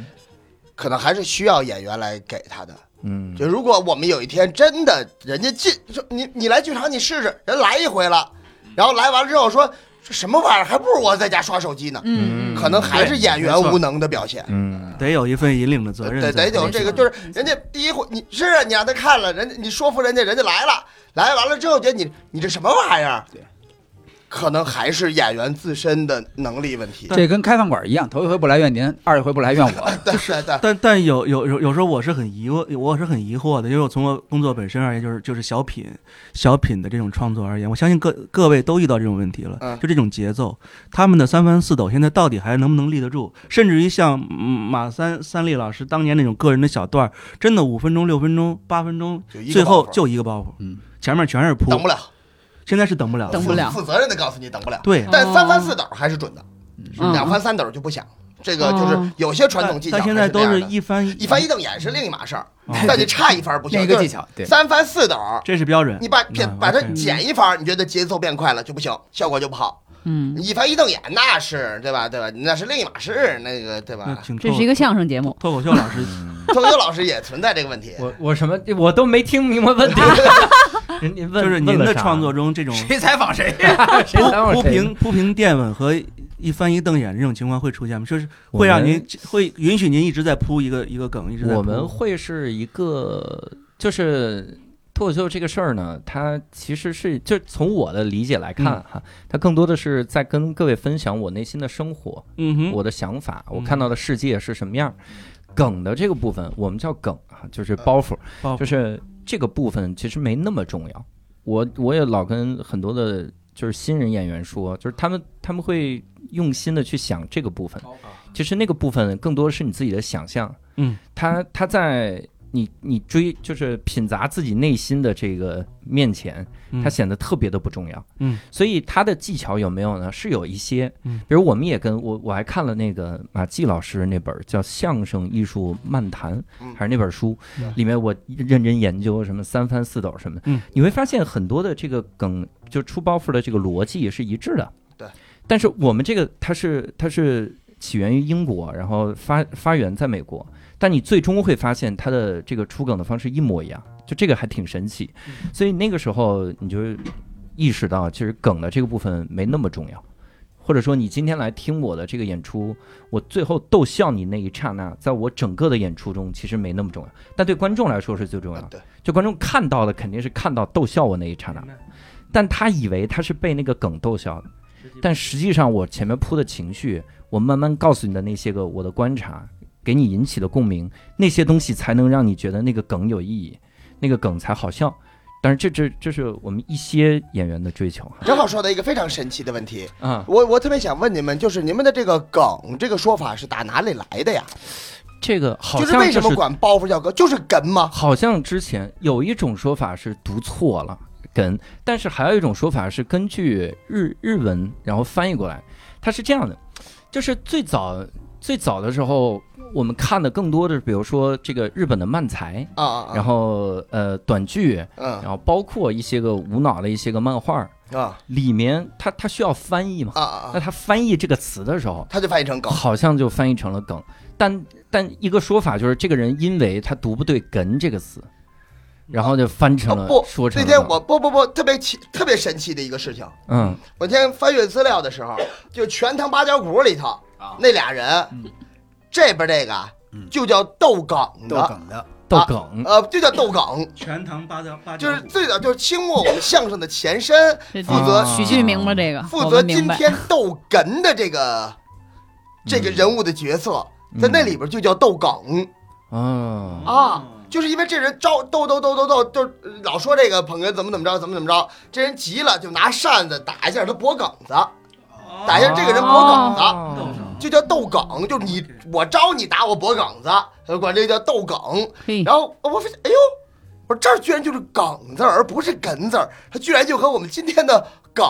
可能还是需要演员来给他的。
嗯，
就如果我们有一天真的人家进，说你你来剧场你试试，人来一回了，然后来完了之后说这什么玩意儿，还不如我在家刷手机呢，
嗯
可能还是演员
没错
无能的表现。
嗯
得有一份引领的责任
得
在
得
里面，
有这个，就是
嗯
人家第一回你是啊，你让他看了，人家你说服人家，人家来了，来完了之后觉得你你这什么玩意儿？对，可能还是演员自身的能力问题。
这跟开饭馆一样，头一回不来怨您，二回不来怨我。
对对对，
但但有有有有时候我是很疑惑，我是很疑惑的，因为我从我工作本身而言，就是就是小品小品的这种创作而言，我相信各各位都遇到这种问题了，
嗯
就这种节奏，他们的三翻四抖现在到底还能不能立得住？甚至于像嗯马三三立老师当年那种个人的小段儿，真的五分钟、六分钟、八分钟，
就一个
最后
包袱
就一个包袱，
嗯，
前面全是铺，
等不了，
现在是等不了，
等不了
负负责任的告诉你等不了。
对。
但三翻四抖还是准的，
嗯
两翻三抖就不响。这个就是有些传统技巧
但但
还是
现
这
在
样的，
都是一啊翻
一翻一瞪眼是另一码事儿，
哦
但你差一番 *laughs* 不
另
行。嗯
一个技
巧，
巧，对，
三翻四抖，
这是标准。
你把变
嗯
把它
OK
减一番，你觉得节奏变快了就不行，效果就不好。
嗯，
一翻一瞪眼那是对吧？对吧？那是另一码事，那个对
那
嗯
吧？
请
这
脱
是一个相声节目，
脱口秀老师，
脱口秀老师也存在这个问题。
*laughs* 我我什么我都没听明白问题， *laughs* 人家问
就是您的创作中这种
谁采访谁？
*laughs* 谁采访
铺
谁
平铺平垫稳和一翻一瞪眼这种情况会出现吗？就是会让您会允许您一直在铺一个一个梗，一直在铺
我们会是一个，就是脱口秀这个事儿呢，它其实是就从我的理解来看
嗯
哈、它更多的是在跟各位分享我内心的生活、
嗯哼
我的想法、我看到的世界是什么样儿。梗的这个部分，我们叫梗啊，就是包袱，
包袱
就是这个部分其实没那么重要。我我也老跟很多的，就是新人演员说，就是他们他们会用心的去想这个部分，其实那个部分更多是你自己的想象，
嗯，
他他在你你追就是品砸自己内心的这个面前，
嗯
它显得特别的不重要，
嗯，
所以他的技巧有没有呢？是有一些，
嗯，
比如我们也跟我我还看了那个马季老师那本叫《相声艺术漫谈》
嗯
还是那本书
嗯，
里面我认真研究什么三翻四抖什么，
嗯，
你会发现很多的这个梗就出包袱的这个逻辑是一致的，
对，
但是我们这个它是它是起源于英国，然后发发源在美国，但你最终会发现它的这个出梗的方式一模一样，就这个还挺神奇。所以那个时候你就意识到，其实梗的这个部分没那么重要，或者说你今天来听我的这个演出，我最后逗笑你那一刹那，在我整个的演出中其实没那么重要，但对观众来说是最重要的。
对，
就观众看到的肯定是看到逗笑我那一刹那
明白，
但他以为他是被那个梗逗笑的，但实际上我前面铺的情绪，我慢慢告诉你的那些个我的观察，给你引起的共鸣，那些东西才能让你觉得那个梗有意义，那个梗才好笑。但是这这这是我们一些演员的追求
正好说到一个非常神奇的问题，
啊。
我我特别想问你们，就是你们的这个“梗”这个说法是打哪里来的呀？
这个好
就
像
是为什
就
么
是
管包袱叫“梗”，就是“梗”吗？
好像之前有一种说法是读错了根，但是还有一种说法是根据日日文然后翻译过来，它是这样的，就是最早最早的时候，我们看的更多的，比如说这个日本的漫才，
啊啊啊！
然后呃短剧，然
嗯
后包括一些个无脑的一些个漫画，
啊
里面它它需要翻译嘛
啊？啊
那
啊！
它翻译这个词的时候，
他就翻译成“梗
好像就翻译成了梗，但但一个说法就是这个人因为他读不对“梗”这个词，然后就翻”。成了、
啊不，
说成
那
了
天
梗
我不不不特别奇特别神奇的一个事情，
嗯
我今天翻阅资料的时候，就《全唐八角鼓》里头
啊
那俩
嗯
人，这边这个
嗯
就叫逗梗
逗
的，
梗的，
逗梗、
呃，就叫逗梗，
全唐八角八角
就是最早就是清末我们相声的前身，
这
负责
啊
许剧明白这个，
负
我
责
们明
今
白。
天逗哏的这个这个人物的角色，在那里边就叫逗梗
啊、哦
啊。就是因为这人招逗逗逗逗逗，就是老说这个捧哏怎么怎么着，怎么怎么着，这人急了就拿扇子打一下他脖梗子，打一哎下这个人脖梗子，
哦
哦
哦
就叫逗梗，就是你我招你打我脖梗子，呃管这个叫逗梗。
嗯
嘿，
然后我发现，哎呦，我说这儿居然就是梗字儿，而不是哏字儿，它居然就和我们今天的梗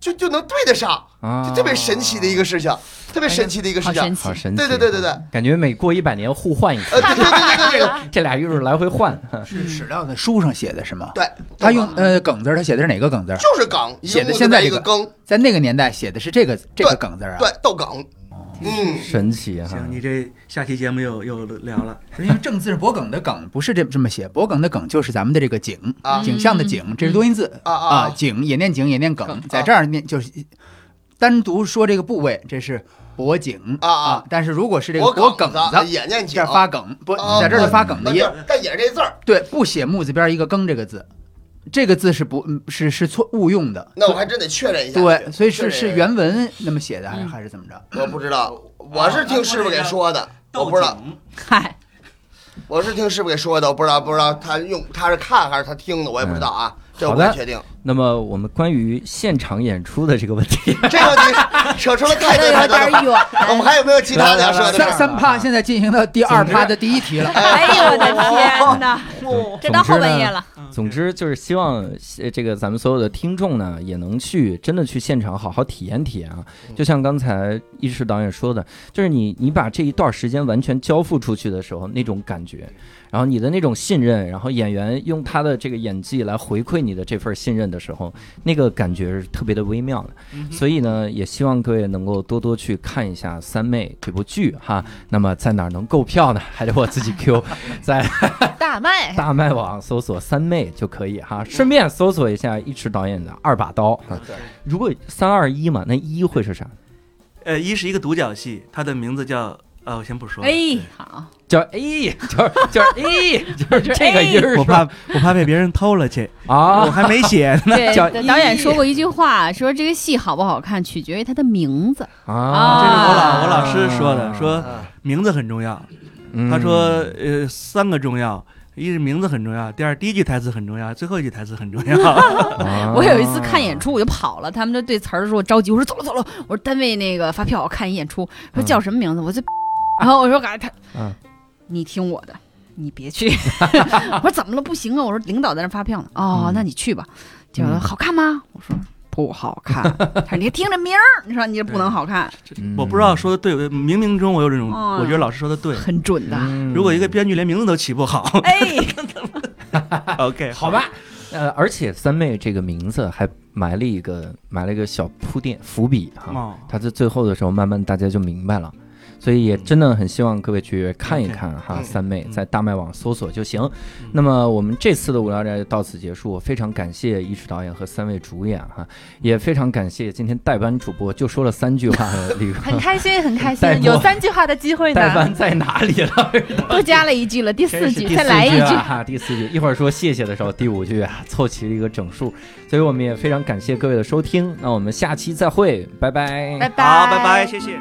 就就能对得上，
啊，
就特别神奇的一个事情，特别神奇的一个事
好神
情。
奇
哦好神奇，
对对对对对，
感觉每过一百年互换一次，
呃，对对对对对
*laughs*
*laughs*
对，
这俩玉儿来回换，
*laughs*
是史料的嗯书上写的是吗？
对
*laughs* 他用呃梗字儿，他写的是哪个梗字儿？
就是梗，一个
写的
木字
现在
边
这
一个
个
梗，
在那个年代写的是这个这个梗字儿啊。
对，逗梗。嗯，
神奇啊哈。
行，你这下期节目又又聊了，
对，因为正字是博梗的梗，不是这这么写。博梗的梗就是咱们的这个景
啊，
景象的景，这是多音字
啊
啊。
啊
景也念景也念梗
梗，啊
在这儿念就是单独说这个部位，这是博景
啊啊
啊。但是如果是这个
我
博梗
子，
子，
眼睛
这
紧
儿，发梗，不在这儿就发梗的音。
但啊但也是这字儿，
对，不写木字边一个耕这个字，这个字是不嗯是是错误用的。
那我还真得确认一下。
对，所以
确
是
认一下
是原文那么写的，还是
嗯
还是怎么着？
我不知道，我是听师傅给说的， *laughs* 我不知道，
嗨，
我是听师傅给说的，我不知道，不知道他用他是看还是他听的，我也不知道啊，
哎
这我不太确定。
那么我们关于现场演出的这个
*laughs*
问题，
这个问题扯出了太多太
有
多了
点远。
我们还有没有其他的要说的事
三
儿？
三趴现在进行到第二趴的第
*laughs*
一题了。
哎呦我的天哪，这到后半夜了，
嗯
总之就是希望呃这个咱们所有的听众呢，也能去真的去现场好好体验体验啊。就像刚才一师导演说的，就是你你把这一段时间完全交付出去的时候，那种感觉，然后你的那种信任，然后演员用他的这个演技来回馈你的这份信任的时候，那个感觉是特别的微妙的。所以呢，也希望各位能够多多去看一下《三妹》这部剧哈。那么在哪儿能购票呢？还得我自己 Q，在
大
哎
麦
大麦网搜索“三妹”就可以哈，顺便搜索一下一池导演的《二把刀》啊。如果三二一嘛，那一会是啥？
呃，一是一个独角戏，它的名字叫呃，我先不说了。
哎，好，
叫 A，就是就是 A，就是这个音儿
我
是
怕
吧？
我怕被别人偷了去，我
啊，
还没写呢。
对
叫，
导演说过一句话，说这个戏好不好看取决于它的名字。
啊
这是我老
啊
我老师说的，说
啊
名字很重要。他说呃三个重要，一是名字很重要，第二第一句台词很重要，最后一句台词很重要。
嗯啊
我有一次看演出，我就跑了，他们就对词儿说着急，我说走了走了，我说单位那个发票，我看一演出，说
嗯
叫什么名字，我就，然后我说赶紧
嗯
他，你听我的。你别去， *laughs* 我说怎么了？不行啊！我说领导在那发票呢。哦
嗯，
那你去吧。就
嗯
好看吗？我说不好看。他说你听着名儿，你说你这不能好看，
我不知道说的对不对，冥冥中我有这种，
哦
我觉得老师说的对。
很准的。
如果一个
嗯
编剧连名字都起不好
哎，
*laughs* ，OK，
好吧，呃，而且三妹这个名字还埋了一个埋了一个小铺垫伏笔哈。
哦，
他在最后的时候，慢慢大家就明白了。所以也真的很希望各位去看一看哈，
嗯
三妹
嗯
在大麦网搜索就行。那么我们这次的无聊斋就到此结束，非常感谢一池导演和三位主演哈，也非常感谢今天代班主播，就说了三句话的李
很开心，很开
带
心，
货
有三句话的机会
代
呢。
班在哪里了？
多加了一句了，第
真
四
是
句
第
再
四
来一
句啊
句。
哈，第四句，一会儿说谢谢的时候，第五句啊，凑齐了一个整数。所以我们也非常感谢各位的收听，那我们下期再会，拜拜。
拜拜，
好，拜拜，谢谢。